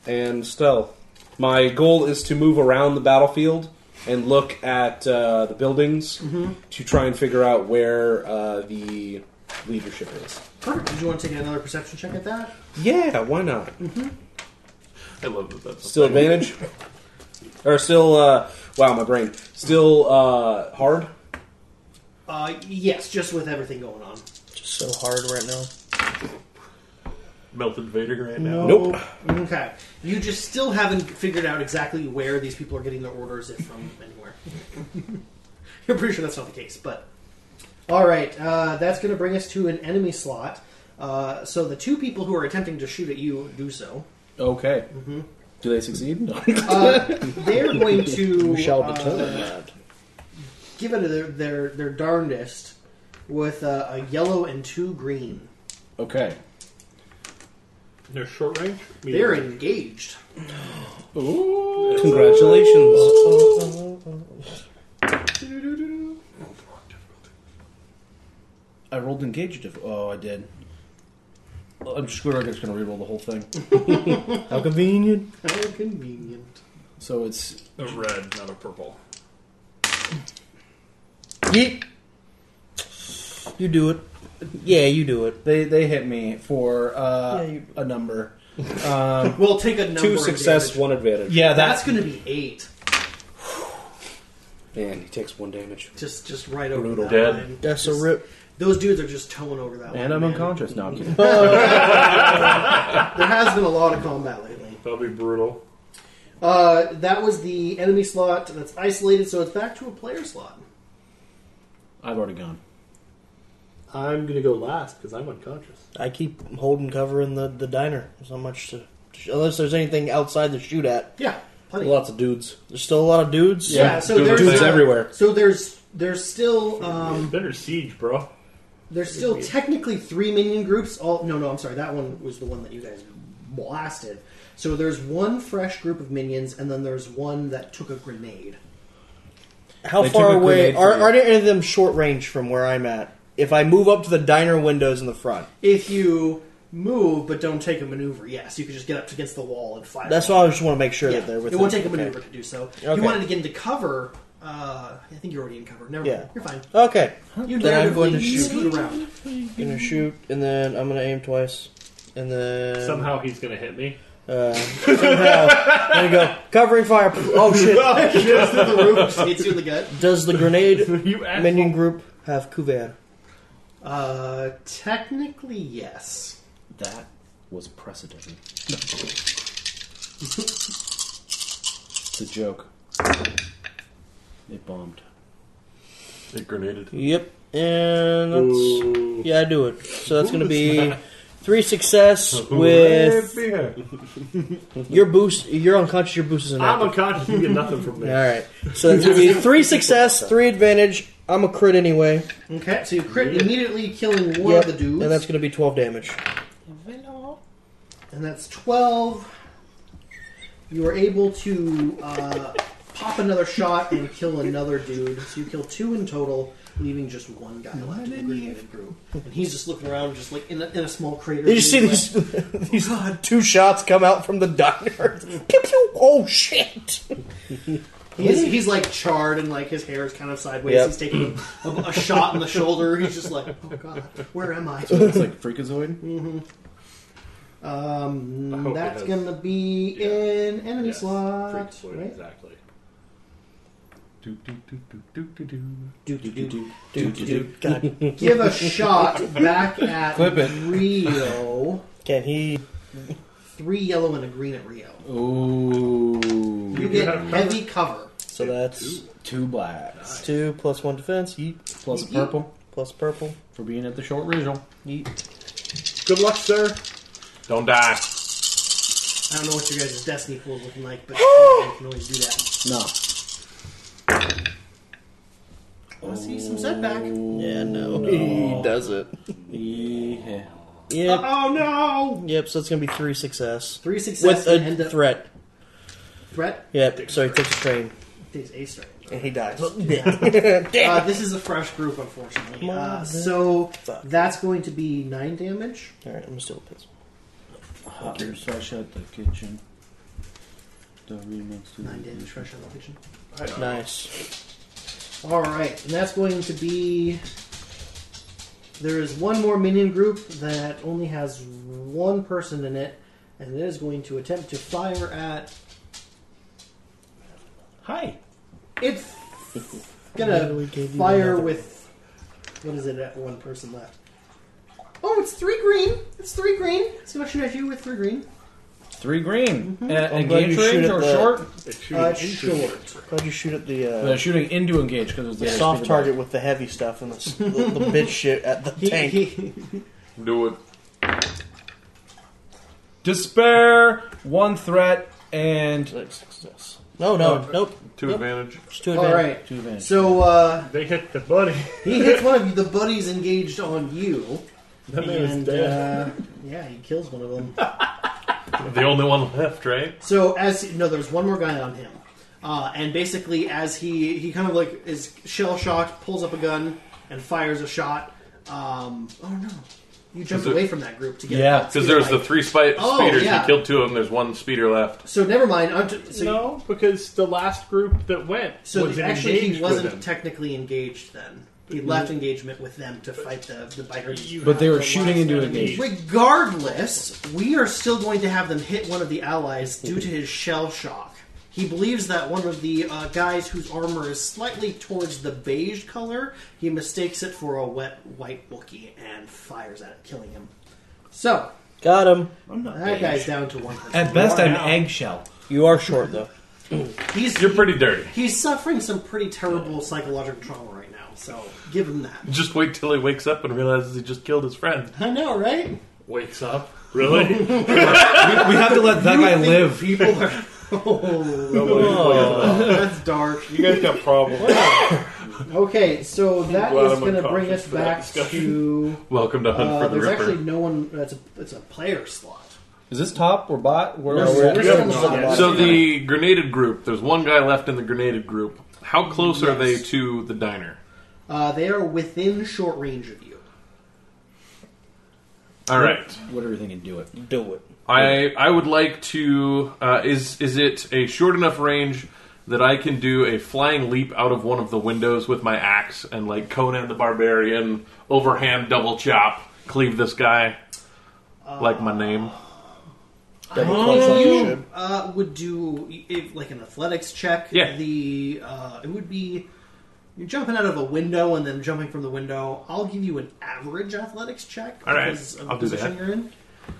S1: and stealth. My goal is to move around the battlefield and look at uh, the buildings to try and figure out where uh, the leadership is.
S2: Perfect. Did you want to take another perception check at that?
S1: Yeah, why not?
S7: I love that that's
S1: Still advantage? Or still, uh, wow, my brain. Still uh, hard?
S2: Uh, yes, just with everything going on.
S5: so hard right now.
S7: Melted Vader right now.
S1: Nope.
S2: Okay. You just still haven't figured out exactly where these people are getting their orders, if from anywhere. You're pretty sure that's not the case, but. Alright, uh, that's going to bring us to an enemy slot. Uh, so the two people who are attempting to shoot at you do so.
S4: Okay. Do they succeed? No.
S2: They're going to.
S1: We shall
S2: uh,
S1: determine that.
S2: give it their, their, their darndest with uh, a yellow and two green.
S4: Okay.
S6: They're short range.
S2: They're engaged.
S10: Congratulations.
S4: I rolled engaged. If, oh, I did. Well, I'm just, we're just going to reroll the whole thing.
S10: How convenient.
S2: How convenient.
S4: So it's
S6: a red, not a purple.
S10: Yeet. You do it. Yeah, you do it.
S4: they they hit me for uh,
S5: Yeah, you-
S4: a number.
S2: We'll take a number.
S1: Two
S2: of
S1: success,
S2: damage.
S1: one advantage.
S4: Yeah,
S2: That's going to be eight.
S1: And he takes one damage.
S2: Just just right over
S1: Brutal.
S2: that
S7: Dead.
S2: line.
S5: That's a
S2: Just-
S5: rip.
S2: Those dudes are just towing over that line,
S4: and I'm
S2: man.
S4: unconscious. No, I'm kidding.
S2: There has been a lot of combat lately.
S6: That'll be brutal.
S2: Uh, that was the enemy slot that's isolated, so it's back to a player slot.
S4: I've already gone.
S6: I'm gonna go last because I'm unconscious.
S5: I keep holding cover in the, the diner. There's not much to, to sh- unless there's anything outside to shoot at.
S2: Yeah, plenty.
S1: Lots of dudes.
S5: There's still a lot of dudes.
S2: yeah, so
S7: dudes
S2: there's
S7: are-
S1: everywhere.
S2: So there's there's still um,
S6: Better siege, bro.
S2: There's still technically three minion groups. All no, no, I'm sorry. That one was the one that you guys blasted. So there's one fresh group of minions, and then there's one that took a grenade.
S5: How
S1: They
S5: far
S1: took a
S5: away
S1: grenade
S5: are,
S1: for you.
S5: are any of them short range from where I'm at? If I move up to the diner windows in the front,
S2: If you move but don't take a maneuver, yes, you could just get up against the wall and fire.
S5: that's why I just want to make sure
S2: Yeah,
S5: that they're
S2: it
S5: within.
S2: won't take a
S5: okay.
S2: maneuver to do so.
S5: Okay.
S2: You wanted to get into cover. Uh, I think you're already in cover. Never
S5: Yeah.
S2: mind. You're fine.
S5: Okay,
S2: You
S5: Then I'm going to
S2: narratively
S5: shoot.
S2: scoot around.
S5: gonna shoot and then I'm gonna aim twice, and then
S6: Somehow he's gonna hit me.
S5: uh, somehow I'm gonna go covering fire. Oh shit!
S2: Goes through the roof, just hits you in the gut.
S5: Does the grenade
S6: you asshole.
S5: minion group have couvert?
S2: Uh, technically, yes.
S4: That was precedent. it's a joke. It bombed.
S7: It grenaded.
S5: Yep, and that's
S6: Ooh.
S5: yeah, I do it. So that's gonna be three success with your boost. You're unconscious. Your boost is
S6: I'm
S5: inactive.
S6: unconscious. You get nothing from me.
S5: All right, so that's gonna be three success, three advantage. I'm a crit anyway.
S2: Okay, so you crit immediately killing one
S5: Yep,
S2: of the dudes.
S5: and that's gonna be twelve damage.
S2: and that's 12. You are able to uh, pop another shot and kill another dude. So you kill two in total, leaving just one guy left in the grenade group. And he's just looking around, just like in a, in a small crater.
S5: You just see these these two shots come out from the diner. Pew, pew. Oh shit!
S2: He's, he's like charred and like his hair is kind of sideways.
S5: Yep.
S2: He's taking a, a shot in the shoulder. He's just like, oh god, where am I?
S4: It's like Freakazoid.
S6: I
S2: Um,
S6: hope it
S2: that's
S6: has-
S2: gonna be
S6: yeah.
S2: an enemy
S6: Yes.
S2: slot.
S6: Freakazoid,
S2: right?
S6: Exactly.
S2: Do, do, do, do.
S5: Dude, dude, dude. God,
S2: Give a shot back at
S4: Clip it.
S2: Rio.
S5: can he?
S2: Three yellow and a green at Rio.
S4: Ooh.
S2: You get heavy cover.
S5: So that's
S4: Two blacks.
S5: two plus one defense. Yeet
S4: Plus a purple
S5: plus purple.
S4: for being at the short regional.
S5: Yeet.
S6: Good luck, sir.
S7: Don't die.
S2: I don't know what your guys' destiny pool is looking like, but you can always do that.
S4: No.
S2: I want to see some setback.
S5: Yeah, no, he does it.
S4: Yeah.
S5: Yep,
S2: Oh no!
S5: yep. So it's gonna be three success
S2: Three
S5: with
S2: success and
S5: a
S2: a
S5: threat.
S2: threat
S5: Yep. So he takes a train
S2: takes a strike.
S5: and he dies.
S2: Uh,
S5: Damn.
S2: this is a fresh group, unfortunately.
S5: Come on,
S2: Uh,
S5: man.
S2: so
S5: Fuck.
S2: that's going to be nine damage.
S5: All right, I'm still pissed.
S4: Hot fresh out the kitchen. The remix to
S2: Nine damage
S4: the
S2: fresh out of the kitchen.
S5: Nice.
S2: All right, and that's going to be. There is one more minion group that only has one person in it, and it is going to attempt to fire at.
S4: Hi.
S2: It's gonna
S5: Literally gave you
S2: fire
S5: another
S2: with. What is it at one person left? Oh, it's three green. It's three green. It's gonna shoot at you with three green.
S4: Three green. Uh,
S10: I'm glad you
S4: engage
S10: shoot
S4: range
S10: at
S4: or
S10: the-
S4: short?
S6: It's shooting
S10: Uh,
S6: into
S10: short. Glad you shoot at the, uh,
S4: They're shooting into engage because it was the
S10: the
S4: other
S10: soft
S4: speeder
S10: target with the heavy stuff and the, s- the, the bitch shit at the tank.
S7: Do it.
S4: bike. Despair, one threat, and
S10: Like success. No, Oh, no, nope.
S7: Two
S10: Nope.
S7: advantage.
S10: It's too
S2: All
S10: advantage.
S2: right.
S4: two advantage.
S2: So uh,
S6: They hit the buddy.
S2: he hits one of you. The buddies engaged on you.
S6: That man is
S2: and
S6: dead.
S2: uh, yeah, he kills one of them.
S7: The only one left, right?
S2: So as no, there's one more guy on him, uh, and basically as he he kind of like is shell shocked, pulls up a gun and fires a shot. Um, oh no, you jumped
S7: Is it-
S2: away from that group to get
S4: Yeah,
S7: Because there's the three spi-
S2: Oh,
S7: speeders.
S2: yeah.
S7: You killed two of them. There's one speeder left.
S2: so never mind. I'm t- so
S6: no, because the last group that went
S2: so
S6: was
S2: actually
S6: engaged
S2: he wasn't
S6: with them.
S2: technically engaged then. He left engagement with them to fight the the bikers.
S4: But they were shooting into engage.
S2: Regardless, we are still going to have them hit one of the allies due to his shell shock. He believes that one of the uh, guys whose armor is slightly towards the beige color, he mistakes it for a wet white Wookiee and fires at it, killing him. So,
S10: Got him.
S2: that guy's down to one. person.
S4: At best, I'm eggshell.
S10: You are short though.
S2: He's,
S7: You're pretty dirty.
S2: he's suffering some pretty terrible psychological trauma right now, so give him that.
S7: Just wait till he wakes up and realizes he just killed his friend.
S2: I know, right?
S6: Wakes up. Really?
S4: We have to let that guy live.
S2: People are. Oh, that's dark.
S9: You guys got problems.
S2: Okay, so that
S9: glad
S2: is
S9: I'm
S2: going to bring
S9: unconscious
S2: us
S9: for that
S2: back to.
S7: Welcome to Hunt
S2: Uh,
S7: for the
S2: there's
S7: Ripper.
S2: actually no one. That's a it's a player slot.
S4: Is this top or bot? Where
S2: We're-
S4: are we
S2: we're
S4: at?
S2: still on the bottom.
S7: So the grenaded group. There's one guy left in the grenaded group. How close are they
S2: Yes.
S7: to the diner?
S2: uh, they are within short range of you.
S7: All right.
S4: What are we thinking? Do it.
S10: Do it.
S7: I I would like to. Uh, is is it a short enough range that I can do a flying leap out of one of the windows with my axe and like Conan the Barbarian overhand double chop cleave this guy like my name?
S2: You uh, would do if like an athletics check.
S7: Yeah.
S2: The uh, it would be you're jumping out of a window and then jumping from the window. I'll give you an average athletics check.
S7: All right,
S2: because of the
S7: I'll do
S2: position
S7: that.
S2: You're in.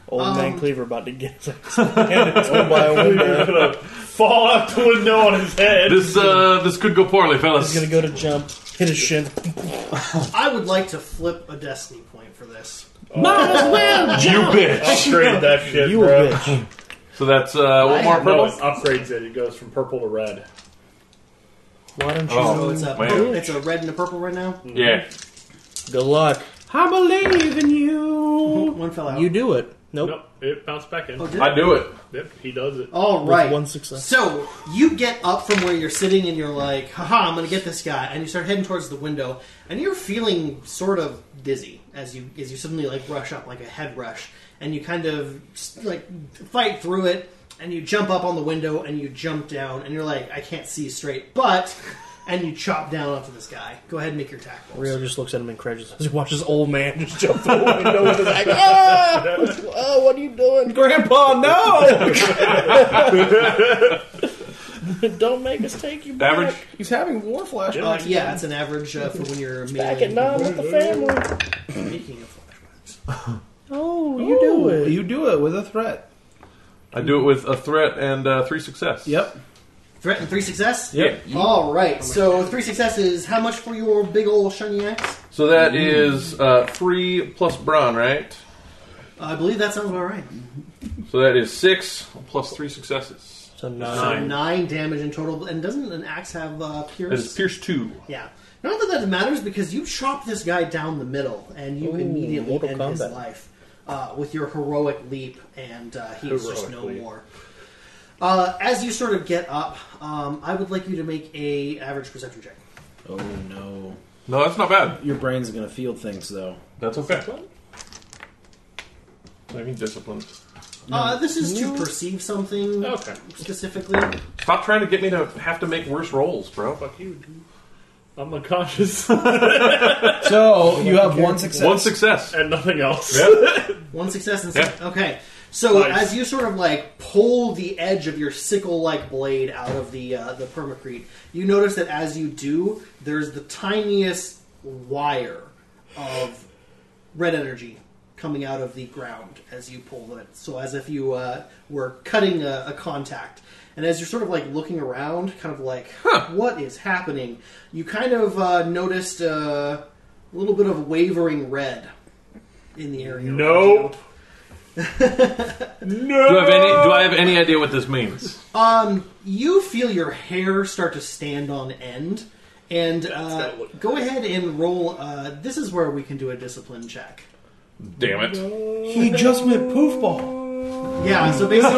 S10: Old
S2: Um,
S10: man Cleaver about to get his ass handed to him by a window.
S6: Fall out the window on his head.
S7: This uh this could go poorly, fellas.
S10: He's gonna go to jump, hit his shin.
S2: I would like to flip a destiny point for this.
S7: you bitch.
S6: Upgrade that shit,
S10: You a
S6: bro.
S10: bitch.
S7: So that's uh one more
S6: No, it
S7: purple.
S6: upgrades it. It goes from purple to red.
S10: Why don't you?
S2: So
S7: Oh,
S2: it's a
S7: man.
S2: it's a red and a purple right now.
S7: yeah.
S10: Good luck.
S4: I believe in you.
S2: One fell out.
S10: You do it. Nope.
S6: Nope, it bounced back in.
S2: Oh, did it?
S7: I do it.
S6: Yep, he does it.
S2: All right.
S10: one success.
S2: So you get up from where you're sitting and you're like, haha, I'm going to get this guy. And you start heading towards the window. And you're feeling sort of dizzy as you as you suddenly like rush up like a head rush. And you kind of like fight through it. And you jump up on the window and you jump down. And you're like, I can't see straight. But. And you chop down onto this guy. Go ahead and make your tackle.
S10: Rio just looks at him incredulous as he watches old man just jump through the window with his axe. Ah! Oh, what are you doing?
S4: Grandpa, no!
S10: Don't make us take you back.
S7: Average.
S4: He's having war flash.
S2: Uh, yeah, it's an average uh, for when you're
S10: Back at nine with the family.
S2: making a flashback.
S10: Oh, you do it.
S4: You do it with a threat.
S7: I do it with a threat and uh, three success.
S4: Yep.
S2: Threat and three success.
S7: Yep.
S2: All right. So three successes. How much for your big old shiny axe?
S7: So that is uh, three plus brawn, right?
S2: I believe that sounds about right.
S7: So that is six plus three successes.
S2: So
S10: So nine.
S7: Nine.
S2: nine damage in total. And doesn't an axe have uh, pierce?
S7: That is pierce two.
S2: Yeah. Not that that matters because you chop this guy down the middle and you immediately
S10: Mortal
S2: end his
S10: Kombat.
S2: life uh, with your heroic leap, and uh, he's just
S6: Heroic
S2: no
S6: leap.
S2: more. Uh, as you sort of get up, um, I would like you to make a average perception check.
S4: Oh no.
S7: No, that's not bad.
S4: Your brain's gonna field things though.
S7: That's okay. I mean disciplined.
S2: Uh, this is to perceive something
S6: Okay.
S2: specifically.
S7: Stop trying to get me to have to make worse rolls, bro.
S6: Fuck you, dude. I'm unconscious
S4: So you have one success.
S7: One success.
S6: and nothing else.
S2: One success and
S7: Yeah.
S2: okay. So
S6: Nice.
S2: as you sort of like pull the edge of your sickle-like blade out of the uh, the permacrete, you notice that as you do, there's the tiniest wire of red energy coming out of the ground as you pull it. So as if you uh, were cutting a, a contact. And as you're sort of like looking around, kind of like, huh, what is happening? You kind of uh, noticed uh, a little bit of wavering red in the area. around
S6: Nope.
S2: you.
S7: Do I have any? Do I have any idea what this means?
S2: Um, You feel your hair start to stand on end, and uh, go ahead and roll. Uh, this is where we can do a discipline check.
S7: Damn it!
S10: He just went poofball.
S2: Yeah, so basically,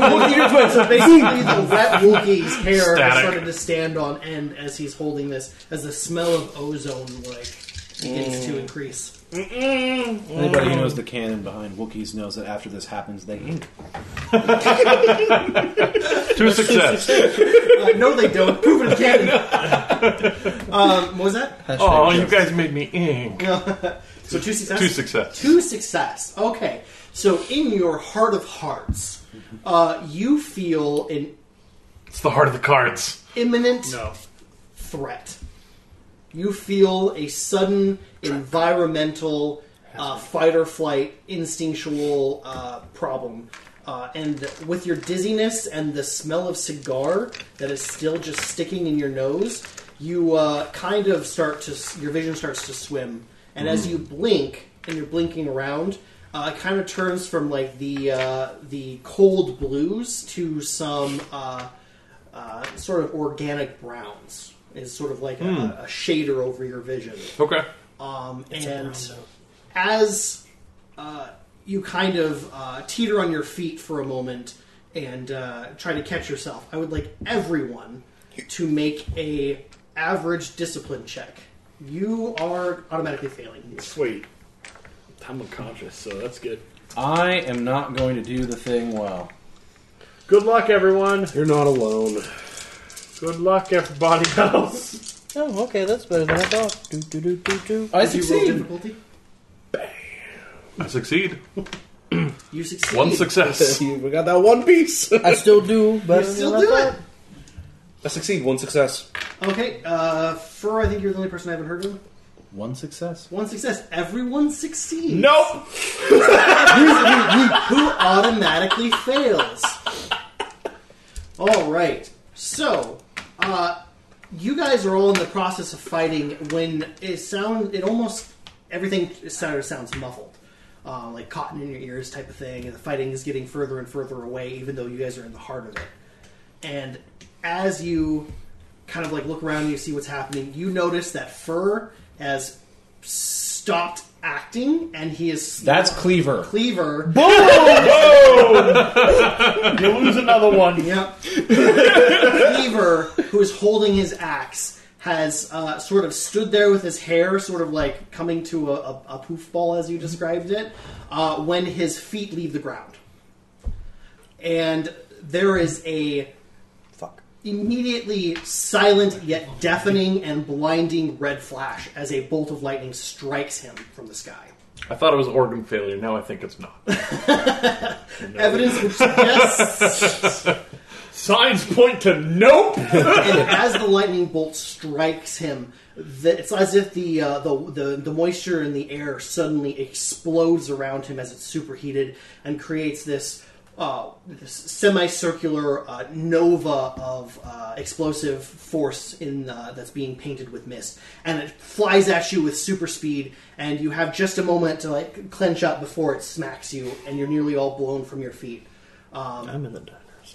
S2: so basically the wet Wookiee's hair has
S7: Static.
S2: started to stand on end as he's holding this, as the smell of ozone like begins to increase.
S4: Anybody who knows the canon behind Wookiees knows that after this happens, they ink.
S7: Two success.
S2: Uh, no, they don't. Prove it again. um, what was that?
S7: Oh, you guys made me ink.
S2: So two success.
S7: Two success.
S2: Two success. Okay. So in your heart of hearts, uh, you feel an
S7: It's the heart of the cards.
S2: imminent
S6: No.
S2: threat. You feel a sudden environmental uh, fight or flight instinctual uh, problem. Uh, and with your dizziness and the smell of cigar that is still just sticking in your nose, you uh, kind of start to, s- your vision starts to swim. And as you blink, and you're blinking around, uh, it kind of turns from like the uh, the cold blues to some uh, uh, sort of organic browns is sort of like
S7: Hmm.
S2: a, a shader over your vision.
S7: Okay.
S2: Um, and as uh, you kind of uh, teeter on your feet for a moment and uh, try to catch yourself, I would like everyone to make a average discipline check. You are automatically failing.
S6: Sweet. I'm unconscious, so that's good.
S4: I am not going to do the thing well.
S6: Good luck, everyone.
S1: You're not alone.
S6: Good luck, everybody else.
S5: Oh, okay, that's better than I thought. Do, do, do, do, do.
S4: I
S2: Did you roll
S4: succeed.
S2: difficulty?
S7: I succeed.
S2: You succeed.
S7: One success.
S1: we got that one piece.
S5: I still do
S2: You
S5: better
S2: still
S5: than I
S2: do
S5: thought.
S2: it.
S1: I succeed. One success.
S2: Okay, uh, Fur, I think you're the only person I haven't heard of.
S4: One success.
S2: One success. Everyone succeeds.
S6: Nope.
S2: Who automatically fails? All right. So, uh, you guys are all in the process of fighting when it sound. It almost everything sound, sounds muffled, uh, like cotton in your ears type of thing, and the fighting is getting further and further away, even though you guys are in the heart of it. And as you kind of like look around and you see what's happening, you notice that Fur has stopped acting and he is
S4: That's Cleaver.
S2: Cleaver.
S6: You lose another one.
S2: Yep. Cleaver, who is holding his axe, has uh, sort of stood there with his hair sort of like coming to a, a, a poof ball, as you described it, uh, when his feet leave the ground. And there is a
S10: Fuck.
S2: immediately silent yet deafening and blinding red flash as a bolt of lightning strikes him from the sky.
S7: I thought it was organ failure. Now I think it's not.
S2: Evidence which suggests
S6: Signs point to nope.
S2: and as the lightning bolt strikes him, the, it's as if the, uh, the the the moisture in the air suddenly explodes around him as it's superheated and creates this. Uh, this semicircular uh, nova of uh, explosive force in uh, that's being painted with mist, and it flies at you with super speed, and you have just a moment to like clench up before it smacks you, and you're nearly all blown from your feet.
S5: I'm in the diners.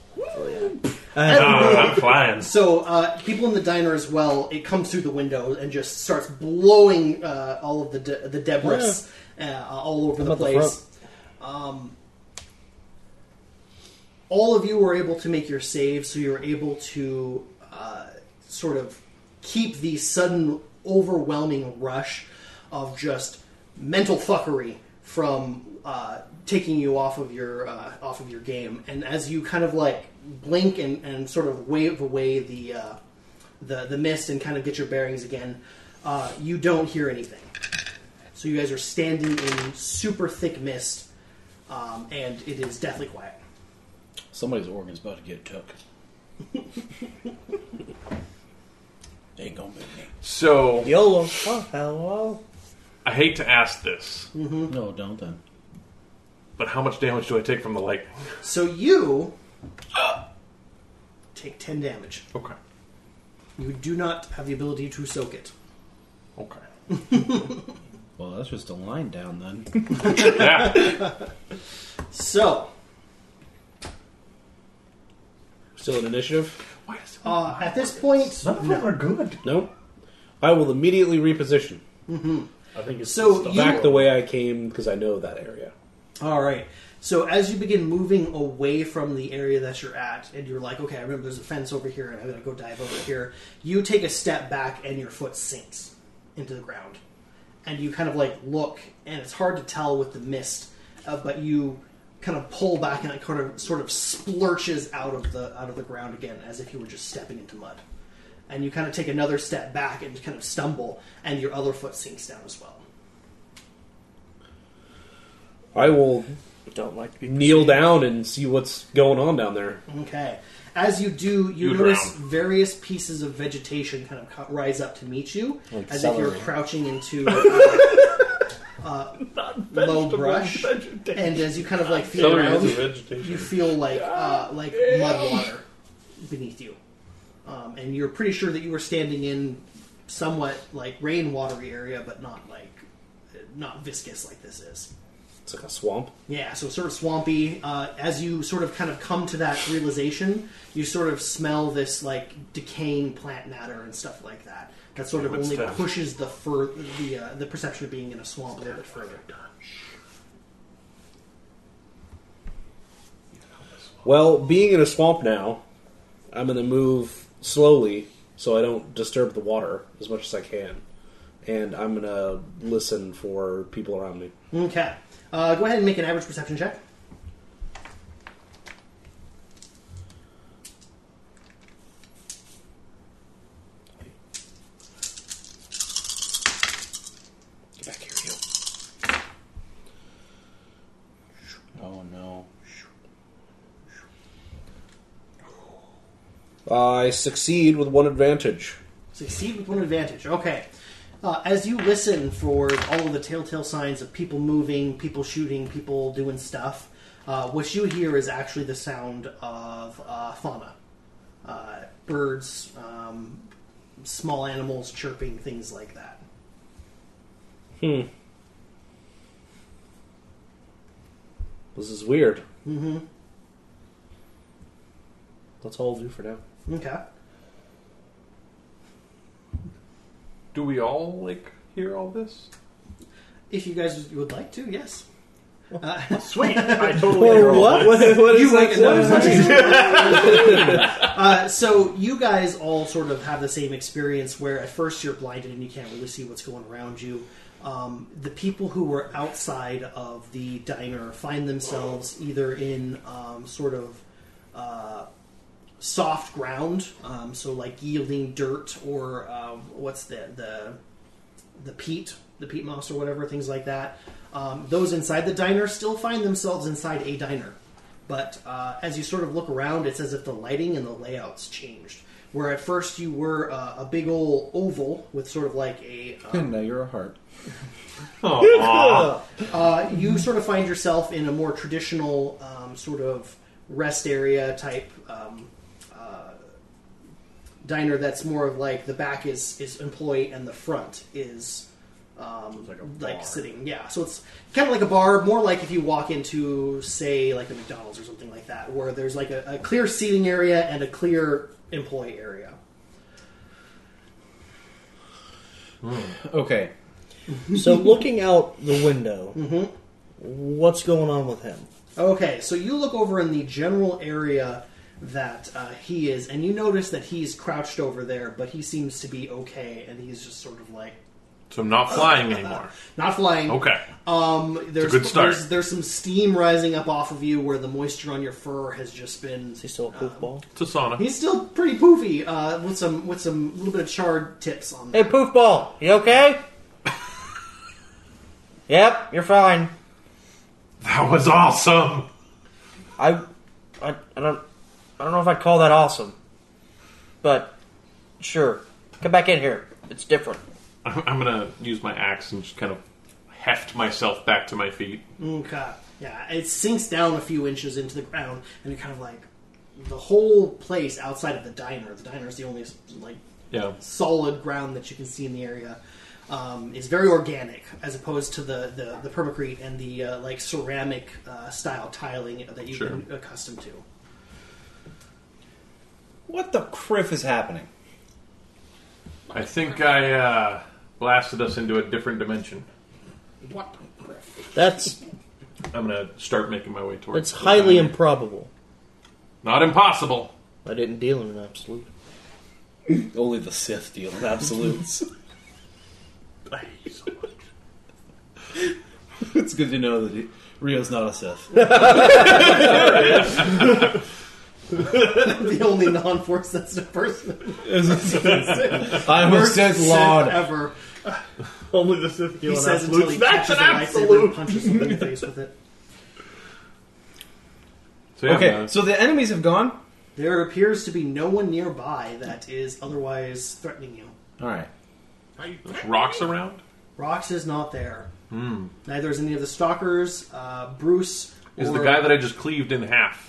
S7: I'm flying.
S2: So uh, people in the diner as well. It comes through the window and just starts blowing uh, all of the de- the debris uh, all over the
S5: at the
S2: place.
S5: front.
S2: um, all of you were able to make your save, so you were able to uh, sort of keep the sudden overwhelming rush of just mental fuckery from uh, taking you off of your uh, off of your game. And as you kind of like blink and, and sort of wave away the uh, the the mist and kind of get your bearings again, uh, you don't hear anything. So you guys are standing in super thick mist, um, and it is deathly quiet.
S4: Somebody's organ's about to get took. Ain't gonna be
S7: So
S5: YOLO. Oh, hello.
S7: I hate to ask this.
S4: me. No, don't then.
S7: But how much damage do I take from the lightning?
S2: So you take 10 damage.
S7: Okay.
S2: You do not have the ability to soak it.
S7: Okay.
S4: Well, that's just a line down then.
S7: Yeah.
S2: So,
S1: Still an initiative?
S7: Why is it?
S2: uh, at this point,
S3: None of them are good.
S1: No. I will immediately reposition
S6: I think it's
S2: So
S6: just
S2: you-
S1: back the way I came because I know that area.
S2: all right. So as you begin moving away from the area that you're at, and you're like, okay, I remember there's a fence over here, and I'm gonna go dive over here. You take a step back, and your foot sinks into the ground, and you kind of like look, and it's hard to tell with the mist, uh, but you kind of pull back, and it kind of sort of splurches out of the out of the ground again, as if you were just stepping into mud. And you kind of take another step back and kind of stumble, and your other foot sinks down as well.
S1: I will
S5: Don't like to be
S1: kneel down and see what's going on down there.
S2: Okay. As you do, you,
S7: You
S2: notice
S7: drown.
S2: various pieces of vegetation kind of co- rise up to meet you, as if
S1: celery.
S2: you're crouching into uh, uh, low brush. And as you kind of like feel
S7: Celery
S2: around,
S7: is a vegetation.
S2: you feel like uh, like mud water beneath you, um, and you're pretty sure that you were standing in somewhat like rain watery area, but not like not viscous like this is.
S1: It's like a swamp.
S2: Yeah, so sort of swampy. Uh, as you sort of kind of come to that realization, you sort of smell this like decaying plant matter and stuff like that. That sort of
S7: Good
S2: only
S7: stuff.
S2: pushes the fur- the uh, the perception of being in a swamp a little bit further.
S1: Well, being in a swamp now, I'm going to move slowly so I don't disturb the water as much as I can. And I'm going to listen for people around me.
S2: Okay, uh, go ahead and make an average perception check.
S1: Get back here, you.
S4: Oh no.
S1: I succeed with one advantage.
S2: Succeed with one advantage. Okay. Uh, as you listen for all of the telltale signs of people moving, people shooting, people doing stuff, uh, what you hear is actually the sound of uh, fauna. Uh, birds, um, small animals chirping, things like that.
S1: This is weird. Mm-hmm. That's all I'll do for now.
S2: Okay.
S7: Do we all like hear all this?
S2: If you guys would like to, yes.
S6: sweet. I totally hear all that.
S1: What, what is that?
S2: Uh, so you guys all sort of have the same experience where at first you're blinded and you can't really see what's going around you. Um, the people who were outside of the diner find themselves either in um, sort of uh, soft ground, um, so like yielding dirt or um, what's the the the peat, the peat moss or whatever, things like that. Um, those inside the diner still find themselves inside a diner. But uh, as you sort of look around, it's as if the lighting and the layouts changed. Where at first you were uh, a big old oval with sort of like a uh,
S4: And now you're a heart.
S2: uh, you sort of find yourself in a more traditional um, sort of rest area type um, uh, diner that's more of like the back is is employee and the front is um, like, sitting yeah so it's kind of like a bar more like if you walk into say like a mcdonald's or something like that where there's like a, a clear seating area and a clear employee area
S4: Okay.
S5: So looking out the window, what's going on with him?
S2: Okay, so you look over in the general area that uh, he is, and you notice that he's crouched over there, but he seems to be okay, and he's just sort of like
S7: So I'm not flying anymore.
S2: not flying.
S7: Okay.
S2: Um, there's,
S7: good start.
S2: there's there's some steam rising up off of you where the moisture on your fur has just been. uh,
S5: Is he still a poof ball?
S7: It's a sauna.
S2: He's still pretty poofy uh, with some with some little bit of charred tips on.
S5: Hey,
S2: There.
S5: poof ball, you okay? yep, you're fine.
S7: That was awesome.
S5: I, I, I don't, I don't know if I'd call that awesome, but sure, come back in here. It's different.
S7: I'm, I'm gonna use my axe and just kind of heft myself back to my feet.
S2: Okay. Yeah, it sinks down a few inches into the ground, and you're kind of like the whole place outside of the diner. The diner is the only like
S7: Yeah.
S2: solid ground that you can see in the area. Um, is very organic as opposed to the the, the permacrete and the uh, like ceramic uh, style tiling that you've
S7: Sure.
S2: been accustomed to.
S4: What the criff is happening?
S7: I think I uh, blasted us into a different dimension.
S6: What?
S5: That's
S7: I'm gonna start making my way
S5: that's
S7: towards. the
S5: highly
S7: diner.
S5: improbable.
S7: not impossible.
S5: I didn't deal in an absolute.
S4: Only the Sith deal in absolutes. it's good to know that he, Rio's not a Sith.
S2: the only non-force sensitive person
S4: I'm a Sith Lord.
S2: ever.
S6: Only the Sith
S2: He
S6: deal in
S2: says until
S6: absolutes.
S2: he
S6: That's an
S2: catches a lightsaber and
S6: absolute.
S2: punches him in the face with it.
S7: So yeah,
S4: Okay,
S7: uh,
S4: so the enemies have gone.
S2: There appears to be no one nearby that is otherwise threatening you.
S4: All right.
S7: there's rocks around.
S2: Rox is not there.
S7: Hmm.
S2: Neither is any of the stalkers. Uh, Bruce
S7: Is
S2: or-
S7: the guy that I just cleaved in half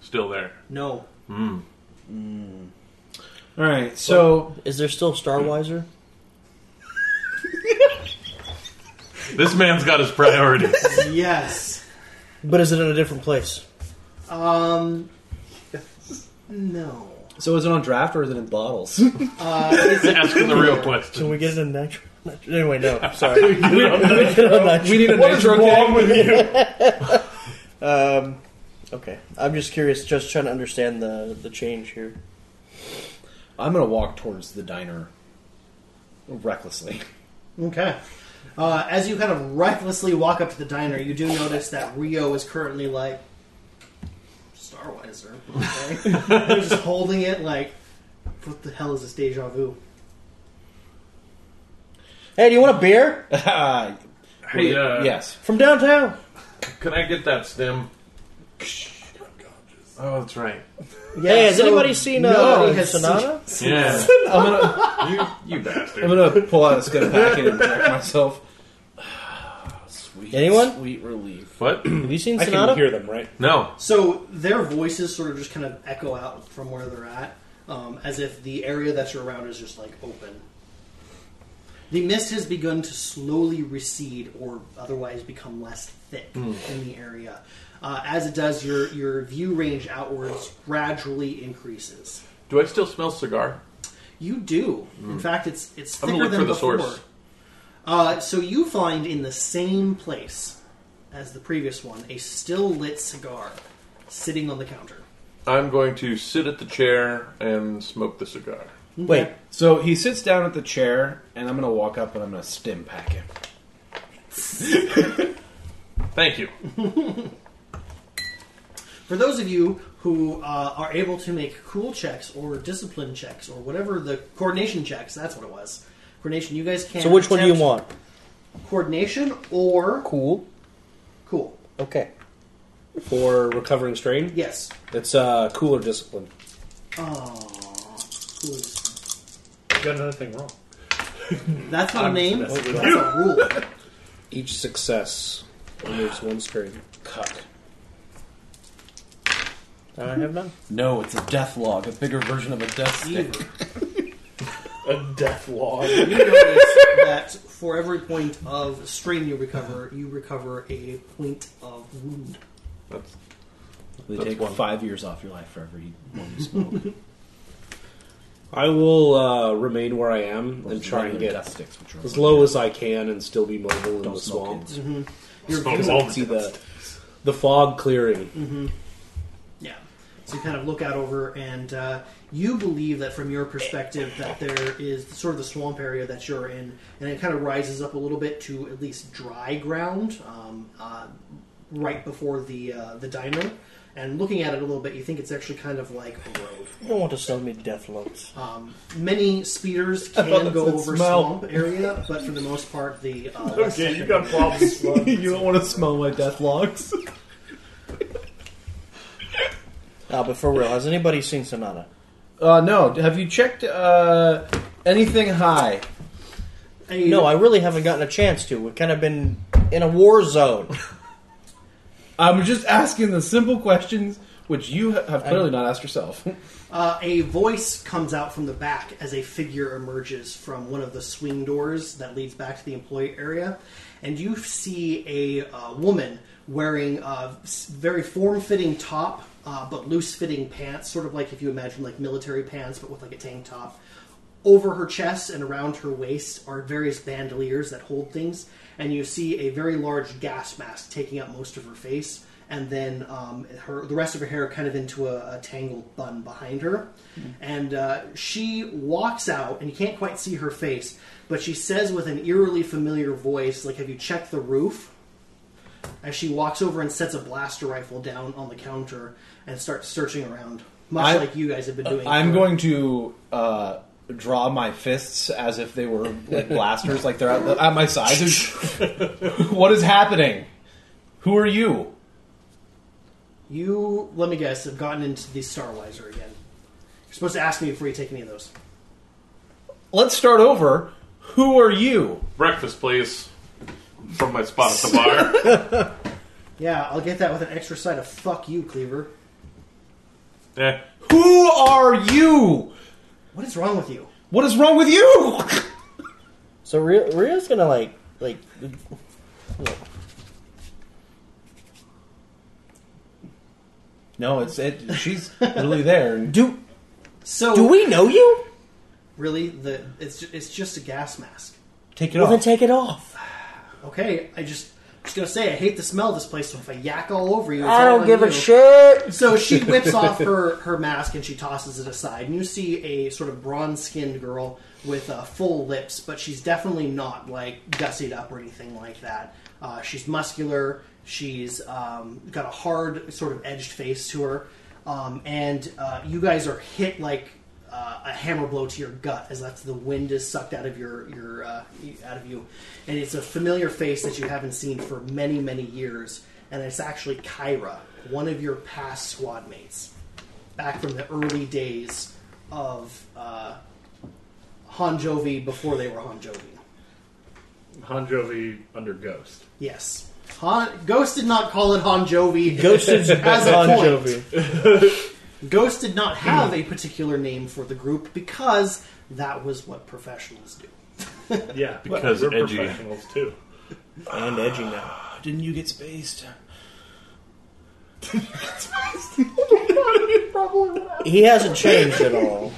S7: still there?
S2: no.
S4: All right. So
S5: Is there still Starwiser?
S7: This man's got his priorities.
S2: Yes.
S5: But is it in a different place?
S2: Um. No.
S4: so is it on draft or is it in bottles?
S7: Asking the real question.
S5: Can we get it in nitro? nitro? Anyway, no. I'm sorry.
S4: we need a nitro keg.
S5: Um, okay. I'm just curious, just trying to understand the, the change here.
S4: I'm gonna walk towards the diner recklessly.
S2: Okay. Uh, as you kind of recklessly walk up to the diner, you do notice that Rio is currently like Starwiser. Okay? They're just holding it like, what the hell is this deja vu?
S5: Hey, do you want a beer?
S7: Hey, uh,
S4: yes.
S5: From downtown?
S7: Can I get that stem? Oh, that's right.
S5: Yeah, hey, has
S2: so
S5: anybody seen uh,
S2: nobody has
S5: Sonata?
S7: Yeah.
S4: I'm gonna
S7: you, you bastard.
S4: I'm gonna pull out a stim packet and inject myself. Sweet,
S5: Anyone?
S4: Sweet relief.
S7: What?
S5: Have you seen
S1: I can
S5: Sonata?
S1: hear them, right?
S7: No.
S2: So their voices sort of just kind of echo out from where they're at, um, as if the area that you're around is just like open. The mist has begun to slowly recede, or otherwise become less thick
S7: Hmm.
S2: in the area. Uh, as it does, your your view range outwards gradually increases.
S7: Do I still smell cigar?
S2: You do. In fact, it's it's
S7: Hmm. I'm
S2: thicker
S7: gonna
S2: than
S7: look
S2: before.
S7: for the source.
S2: Uh, so you find in the same place as the previous one a still lit cigar sitting on the counter.
S7: I'm going to sit at the chair and smoke the cigar.
S4: Wait. So he sits down at the chair, and I'm gonna walk up and I'm gonna stim pack him.
S7: Thank you.
S2: For those of you who uh, are able to make cool checks or discipline checks or whatever the coordination checks, that's what it was. Coordination, you guys can.
S5: So which one do you
S2: attempt
S5: want?
S2: Coordination or
S1: Cool.
S2: cool?
S5: Okay.
S1: For recovering strain,
S2: Yes.
S1: it's uh, cooler discipline.
S2: Oh, cool.
S6: You got another thing wrong.
S2: That's not a name. That's a rule.
S1: Each success removes one strain.
S4: Cuck.
S5: Uh, I have none.
S4: No, it's a death log, a bigger version of a death stick.
S6: A death log.
S2: You notice that for every point of strain you recover, you recover a point of wound.
S7: That's,
S4: They
S7: That's
S4: take
S7: one.
S4: five years off your life for every one you smoke.
S1: I will uh, remain where I am and
S4: Those
S1: try and
S4: regular
S1: get
S4: death sticks, which are
S1: as low as I can and still be mobile in
S4: don't
S1: the
S4: smoke
S1: swamp.
S4: kids.
S2: Your
S1: I
S2: view-
S1: can see the the fog clearing.
S2: Yeah. So you kind of look out over, and uh, you believe that from your perspective that there is sort of the swamp area that you're in, and it kind of rises up a little bit to at least dry ground um, uh, right before the uh, the diner. And looking at it a little bit, you think it's actually kind of like a road.
S5: You don't want to sell me death looks.
S2: Um, many speeders can go over swamp area, but for the most part, the uh,
S6: Okay, you got problems.
S4: you don't want to smell my death logs.
S5: Ah, but for real, has anybody seen Sonata?
S4: Uh, no. Have you checked uh, anything high?
S5: No, I really haven't gotten a chance to. We've kind of been in a war zone.
S4: I'm just asking the simple questions, which you ha- have clearly not asked yourself.
S2: Uh, a voice comes out from the back as a figure emerges from one of the swing doors that leads back to the employee area, and you see a uh, woman wearing a s- very form-fitting top, uh, but loose-fitting pants, sort of like if you imagine like military pants, but with like a tank top. Over her chest and around her waist are various bandoliers that hold things, and you see a very large gas mask taking up most of her face, and then um, her the rest of her hair kind of into a, a tangled bun behind her.
S4: Hmm.
S2: And uh, she walks out, and you can't quite see her face, but she says with an eerily familiar voice, like, "Have you checked the roof?" As she walks over and sets a blaster rifle down on the counter and starts searching around, much
S4: I- uh,
S2: like you guys have been doing.
S4: I'm
S2: for-
S4: going to uh, draw my fists as if they were like blasters, like they're at, at my sides. what is happening? Who are you?
S2: You, let me guess, have gotten into the Starwiser again. You're supposed to ask me before you take any of those.
S4: Let's start over. Who are you?
S7: Breakfast, please. From my spot at the bar.
S2: Yeah, I'll get that with an extra side of fuck you, Cleaver.
S7: Eh.
S4: Who are you?
S2: What is wrong with you?
S4: What is wrong with you?
S5: So Rio, Rio's gonna like like.
S4: No, it's it. She's really there.
S5: Do
S2: So
S5: do we know you?
S2: really the it's ju- it's just a gas mask.
S4: Take it
S5: Well, then
S4: off.
S5: take it off.
S2: Okay, I just I was gonna say I hate the smell of this place. So if I yak all over you, it's
S5: I
S2: all
S5: don't
S2: on
S5: give a
S2: you.
S5: shit.
S2: So she whips off her, her mask and she tosses it aside, and you see a sort of bronze skinned girl with uh, full lips, but she's definitely not like gussied up or anything like that. Uh, she's muscular. She's um, got a hard, sort of edged face to her, um, and uh, you guys are hit like uh, a hammer blow to your gut as that's the wind is sucked out of your your uh, out of you, and it's a familiar face that you haven't seen for many many years, and it's actually Kyra, one of your past squad mates, back from the early days of uh, Han Jovi before they were Han Jovi.
S6: Han Jovi under Ghost.
S2: Yes, Han Ghost did not call it Han Jovi.
S5: Ghost is
S2: As a
S5: Bon
S2: point.
S5: Jovi. Hmm.
S2: Ghost did not have a particular name for the group because that was what professionals do.
S6: Yeah,
S7: Because
S6: we're
S7: edgy.
S6: professionals too.
S10: And edgy now.
S4: Didn't you get spaced?
S5: He hasn't changed at all.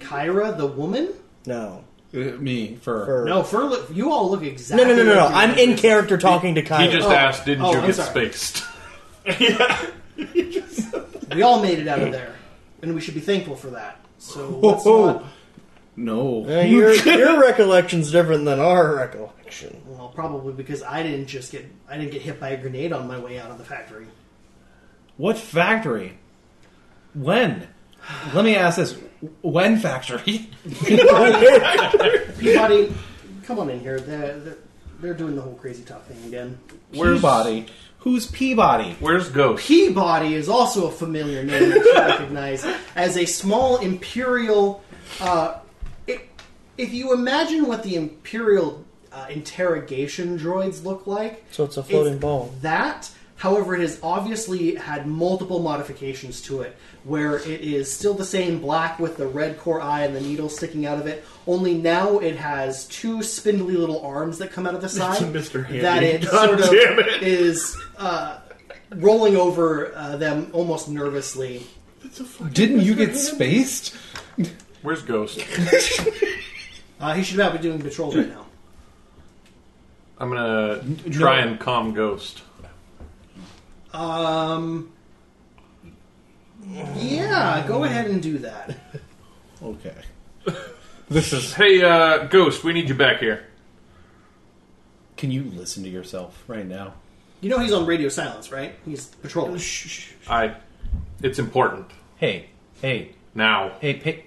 S2: Kyra, the woman.
S5: No.
S4: Uh, me for,
S5: For-
S2: No, for li- you all look exactly.
S5: No, no, no, no, no.
S2: like you.
S5: I'm in character talking to Kyle.
S7: He just asked, didn't
S2: Oh,
S7: you
S2: I'm
S7: get
S2: sorry.
S7: spaced?
S2: We all made it out of there, and we should be thankful for that. So let's not,
S4: no.
S5: Uh, your, your recollection's different than our recollection.
S2: well, probably because I didn't just get I didn't get hit by a grenade on my way out of the factory.
S4: What factory? When? Let me ask this: When factory?
S2: Peabody, come on in here. They're, they're, they're doing the whole crazy talk thing again.
S4: Peabody. Who's Peabody?
S7: Where's Ghost?
S2: Peabody is also a familiar name that you recognize as a small imperial. Uh, i if you imagine what the imperial uh, interrogation droids look like,
S5: So it's a floating ball.
S2: That, however, it has obviously had multiple modifications to it, where it is still the same black with the red core eye and the needle sticking out of it. Only now it has two spindly little arms that come out of the side.
S6: Mr. Handy.
S2: That it
S6: God
S2: sort of
S6: damn
S2: is
S6: it.
S2: uh, rolling over uh, them almost nervously.
S4: Didn't you get spaced?
S7: Where's Ghost?
S2: Uh, he should not be doing patrol right now.
S7: I'm gonna try and calm Ghost.
S2: Um, yeah, go ahead and do that.
S4: Okay.
S7: This is hey, uh, Ghost, we need you back here.
S4: Can you listen to yourself right now?
S2: You know he's on radio silence, right? He's patrolling.
S7: I. It's important
S4: Hey, hey,
S7: now.
S4: hey, pay.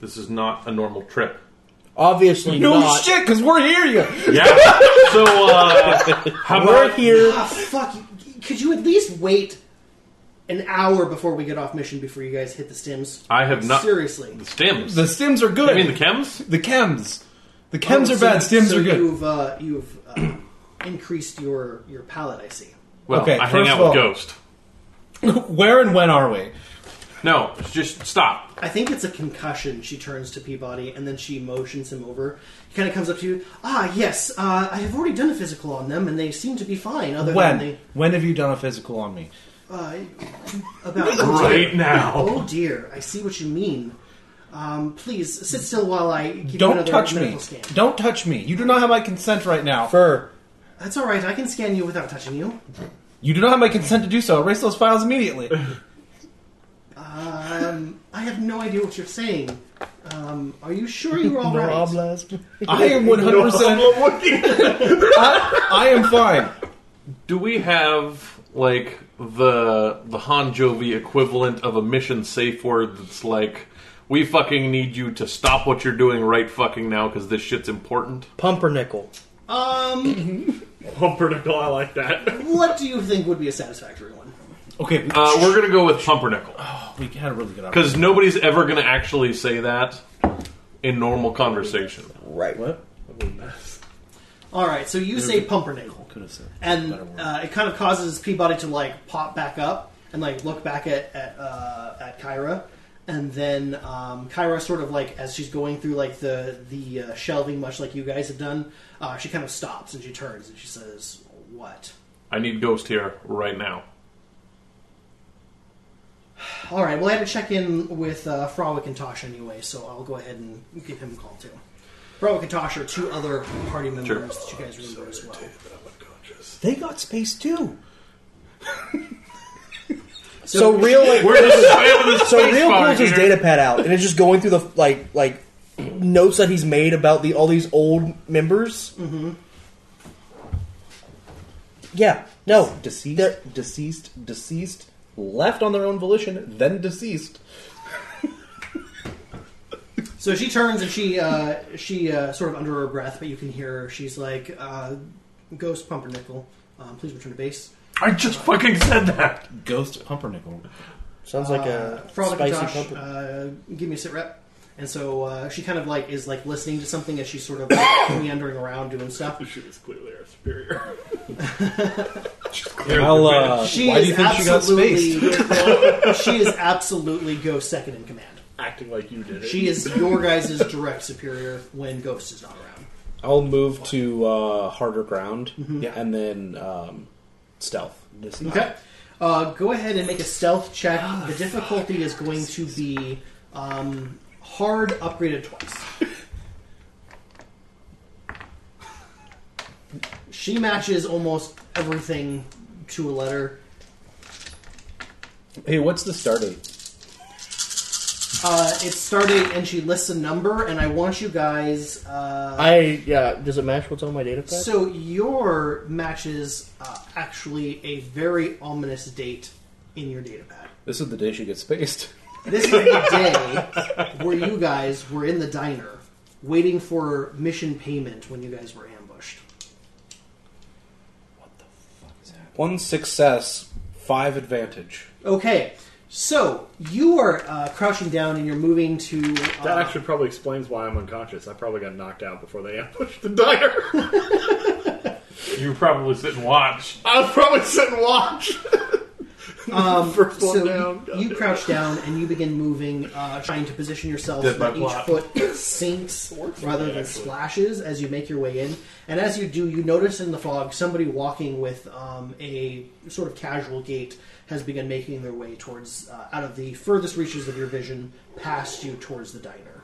S7: This is not a normal trip.
S5: Obviously
S4: No
S5: not.
S4: shit, because we're here. You.
S7: Yeah. so uh, how
S5: We're
S7: about
S5: here.
S2: Ah, fuck! you- Could you at least wait an hour before we get off mission before you guys hit the stims.
S7: I have not-
S2: Seriously.
S7: The stems.
S4: The stims are good.
S7: I mean the chems.
S4: the chems. The chems
S2: Oh,
S4: are
S2: so-
S4: bad. Stims
S2: so
S4: are good.
S2: You've, uh, you've uh, increased your, your palate, I see.
S7: Well,
S4: Okay,
S7: I hang
S4: first
S7: out
S4: of all-
S7: with Ghost.
S4: Where and when are we?
S7: No, it's just stop.
S2: I think it's a concussion. She turns to Peabody and then she motions him over. He kind of comes up to you. Ah, yes, uh, I have already done a physical on them and they seem to be fine, other than
S4: When?
S2: they.
S4: When have you done a physical on me?
S2: Uh, about.
S7: Right now.
S2: Oh dear, I see what you mean. Um, please sit still while I give you
S4: Don't
S2: another
S4: touch
S2: medical
S4: me.
S2: scan.
S4: Don't touch me. You do not have my consent right now.
S10: Fur.
S2: That's all right. I can scan you without touching you.
S4: You do not have my consent to do so. Erase those files immediately.
S2: I have no idea what you're saying. Um, are you sure you're all right?
S4: I am 100%. I, I am fine.
S7: Do we have like the the Han Jovi equivalent of a mission safe word that's like we fucking need you to stop what you're doing right fucking now because this shit's important?
S10: Pumpernickel.
S6: Pumpernickel, I like that.
S2: What do you think would be a satisfactory one?
S4: Okay, we,
S7: Uh, we're gonna go with pumpernickel
S4: we had a really good opportunity.
S7: because nobody's ever gonna actually say that in normal conversation.
S10: Right. What?
S2: All right, so you say pumpernickel, and uh, it kind of causes Peabody to like pop back up and like look back at at, uh, at Kyra, and then um, Kyra sort of like as she's going through like the the uh, shelving, much like you guys have done, uh, she kind of stops and she turns and she says, "What?"
S7: I need Ghost here right now.
S2: All right, well I had to check in with uh, Frowick and Tosh anyway, so I'll go ahead and give him a call too. Frowick and Tosh are two other party members that you guys remember as well.
S10: They got space too. so real like so real pulls his data pad out and it's just going through the like like notes that he's made about the all these old members. Mm-hmm. Yeah. No.
S4: Deceased,
S10: They're-
S4: deceased, deceased, left on their own volition, then deceased.
S2: So she turns and she uh, she uh, sort of under her breath, but you can hear her. She's like, uh, "Ghost Pumpernickel, um, please return to base."
S7: I just fucking said that.
S4: Ghost Pumpernickel.
S10: Sounds like
S2: Uh,
S10: a
S2: Frolic and
S10: spicy
S2: Josh,
S10: pumper.
S2: uh, give me a sit rep. And so uh, she kind of like is like listening to something as she's sort of like, meandering around doing stuff.
S6: She was clearly our superior.
S1: I'll, uh,
S2: She
S4: Why do
S2: is
S4: you think she got
S2: absolutely she is absolutely Ghost second in command.
S6: Acting like you did it.
S2: She is your guys' direct superior when Ghost is not around.
S1: I'll move to uh, harder ground and then um, stealth.
S2: Okay. Uh, go ahead and make a stealth check. the difficulty is going to be um, hard upgraded twice. she matches almost everything to a letter.
S1: Hey, what's the start date?
S2: Uh, it started, and she lists a number, and I want you guys. Uh,
S10: I yeah. Does it match what's on my data pad?
S2: so your matches uh, actually a very ominous date in your data pad.
S1: This is the day she gets spaced.
S2: This is the day where you guys were in the diner waiting for mission payment when you guys were ambushed.
S1: One success, five advantage.
S2: Okay, so you are uh, crouching down and you're moving to. Uh,
S6: That actually probably explains why I'm unconscious. I probably got knocked out before they ambushed the diner.
S7: You probably sit and watch.
S6: I was probably sitting watch.
S2: um,
S6: first one
S2: so
S6: down.
S2: You, you crouch down and you begin moving, uh, trying to position yourself so
S7: Did my
S2: that each
S7: plot.
S2: foot sinks rather than splashes as you make your way in. And as you do, you notice in the fog somebody walking with um, a sort of casual gait has begun making their way towards uh, out of the furthest reaches of your vision, past you towards the diner.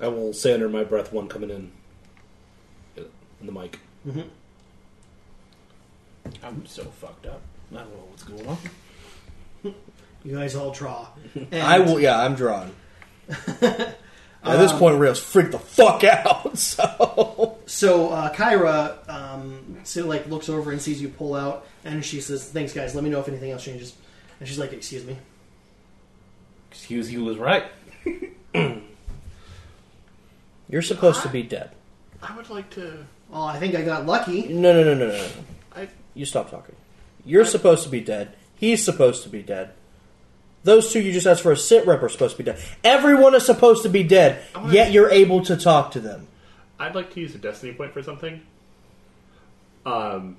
S1: I will say under my breath one coming in. In the mic.
S4: I'm so fucked up. I don't know what's going on.
S2: You guys all draw. And
S10: I will. Yeah, I'm drawing. At this point, Rio's freaked the fuck out. So
S2: So uh, Kyra, um, so, like looks over and sees you pull out, and she says, "Thanks, guys. Let me know if anything else changes." And she's like, "Excuse me."
S4: Excuse you was right.
S10: you're supposed to be dead.
S6: I would like to.
S2: Oh, I think I got lucky.
S10: No, no, no, no, no. no.
S6: I-
S10: You stop talking. You're supposed to be dead. He's supposed to be dead. Those two you just asked for a sit rep are supposed to be dead. Everyone is supposed to be dead,
S6: wanna-
S10: yet you're able to talk to them.
S6: I'd like to use a destiny point for something. Um,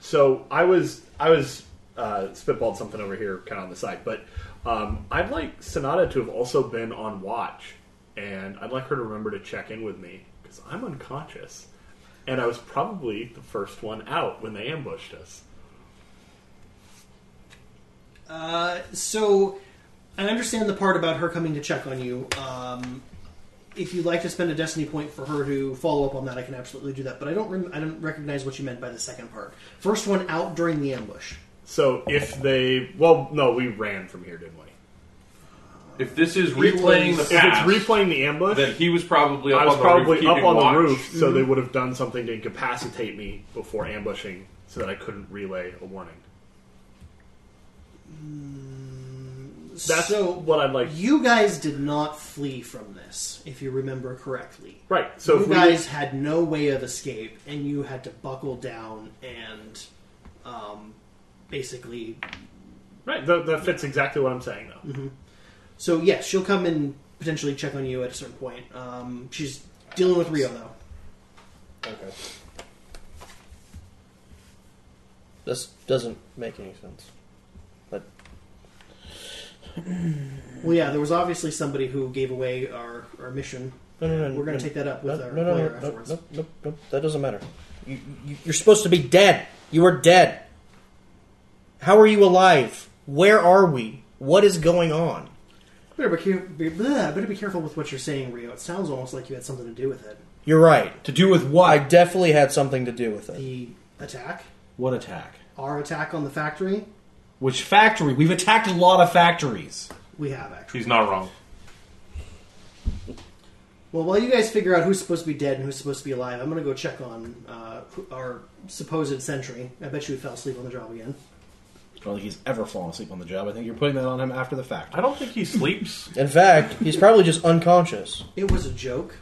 S6: so I was I was uh, spitballed something over here, kind of on the side, but um, I'd like Sonata to have also been on watch, and I'd like her to remember to check in with me because I'm unconscious, and I was probably the first one out when they ambushed us.
S2: Uh, so I understand the part about her coming to check on you. Um, if you'd like to spend a destiny point for her to follow up on that, I can absolutely do that. But I don't, rem- I don't recognize what you meant by the second part. First one out during the ambush.
S6: So if they, well, no, we ran from here, didn't we?
S7: If this is replaying the
S6: If it's
S7: past,
S6: replaying the ambush,
S7: then he was probably up
S6: I was
S7: on the roof
S6: probably up
S7: keeping
S6: on
S7: watch. Mm-hmm.
S6: the roof, so they would have done something to incapacitate me before ambushing, so that I couldn't relay a warning. That's
S2: so
S6: what I'd like.
S2: You guys did not flee from this, if you remember correctly.
S6: Right. So
S2: you
S6: if we
S2: guys had no way of escape, and you had to buckle down and um, basically.
S6: right, that, that fits exactly what I'm saying, though.
S2: So yes, she'll come and potentially check on you at a certain point. Um, she's dealing with Rio though.
S6: Okay.
S10: This doesn't make any sense.
S2: Well, yeah, there was obviously somebody who gave away our, our mission.
S10: No, no, no.
S2: We're going to
S10: no,
S2: take that up
S10: no,
S2: with
S10: no,
S2: our
S10: no,
S2: player
S10: no, no,
S2: afterwards.
S10: no, no, no, that doesn't matter. You, you, you're supposed to be dead. You are dead. How are you alive? Where are we? What is going on?
S2: Better, be care- be- blah, better be careful with what you're saying, Rio. It sounds almost like you had something to do with it.
S10: You're right.
S1: To do with
S10: I
S1: what?
S10: definitely had something to do with it.
S2: The attack,
S1: What attack?
S2: our attack on the factory,
S1: Which factory? We've attacked a lot of factories.
S2: we have actually.
S7: He's not wrong.
S2: Well, while you guys figure out who's supposed to be dead and who's supposed to be alive, I'm going to go check on uh, who- our supposed sentry. I bet you he fell asleep on the job again.
S4: Well, he's ever fallen asleep on the job. I think you're putting that on him after the fact.
S7: I don't think he sleeps.
S10: In fact, he's probably just unconscious.
S2: It was a joke.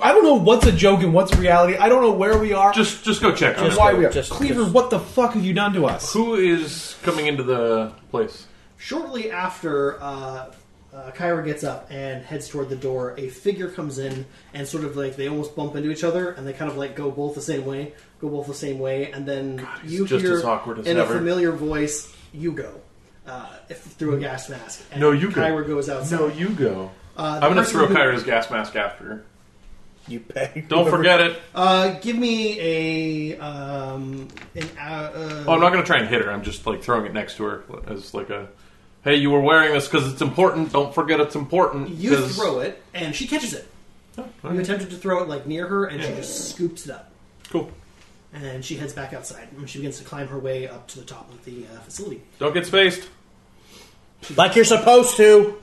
S4: I don't know what's a joke and what's reality. I don't know where we are.
S7: just just go check on
S4: and
S7: him.
S4: why we are.
S10: just-
S4: Cleaver,
S10: just-
S4: what the fuck have you done to us?
S7: Who is coming into the place?
S2: Shortly after uh, uh, Kyra gets up and heads toward the door, a figure comes in and sort of like they almost bump into each other and they kind of like go both the same way, go both the same way, and then
S7: he's
S2: you
S7: just
S2: hear
S7: as awkward as
S2: in
S7: ever.
S2: a familiar voice, "You go," uh, if, through a gas mask. And
S7: No, you go.
S2: Kyra goes outside.
S7: No, you go.
S2: uh, the
S7: I'm going to
S2: person
S7: throw
S2: who-
S7: Kyra's gas mask after her.
S10: You pay.
S7: Don't forget it.
S2: Uh, give me a um, an uh, uh,
S7: Oh, I'm not going to try and hit her. I'm just like throwing it next to her as like a, hey, you were wearing this because it's important. Don't forget it's important.
S2: you throw it and she catches it.
S7: Oh,
S2: You
S7: it.
S2: attempted to throw it like near her and she just scoops it up.
S7: Cool.
S2: and she heads back outside. And she begins to climb her way up to the top of the uh, facility.
S7: Don't get spaced.
S10: Like you're supposed to.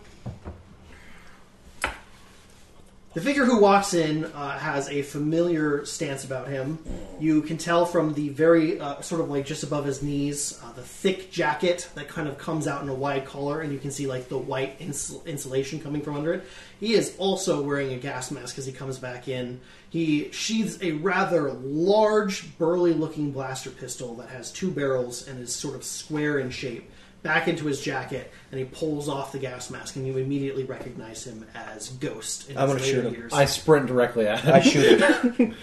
S2: The figure who walks in uh, has a familiar stance about him. You can tell from the very uh, sort of like just above his knees, uh, the thick jacket that kind of comes out in a wide collar, and you can see like the white insul- insulation coming from under it. He is also wearing a gas mask as he comes back in. He sheathes a rather large, burly-looking blaster pistol that has two barrels and is sort of square in shape. Back into his jacket, and he pulls off the gas mask, and you immediately recognize him as Ghost. in
S10: I'm
S2: his
S10: gonna
S2: later
S10: shoot him.
S2: years.
S4: I sprint directly at him.
S10: I shoot him.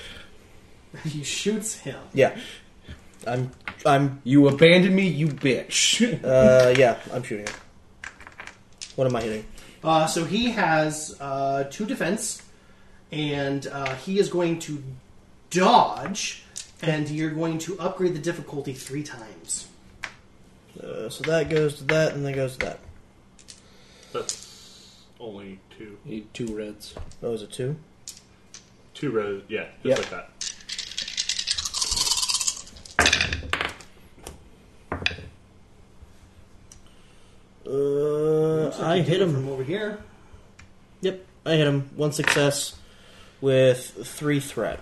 S2: He shoots him.
S10: Yeah. I'm. I'm.
S4: You abandoned me, you bitch.
S10: Uh. Yeah. I'm shooting him. What am I hitting?
S2: Uh, so he has uh, two defense, and uh, he is going to dodge, and you're going to upgrade the difficulty three times.
S10: Uh, so that goes to that, and that goes to that.
S6: That's only two,
S1: Need two reds.
S10: What was Oh, it? Two.
S6: two rows. Yeah, just
S1: Yep.
S6: like that.
S10: Uh.
S2: So
S10: I
S2: you
S10: hit
S2: do it
S10: him.
S2: from over here.
S10: Yep. I hit him. One success, with three threat.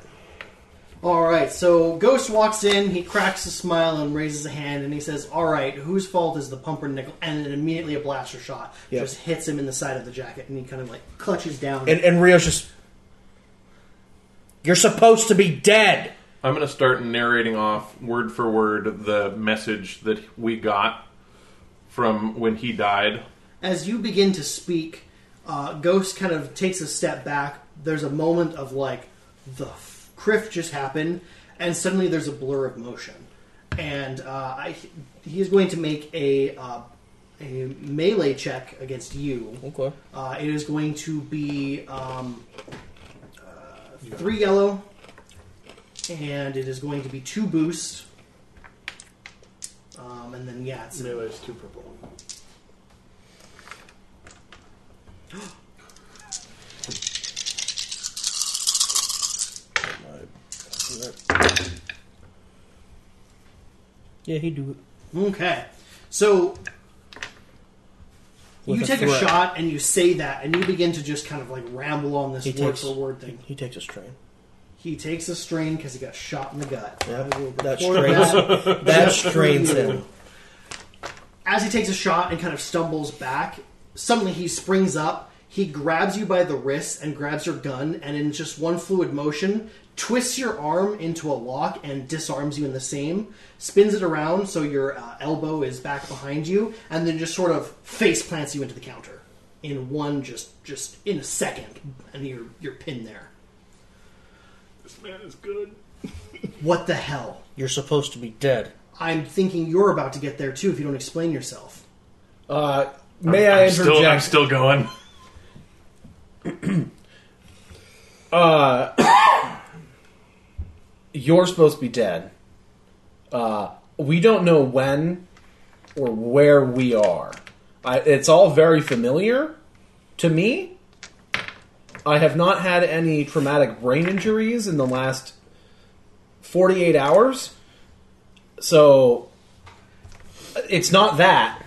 S2: All right. So Ghost walks in. He cracks a smile and raises a hand, and he says, "All right, whose fault is the pumpernickel?" And then immediately a blaster shot
S10: Yep.
S2: just hits him in the side of the jacket, and he kind of like clutches down.
S10: And and Rio's just. You're supposed to be dead.
S7: I'm going to start narrating off word for word the message that we got from when he died.
S2: As you begin to speak, uh, Ghost kind of takes a step back. There's a moment of like, the f- criff just happened, and suddenly there's a blur of motion. And uh, I, he is going to make a, uh, a melee check against you.
S5: Okay.
S2: Uh, it is going to be um, uh, three yellow, and it is going to be two boost. Um, and then yeah, it's
S6: Melee is two purple.
S5: Yeah, he do it.
S2: Okay. So you
S5: a
S2: take a
S5: threat.
S2: shot and you say that, and you begin to just kind of like ramble on this
S5: He
S2: word
S5: takes-
S2: for word thing.
S5: He takes a strain.
S2: He takes a strain because he got shot in the gut. I will
S5: That
S2: record
S5: strains.
S2: that.
S5: that strains him.
S2: As he takes a shot and kind of stumbles back, suddenly he springs up. He grabs you by the wrist and grabs your gun, and in just one fluid motion, twists your arm into a lock and disarms you in the same. Spins it around so your uh, elbow is back behind you, and then just sort of face plants you into the counter in one just just in a second, and you're you're pinned there.
S6: This man is good.
S2: What the hell?
S5: You're supposed to be dead.
S2: I'm thinking you're about to get there too if you don't explain yourself.
S4: Uh, may i
S7: I'm
S4: interject?
S7: still, I'm still going.
S4: Uh, You're supposed to be dead. Uh, we don't know when or where we are. I, it's all very familiar to me. I have not had any traumatic brain injuries in the last 48 hours. So it's not that.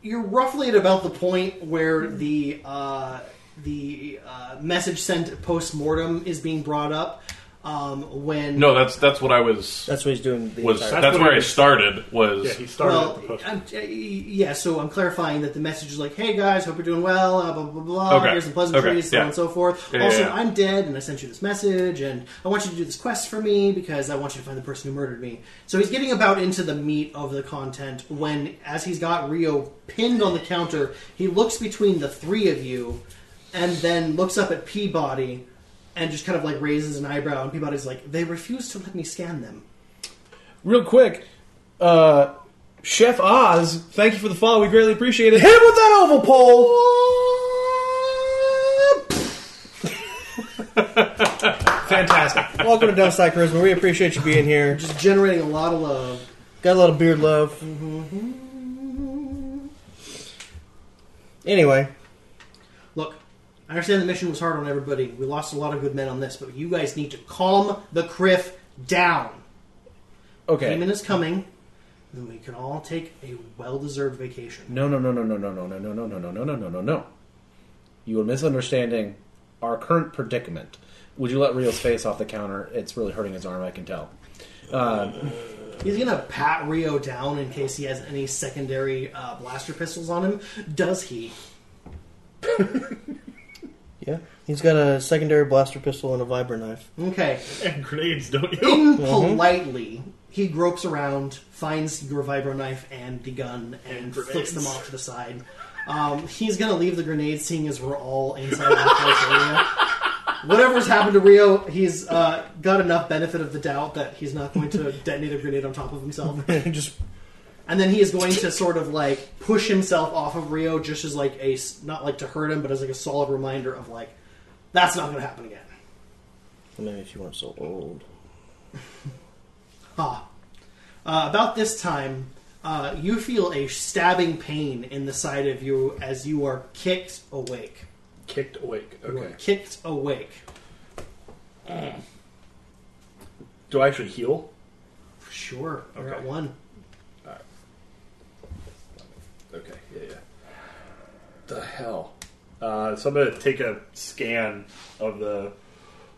S2: You're roughly at about the point where the uh, the uh, message sent post mortem is being brought up. Um, when
S7: No, that's that's what I was
S5: That's what he's doing. The
S7: was
S5: entire-
S7: that's,
S6: That's what
S7: where
S6: he
S7: I
S6: was-
S7: started was
S6: Yeah, he started
S2: well,
S6: at the post.
S2: I'm, uh, yeah. So I'm clarifying that the message is like, "Hey guys, hope you're doing well." uh, Blah blah blah.
S7: Okay.
S2: Here's some pleasantries,
S7: Okay,
S2: so
S7: yeah.
S2: on and so forth.
S7: Yeah, yeah,
S2: also,
S7: yeah.
S2: I'm dead, and I sent you this message, and I want you to do this quest for me because I want you to find the person who murdered me. So he's getting about into the meat of the content when, as he's got Rio pinned on the counter, he looks between the three of you, and then looks up at Peabody, and just kind of like raises an eyebrow, and Peabody's like, "They refuse to let me scan them."
S4: Real quick, uh, Chef Oz, thank you for the follow. We greatly appreciate it.
S10: Hit him with that oval pole.
S4: Fantastic.
S10: Welcome to Downside Charisma. We appreciate you being here.
S2: Just generating a lot of love.
S10: Got a lot of beard love. Anyway,
S2: Look, I understand the mission was hard on everybody. We lost a lot of good men on this, but you guys need to calm the Criff down.
S4: Okay.
S2: Payment is coming. Then we can all take a well-deserved vacation.
S4: No, no, no, no, no, no, no, no, no, no, no, no, no, no, no, no, no. You are misunderstanding our current predicament. Would you let Rio's face off the counter? It's really hurting his arm, I can tell.
S2: He's gonna pat Rio down in case he has any secondary uh, blaster pistols on him. Does he?
S5: yeah, he's got a secondary blaster pistol and a vibra knife.
S2: Okay.
S6: And grenades, don't you?
S2: Impolitely, he gropes around, finds your vibro knife and the gun, and, flicks
S6: grenades.
S2: them off to the side. Um, he's gonna leave the grenades, seeing as we're all inside the house area. Whatever's happened to Rio, he's uh, got enough benefit of the doubt that he's not going to detonate a grenade on top of himself.
S10: just
S2: And then he is going to sort of like push himself off of Rio, just as like a s- not like to hurt him, but as like a solid reminder of like that's not going to happen again.
S5: I mean, if you weren't so old.
S2: Ah. Uh, about this time, uh, you feel a stabbing pain in the side of you as you are kicked awake.
S6: Kicked awake.
S2: You are
S6: Okay.
S2: kicked awake.
S6: Do I actually heal?
S2: Sure, you're at
S6: Okay.
S2: one.
S6: Okay. Yeah, yeah. The hell. Uh, so I'm gonna take a scan of the,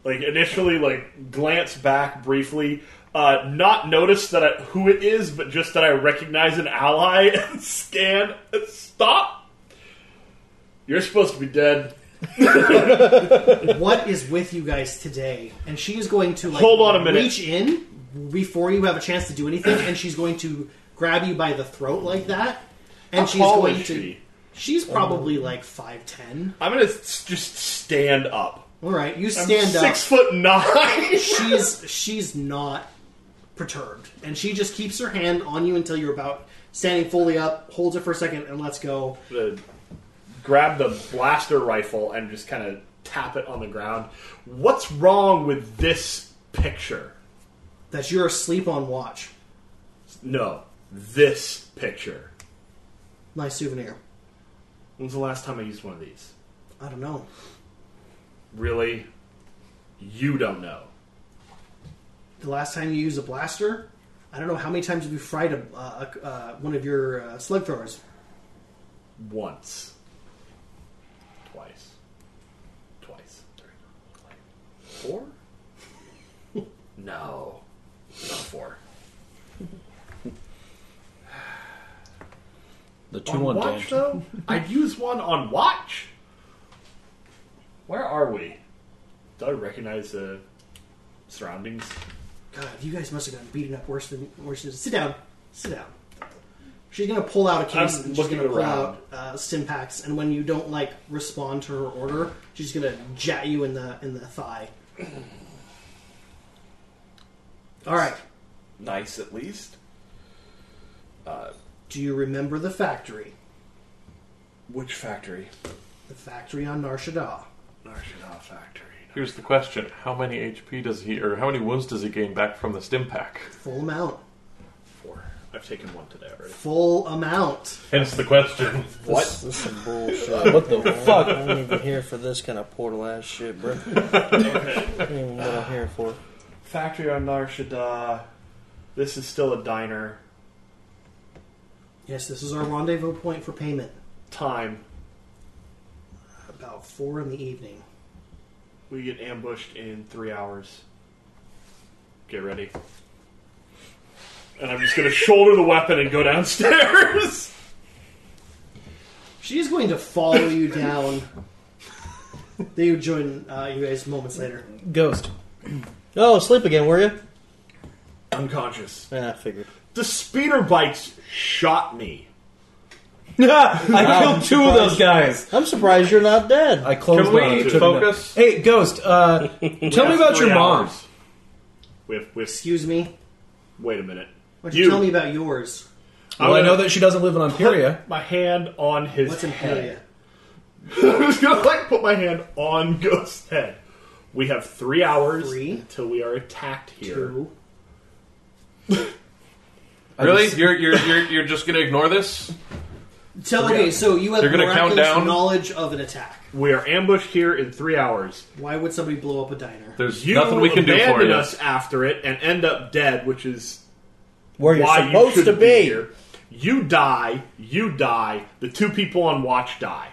S6: like initially, like glance back briefly, uh, not notice that I, who it is, but just that I recognize an ally and scan. Stop. You're supposed to be dead.
S2: what is with you guys today? And she is going to like,
S6: Hold on a minute.
S2: reach in before you have a chance to do anything, and she's going to grab you by the throat like that. And
S6: How
S2: she's
S6: tall
S2: going
S6: is
S2: to.
S6: she?
S2: She's probably like five ten.
S6: I'm gonna s- just stand up.
S2: All right, you
S6: I'm
S2: stand up.
S6: Six foot nine.
S2: she's she's not perturbed, and she just keeps her hand on you until you're about standing fully up, holds it for a second, and lets go.
S6: the, grab the blaster rifle and just kind of tap it on the ground. What's wrong with this picture?
S2: That you're asleep on watch.
S6: No, this picture.
S2: Nice souvenir.
S6: When's the last time I used one of these?
S2: I don't know.
S6: Really? You don't know.
S2: The last time you used a blaster, I don't know how many times have you fried a, uh, a, uh, one of your uh, slug throwers.
S6: Once. Twice. Twice. Four? no. Not four.
S1: The
S6: on watch though? I'd use one on watch. Where are we? Do I recognize the surroundings?
S2: God, you guys must have gotten beaten up worse than worse than. Sit down, sit down. She's gonna pull out a case
S6: I'm
S2: and she's
S6: looking
S2: gonna pull
S6: around.
S2: out uh, stim packs, and when you don't like respond to her order, she's gonna jat you in the in the thigh. All right.
S9: Nice, at least.
S2: Do you remember the factory?
S9: Which factory?
S2: The factory on Nar Shaddaa.
S9: Narshada factory.
S7: Here's the question: How many HP does he, or how many wounds does he gain back from the stim pack?
S2: Full amount.
S6: Four. I've taken one today already.
S2: Full amount.
S7: Hence the question.
S5: This, this is some bullshit. what the fuck? I ain't even here for this kind of portal ass shit, bro. I don't even know what I'm here for.
S6: Factory on Narshada. This is still a diner.
S2: Yes, this is our rendezvous point for payment.
S6: Time.
S2: About four in the evening.
S6: We get ambushed in three hours. Get ready. And I'm just gonna shoulder the weapon and go downstairs.
S2: She's going to follow you down. they would join uh, you guys moments later.
S10: Ghost. Oh, asleep again, were you?
S6: Unconscious.
S10: Yeah, I figured.
S6: The speeder bikes shot me.
S1: I killed two of those guys.
S10: I'm surprised you're not dead.
S1: I closed
S7: Can
S1: one and
S7: we
S1: took another.
S7: focus?
S1: Hey, Ghost, uh, tell me about
S6: Three
S1: your mom.
S6: hours. With, with,
S2: Excuse me.
S6: wait a minute.
S2: Why don't you,
S6: You.
S2: tell me about yours?
S1: Well, I know that she doesn't live in Ontario.
S6: Put my hand on his
S2: What's in
S6: head.
S2: Pelia?
S6: I'm just gonna like put my hand on Ghost's head. We have three hours
S2: Three.
S6: until we are attacked here.
S2: Two.
S7: Really? You're, you're you're you're just gonna ignore this?
S2: Tell okay, so you have
S7: They're gonna count
S2: miraculous
S7: down?
S2: knowledge of an attack.
S6: We are ambushed here in three hours.
S2: Why would somebody blow up a diner?
S7: There's
S6: You
S7: nothing we can do for
S6: abandon
S7: you.
S6: us after it and end up dead, which is
S10: Where you're
S6: why
S10: supposed
S6: you
S10: to
S6: should
S10: be.
S6: be here. You die. You die. The two people on watch die.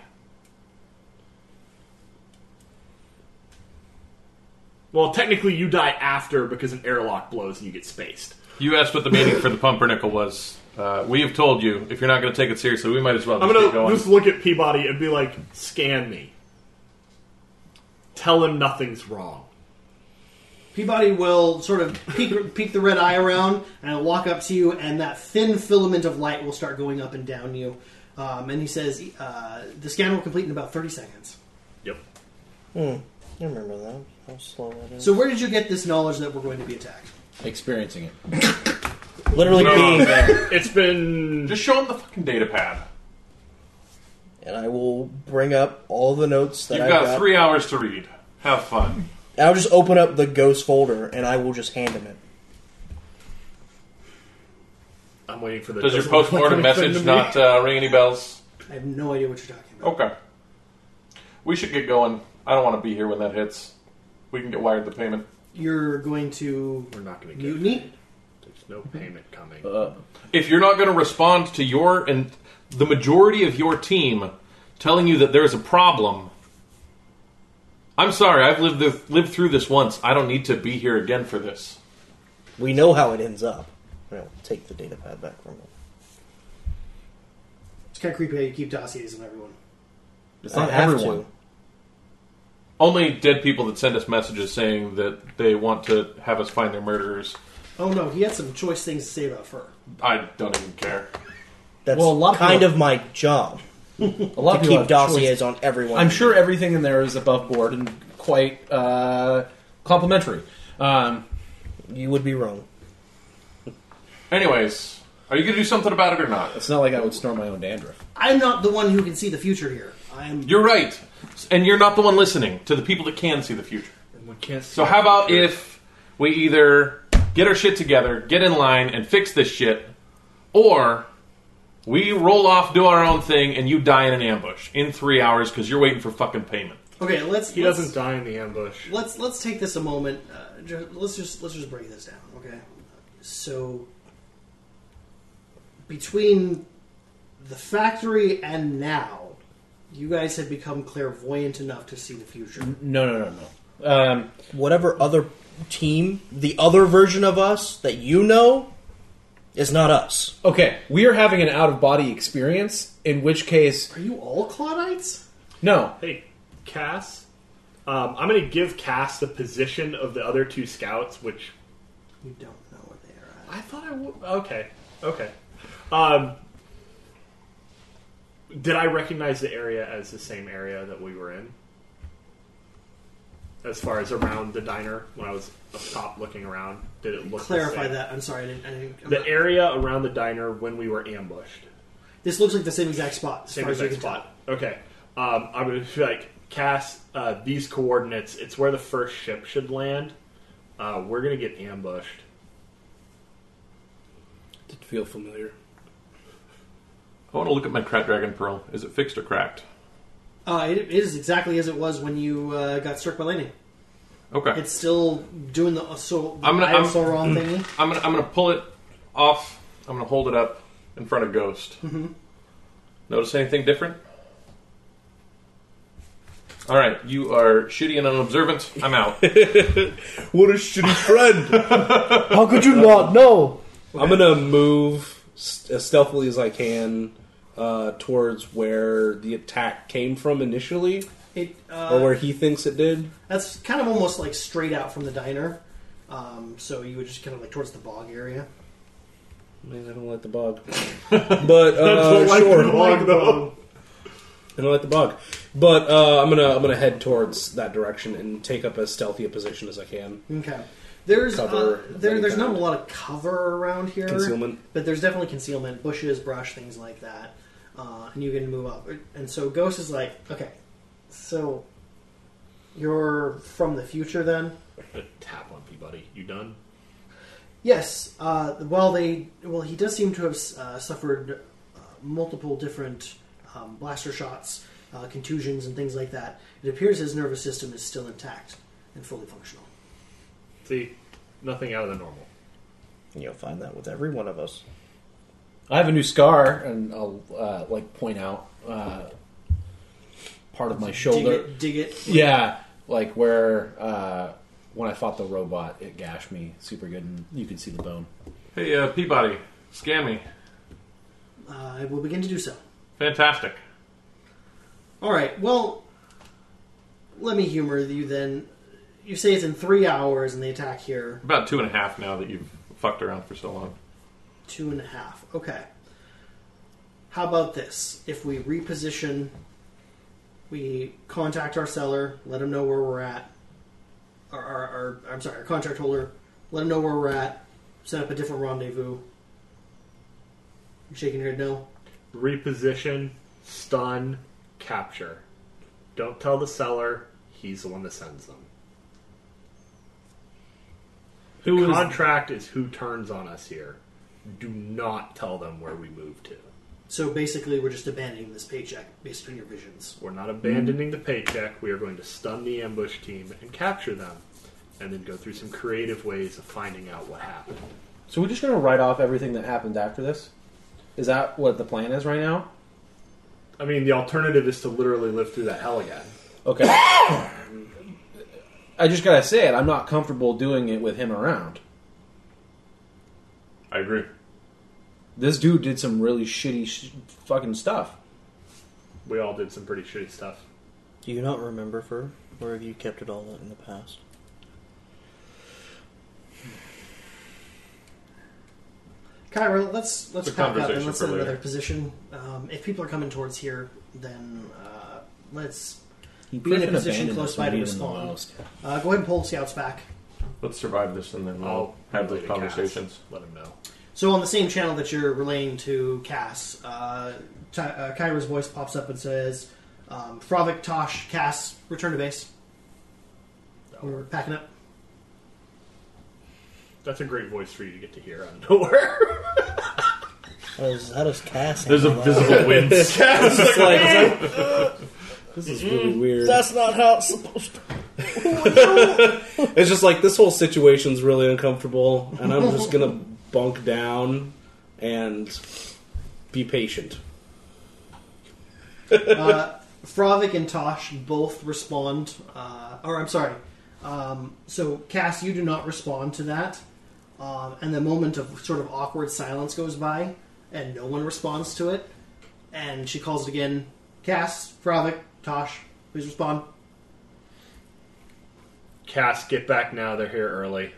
S6: Well, technically, you die after because an airlock blows and you get spaced.
S7: You asked what the meaning for the pumpernickel was. Uh, we have told you if you're not going to take it seriously, we might as well
S6: I'm
S7: just
S6: gonna
S7: keep going.
S6: just look at Peabody and be like, "Scan me. Tell him nothing's wrong."
S2: Peabody will sort of peek, peek the red eye around and walk up to you, and that thin filament of light will start going up and down you. Um, and he says, uh, "The scan will complete in about thirty seconds."
S6: Yep.
S5: I remember that. I'll slow that in.
S2: So, where did you get this knowledge that we're going to be attacked?
S4: Experiencing it.
S5: Literally being there.
S6: It's been
S7: Just show him the fucking data pad.
S10: And I will bring up all the notes that
S7: You've
S10: I've
S7: got,
S10: got.
S7: three hours to read. Have fun.
S10: And I'll just open up the ghost folder and I will just hand him it.
S6: I'm waiting for the.
S7: Does your postmortem message not uh, ring any bells?
S2: I have no idea what you're talking about.
S7: Okay. We should get going. I don't want to be here when that hits. We can get wired the payment.
S2: You're going to
S6: We're not going to get. it.
S2: mutiny.
S6: There's no payment coming.
S7: If you're not going to respond to your and the majority of your team telling you that there is a problem, I'm sorry. I've lived this, lived through this once. I don't need to be here again for this.
S10: We know how it ends up. And I will take the data pad back from him.
S2: It's kind of creepy how you keep dossiers on everyone.
S4: It's
S10: I
S4: not
S10: have
S4: everyone.
S10: to.
S7: Only dead people that send us messages saying that they want to have us find their murderers.
S2: Oh no, he had some choice things to say about fur.
S7: I don't even care.
S10: That's
S4: Well, a lot of
S10: kind
S4: people-
S10: of my job.
S4: A lot people
S10: To keep
S4: have
S10: dossiers on everyone.
S4: I'm sure everything in there is above board and quite uh, complimentary. Um,
S10: you would be wrong.
S7: Anyways, are you going to do something about it or not?
S4: it's not like I would snort my own dandruff.
S2: I'm not the one who can see the future here. I'm
S7: You're right, and you're not the one listening to the people that can see the future. So how about if we either get our shit together, get in line, and fix this shit, or we roll off, do our own thing, and you die in an ambush in three hours because you're waiting for fucking payment.
S2: okay. Let's.
S6: He
S2: let's,
S6: doesn't die in the ambush.
S2: Let's let's take this a moment. Uh, ju- let's just let's just break this down. Okay. So between the factory and now, you guys have become clairvoyant enough to see the future.
S6: Mm-hmm.
S4: No, no, no, no. Um,
S10: Whatever other team, the other version of us that you know, is not us.
S4: okay, we are having an out of body experience. In which case,
S2: Are you all Claudites?
S4: no,
S6: Hey, Cass. Um, I'm going to give Cass the position of the other two scouts, which
S2: You don't know what they are.
S6: I thought I would. Okay, okay. Um, did I recognize the area as the same area that we were in? As far as around the diner, when I was up top looking around, did it look the
S2: Clarify
S6: same?
S2: that. I'm sorry. I didn't, I didn't, I'm
S6: The
S2: not-
S6: area around the diner when we were ambushed.
S2: this looks like the same exact spot. as
S6: Same
S2: far as
S6: exact
S2: you can
S6: spot. Okay. Um, I'm going to be like, Cass, uh, these coordinates, it's where the first ship should land. Uh, we're going to get ambushed.
S1: Did feel familiar.
S7: I want to look at my Crat Dragon Pearl. Is it fixed or cracked?
S2: tell. Uh, it, it is exactly as it was when you uh, got struck by lightning.
S7: Okay.
S2: It's still doing the uh, so
S7: I'm gonna-
S2: I am
S7: I'm-
S2: so wrong thingy.
S7: I'm gonna I'm gonna pull it off. I'm gonna hold it up in front of Ghost. Notice anything different? All right, you are shitty and unobservant. I'm out.
S1: What a shitty friend!
S10: How could you not know?
S1: I'm gonna move st- as stealthily as I can uh, towards where the attack came from initially,
S2: It,
S1: or
S2: uh,
S1: where he thinks it did.
S2: that's kind of almost like straight out from the diner. Um, so you would just kind of like towards the bog area.
S1: Man, I don't like the bug, but uh, sure, I don't like the bug. But uh, I'm gonna I'm gonna head towards that direction and take up as stealthy a position as I can.
S2: Okay. There's uh,
S1: Cover of
S2: there,
S1: any
S2: there's not a
S1: kind.
S2: lot of cover around here.
S1: Concealment.
S2: But there's definitely concealment, bushes, brush, things like that. Uh, and you can move up. And so Ghost is like, okay, so you're from the future then?
S6: Tap on me, buddy. You done?
S2: Yes. Uh, well, they well he does seem to have uh, suffered uh, multiple different um, blaster shots, uh, contusions, and things like that. It appears his nervous system is still intact and fully functional.
S6: See, nothing out of the normal.
S10: You'll find that with every one of us.
S4: I have a new scar, and I'll uh, like point out uh, part of my
S2: Dig
S4: shoulder.
S2: it, dig it.
S4: Yeah, like where uh, when I fought the robot, it gashed me super good, and you can see the bone.
S7: hey, uh, Peabody, scan me.
S2: Uh, I will begin to do so.
S7: Fantastic.
S2: All right. Well, let me humor you then. You say it's in three hours, and they attack here
S7: About two and a half now that you've fucked around for so long.
S2: two and a half. Okay. How about this? If we reposition, we contact our seller, let him know where we're at. Our, our, our I'm sorry, our contract holder, let him know where we're at. Set up a different rendezvous. You shaking your head no?
S6: Reposition, stun, capture. Don't tell the seller. He's the one that sends them. The
S7: Who is-
S6: contract is who turns on us here. Do not tell them where we move to.
S2: So basically, we're just abandoning this paycheck based on your visions.
S6: We're not abandoning the paycheck. We are going to stun the ambush team and capture them, and then go through some creative ways of finding out what happened.
S4: So we're just gonna write off everything that happened after this. Is that what the plan is right now?
S6: I mean, the alternative is to literally live through that hell again.
S4: Okay. I just gotta say it. I'm not comfortable doing it with him around.
S7: I agree.
S4: This dude did some really shitty sh- fucking stuff.
S6: We all did some pretty shitty stuff.
S10: Do you not remember, Fur?
S5: Or have you kept it all that in the past?
S2: Kyra, let's let's
S7: It's a
S2: pack up and
S7: conversation
S2: let's
S7: for
S2: set
S7: later.
S2: another position. Um, if people are coming towards here, then uh, let's
S4: He
S2: Be in a
S4: freaking
S2: position
S4: abandoned
S2: close
S4: us
S2: by
S4: when
S2: to
S4: we didn't
S2: respond.
S4: allow us to.
S2: uh, go ahead and pull scouts back.
S7: Let's survive this and then we'll
S6: I'll
S7: have
S6: relay to
S7: those
S6: Cass.
S7: conversations.
S6: Let him know.
S2: So on the same channel that you're relaying to Cass, uh, Ty- uh, Kyra's voice pops up and says, um, "Frovic, Tosh, Cass, return to base. We're packing up."
S6: That's a great voice for you to get to hear out of nowhere.
S5: How does, how does Cass
S7: There's a
S5: handle that?
S7: visible wince.
S1: It's like, this is really weird.
S5: Mm-hmm. That's not how it's supposed to
S1: It's just like this whole situation's really uncomfortable, and I'm just gonna bunk down and be patient.
S2: uh, Frovic and Tosh both respond, uh, or I'm sorry. Um, so Cass, you do not respond to that, um, and the moment of sort of awkward silence goes by, and no one responds to it, and she calls it again. Cass, Frovic, Tosh, please respond.
S6: Cass, get back now. They're here early.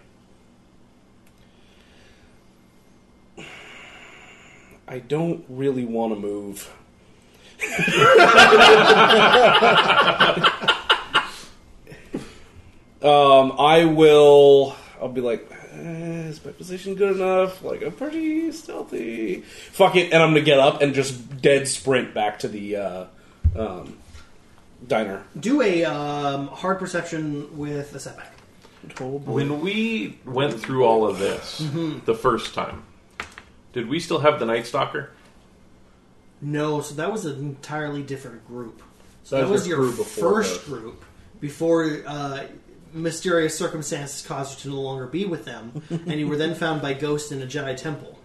S1: I don't really want to move. um, I will. I'll be like, "Eh, is my position good enough? Like, I'm pretty stealthy. Fuck it, and I'm gonna get up and just dead sprint back to the uh, um, diner.
S2: Do a um, hard perception with a setback.
S7: when we went through all of this the first time, did we still have the Night Stalker?
S2: No, so that was an entirely different group. So
S6: That
S2: that
S6: was
S2: was
S6: your
S2: your
S6: crew before
S2: first group before uh, mysterious circumstances caused you to no longer be with them, and you were then found by ghosts in a Jedi temple.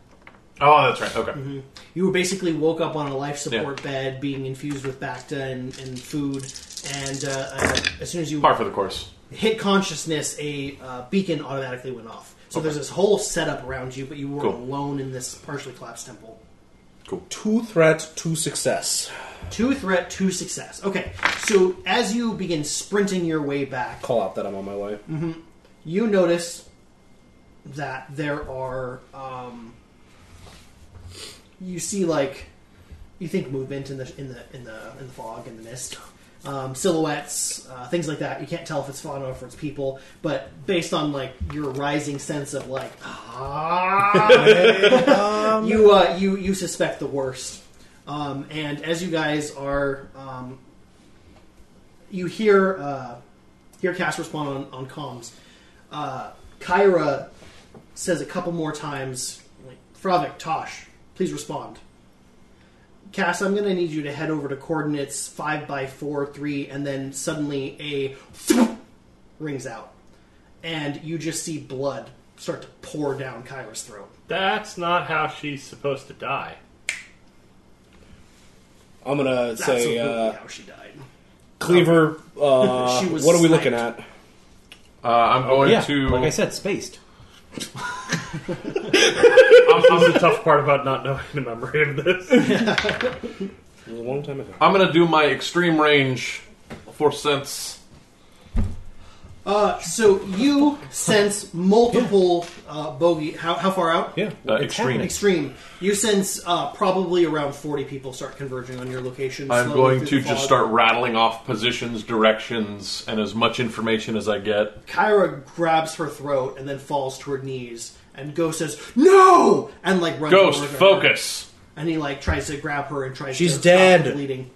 S7: Oh, that's right. Okay.
S2: You were basically woke up on a life support bed, being infused with Bacta and, and food, and uh, uh, as soon as you
S7: Par for the course.
S2: hit consciousness, a uh, beacon automatically went off. So there's this whole setup around you, but you were
S7: Cool.
S2: alone in this partially collapsed temple.
S1: Two threat, two success.
S2: Two threat, two success. Okay, so as you begin sprinting your way back,
S1: Call out that I'm on my way.
S2: you notice that there are. Um, you see, like, you think movement in the in the in the in the fog in the mist, um, silhouettes, uh, things like that. You can't tell if it's fauna or if it's people, but based on like your rising sense of like, ah, you uh, you you suspect the worst. Um, and as you guys are, um, you hear uh, hear Cass respond on, on comms. Uh, Kyra says a couple more times, like, Fravik, Tosh, please respond. Cass, I'm going to need you to head over to coordinates 5 by 4, 3, and then suddenly a rings out. And you just see blood start to pour down Kyra's throat.
S6: That's not how she's supposed to die.
S1: I'm gonna
S2: That's
S1: say,
S2: absolutely
S1: uh,
S2: how she died.
S1: Cleaver. Uh,
S2: She was
S1: what are we looking
S2: sniped.
S1: at?
S7: Uh, I'm going
S4: Yeah,
S7: to.
S4: like I said, spaced.
S6: I'm, I'm the tough part about not knowing the memory of this.
S1: A long time ago.
S7: I'm going to do my extreme range for sense.
S2: Uh, so you sense multiple uh, bogey. How, how far out?
S1: Yeah.
S7: Uh, extreme.
S2: Extreme. You sense uh, probably around 40 people start converging on your location.
S7: I'm
S2: slowly
S7: going
S2: through
S7: to
S2: the
S7: just
S2: fog.
S7: start rattling off positions, directions, and as much information as I get.
S2: Kyra grabs her throat and then falls to her knees. And Ghost says, "No!" and like runs
S7: Ghost,
S2: over to her.
S7: focus.
S2: And he like tries to grab her and tries. to
S10: She's
S2: stop
S10: dead.
S2: the bleeding.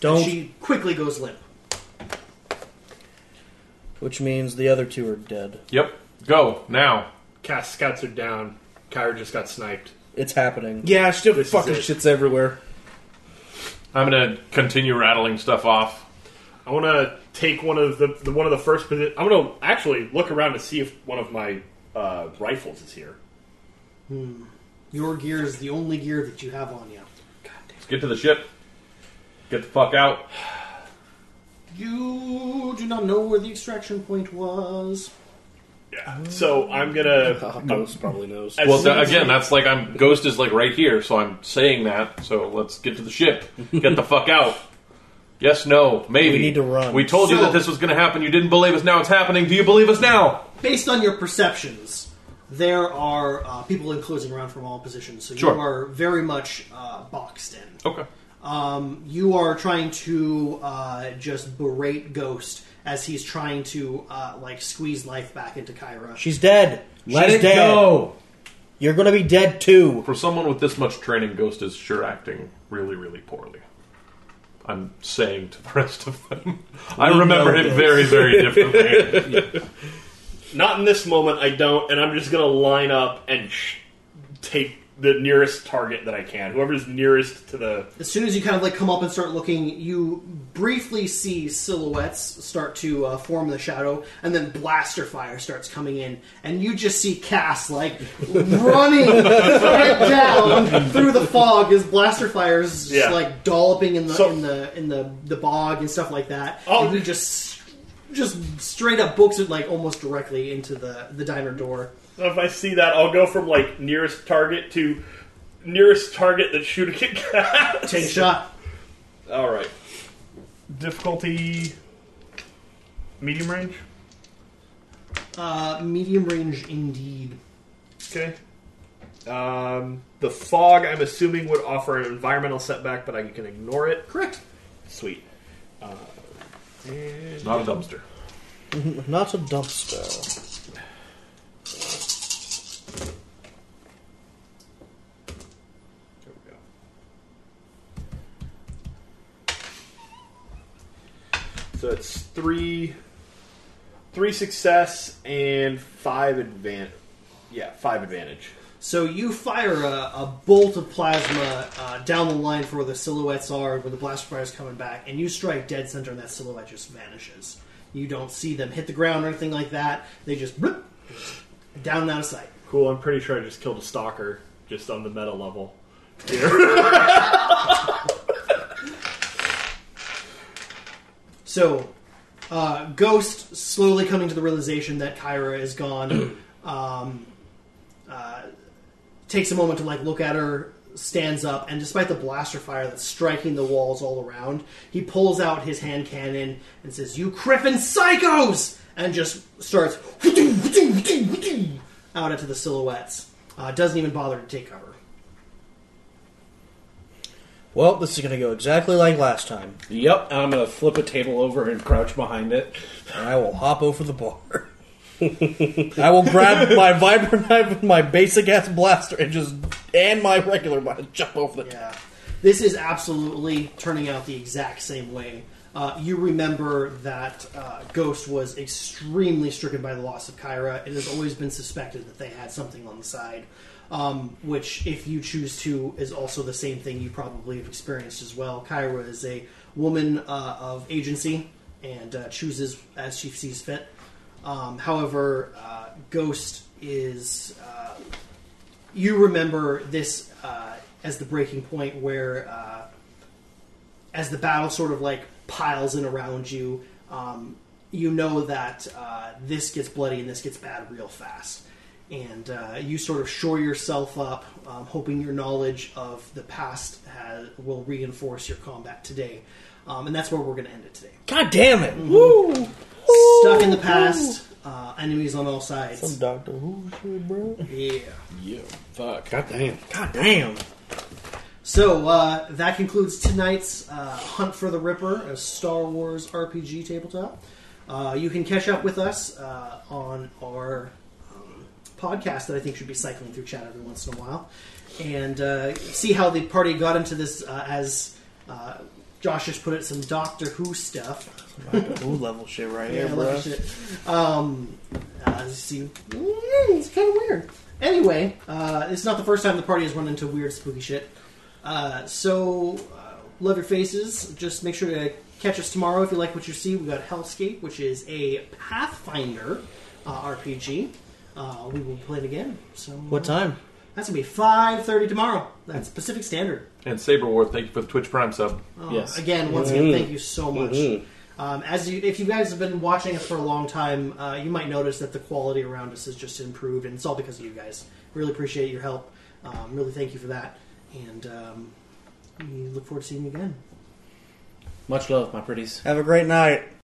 S10: Don't.
S2: She quickly goes limp.
S5: Which means the other two are dead.
S7: Yep. Go now.
S6: Cass scouts are down. Kyra just got sniped.
S5: It's happening.
S1: Yeah, still
S6: This is
S1: fucking
S6: it.
S1: shit's everywhere.
S7: I'm going to continue rattling stuff off.
S6: I want to take one of the, the one of the first. posi- I'm going to actually look around to see if one of my uh, rifles is here.
S2: Your gear is the only gear that you have on you.
S7: Let's get to the ship. Get the fuck out.
S2: You do not know where the extraction point was.
S6: Yeah. So I'm gonna.
S1: Ghost probably knows.
S6: as
S7: Well,
S6: soon
S7: tha-
S6: as
S7: again,
S6: we-
S7: that's like I'm. Ghost is like right here, so I'm saying that. So let's get to the ship. Get the fuck out. Yes, no, maybe.
S10: We need to run.
S7: We told you
S2: So-
S7: that this was going to happen. You didn't believe us. Now it's happening. Do you believe us now?
S2: Based on your perceptions, there are uh, people enclosing around from all positions, so
S7: Sure.
S2: you are very much uh, boxed in.
S7: Okay.
S2: Um, you are trying to uh, just berate Ghost as he's trying to uh, like squeeze life back into Kyra.
S10: She's dead.
S4: Let
S10: She's
S4: it
S10: dead.
S4: go.
S10: You're gonna be dead too.
S7: For someone with this much training, Ghost is sure acting really, really poorly. I'm saying to the rest of them. I remember him very, very differently.
S9: Not in this moment, I don't, and I'm just going to line up and sh- take the nearest target that I can. Whoever's nearest to the.
S2: As soon as you kind of like come up and start looking, you briefly see silhouettes start to uh, form in the shadow, and then blaster fire starts coming in, and you just see Cass like running head down through the fog as blaster fire is just
S9: Yeah.
S2: like dolloping in the
S9: So-
S2: in the in the the bog and stuff like that.
S9: Oh.
S2: and you just just straight up books it like almost directly into the the diner door.
S9: So if I see that, I'll go from like nearest target to nearest target that shoot a kick.
S2: Take a shot.
S9: All right. Difficulty. Medium range.
S2: Uh, medium range indeed.
S9: Okay. Um, the fog, I'm assuming, would offer an environmental setback, but I can ignore it.
S2: Correct.
S9: Sweet.
S7: Not a dumpster.
S10: Not a dumpster.
S9: There we go. So it's three, three success and five advantage. Yeah, five advantage.
S2: So you fire a, a bolt of plasma uh, down the line for where the silhouettes are, where the blaster fire is coming back, and you strike dead center, and that silhouette just vanishes. You don't see them hit the ground or anything like that. They just bloop, down and out of sight.
S9: Cool. I'm pretty sure I just killed a stalker just on the meta level.
S2: So, uh, Ghost slowly coming to the realization that Kyra is gone, um, uh, takes a moment to like look at her, stands up, and despite the blaster fire that's striking the walls all around, he pulls out his hand cannon and says, "You criffin psychos!" and just starts out into the silhouettes. Uh, doesn't even bother to take cover.
S10: Well, this is gonna go exactly like last time.
S4: Yep, and I'm gonna flip a table over and crouch behind it.
S10: And I will hop over the bar. I will grab my vibro knife and my basic ass blaster and just and my regular one and jump over the
S2: Yeah. This is absolutely turning out the exact same way. Uh, you remember that uh, Ghost was extremely stricken by the loss of Kyra. It has always been suspected that they had something on the side, um, which, if you choose to, is also the same thing you probably have experienced as well. Kyra is a woman uh, of agency and uh, chooses as she sees fit. Um, however, uh, Ghost is you remember this uh, as the breaking point where uh, as the battle sort of like piles in around you um, you know that uh, this gets bloody and this gets bad real fast and uh, you sort of shore yourself up um, hoping your knowledge of the past has, will reinforce your combat today um, and that's where we're going to end it today
S10: God damn it!
S2: stuck in the past uh, enemies on all sides
S10: Doctor Who shit, bro.
S2: yeah
S1: Yeah, fuck. God damn.
S10: God damn.
S2: So uh, that concludes tonight's uh, Hunt for the Ripper, a Star Wars RPG tabletop. Uh, you can catch up with us uh, on our um, podcast that I think should be cycling through chat every once in a while, and uh, see how the party got into this. Uh, as uh, Josh just put it, some Doctor Who stuff.
S10: Ooh, level shit right
S2: Yeah,
S10: here,
S2: I
S10: bro.
S2: love that shit. Um, uh, see, Mm, it's kind of weird. Anyway, uh, it's not the first time the party has run into weird, spooky shit. Uh, so, uh, love your faces. Just make sure to catch us tomorrow if you like what you see. We got Hellscape, which is a Pathfinder uh, RPG. Uh, we will be playing again. So,
S10: What time?
S2: That's gonna be five thirty tomorrow. That's Pacific Standard.
S7: And Saber Ward, thank you for the Twitch Prime sub.
S2: Uh,
S4: Yes.
S2: Again, once again, thank you so much. Um, as you, if you guys have been watching us for a long time, uh, you might notice that the quality around us has just improved, and it's all because of you guys. Really appreciate your help. Um, really thank you for that, and um, we look forward to seeing you again.
S15: Much love, my pretties.
S4: Have a great night.